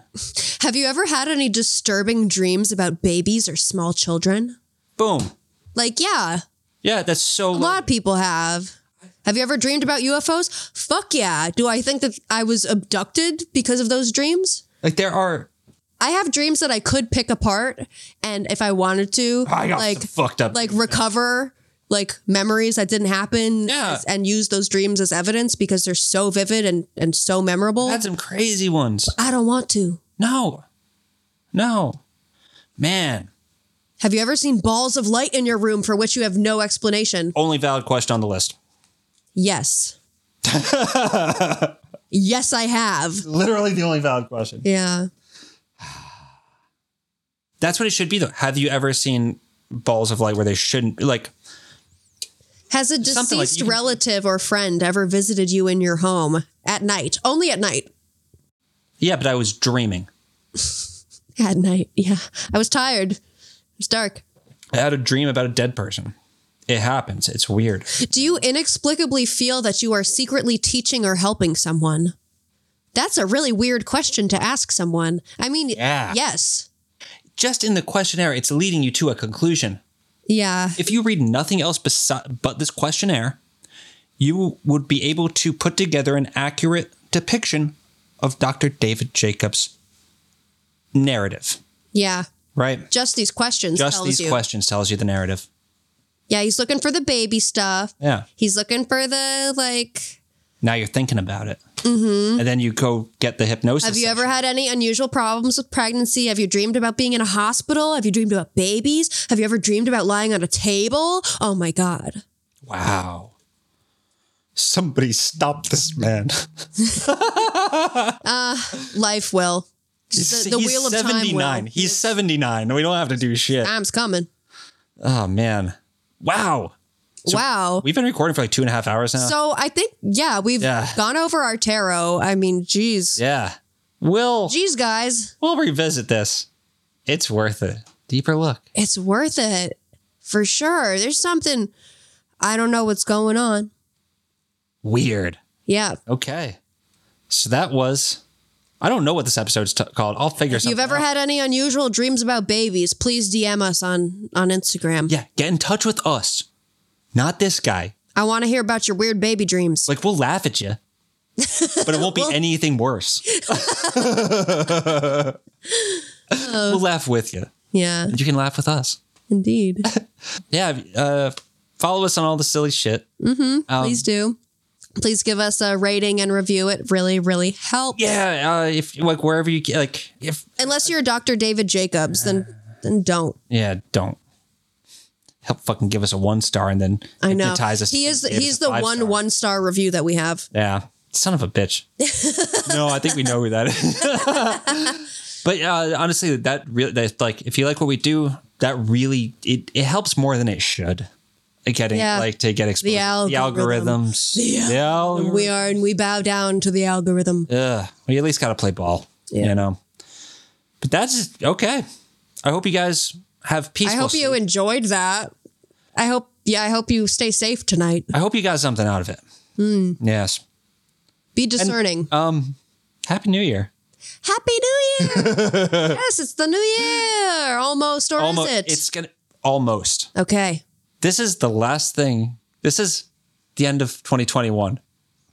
A: Have you ever had any disturbing dreams about babies or small children?
B: Boom.
A: Like, yeah,
B: Yeah, that's so
A: a lot of people have. Have you ever dreamed about UFOs? Fuck yeah. Do I think that I was abducted because of those dreams?
B: like there are
A: I have dreams that I could pick apart and if I wanted to,
B: I got
A: like
B: fucked up.
A: like recover like memories that didn't happen
B: Yeah.
A: as- and use those dreams as evidence because they're so vivid and and so memorable.
B: I had some crazy ones.
A: I don't want to.
B: No. No. Man.
A: Have you ever seen balls of light in your room for which you have no explanation?
B: Only valid question on the list.
A: Yes.
B: [LAUGHS]
A: yes, I have.
B: Literally the only valid question.
A: Yeah.
B: That's what it should be though. Have you ever seen balls of light where they shouldn't like
A: Has a
B: Something like-
A: deceased
B: you can-
A: relative or friend ever visited you in your home at night? Only at night.
B: yeah, but I was dreaming.
A: At night. Yeah. I was tired. It was dark.
B: I had a dream about a dead person. It happens. It's weird.
A: Do you inexplicably feel that you are secretly teaching or helping someone? That's a really weird question to ask someone. I mean,
B: Yeah.
A: yes.
B: Just in the questionnaire, it's leading you to a conclusion.
A: Yeah.
B: if you read nothing else besi- but this questionnaire, you would be able to put together an accurate depiction of Dr. David Jacobs' narrative,
A: Yeah.
B: right?
A: Just these questions
B: Just
A: tells
B: these
A: you.
B: questions tells you the narrative.
A: Yeah, he's looking for the baby stuff.
B: Yeah.
A: He's looking for the like.
B: Now you're thinking about it. Mm-hmm. And then you go get the hypnosis.
A: Have you
B: session.
A: ever had any unusual problems with pregnancy? Have you dreamed about being in a hospital? Have you dreamed about babies? Have you ever dreamed about lying on a table? Oh my God.
B: Wow. Somebody stop
A: [LAUGHS]
B: this man.
A: Life will.
B: He's-
A: the
B: he's
A: wheel of time will.
B: 79. He's 79. We don't have to do shit.
A: Time's coming.
B: Oh, man. Wow.
A: wow.
B: We've been recording for like two and a half hours now.
A: so I think, yeah, we've
B: uh, Yeah.
A: gone over our tarot. I mean, geez.
B: yeah. Will.
A: Geez, guys.
B: we'll revisit this. It's worth it. Deeper look.
A: It's worth it for sure. There's something. I don't know what's going on.
B: Weird.
A: Yeah.
B: Okay. So that was. I don't know what this episode's t- called. I'll figure
A: If
B: something.
A: you've ever
B: out.
A: had any unusual dreams about babies, please DM us on on Instagram.
B: Yeah, get in touch with us. Not this guy.
A: I want to hear about your weird baby dreams.
B: Like we'll laugh
A: [LAUGHS]
B: at you, but it won't be anything worse. we'll laugh with you.
A: yeah,
B: You can laugh with us. [LAUGHS]
A: indeed.
B: Yeah. Uh, follow us on all the silly shit.
A: please do. Please give us a rating and review. It really, really helps.
B: Yeah, uh, if like wherever you get, like if
A: Unless you're Dr. David Jacobs, then then don't.
B: yeah, don't help fucking give us a one star and then
A: I know.
B: hypnotize us.
A: He is
B: and give
A: he's
B: us a
A: the
B: five
A: one
B: star.
A: one star review that we have.
B: Yeah, son of
A: [LAUGHS]
B: a bitch. no, I think we know who that is. [LAUGHS] but uh, honestly, that really that like if you like what we do, that really it it helps more than it should. Like Getting
A: Yeah.
B: like to get exposed.
A: algorithm.
B: algorithms.
A: [LAUGHS]
B: The algorithm.
A: We are and we bow down to the algorithm.
B: Ugh. Well, you at least got to play ball,
A: Yeah.
B: you know. But that's okay. I hope you guys have peaceful.
A: I hope you
B: sleep.
A: enjoyed that. I hope yeah, I hope you stay safe tonight.
B: I hope you got something out of it.
A: Hmm.
B: Yes.
A: Be
B: [LAUGHS]
A: discerning.
B: Um. Happy New Year.
A: Happy New
B: [LAUGHS]
A: Year. yes, it's the new year. Almost or
B: Almost.
A: is it?
B: It's gonna almost.
A: okay.
B: This is the last thing. This is the end of 2021.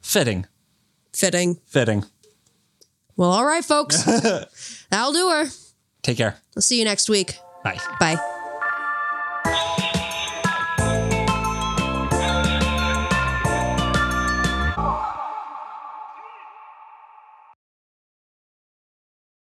B: Fitting.
A: Fitting.
B: Fitting.
A: Well, all right, folks. That'll do her.
B: Take care.
A: I'll see you next week.
B: Bye.
A: Bye.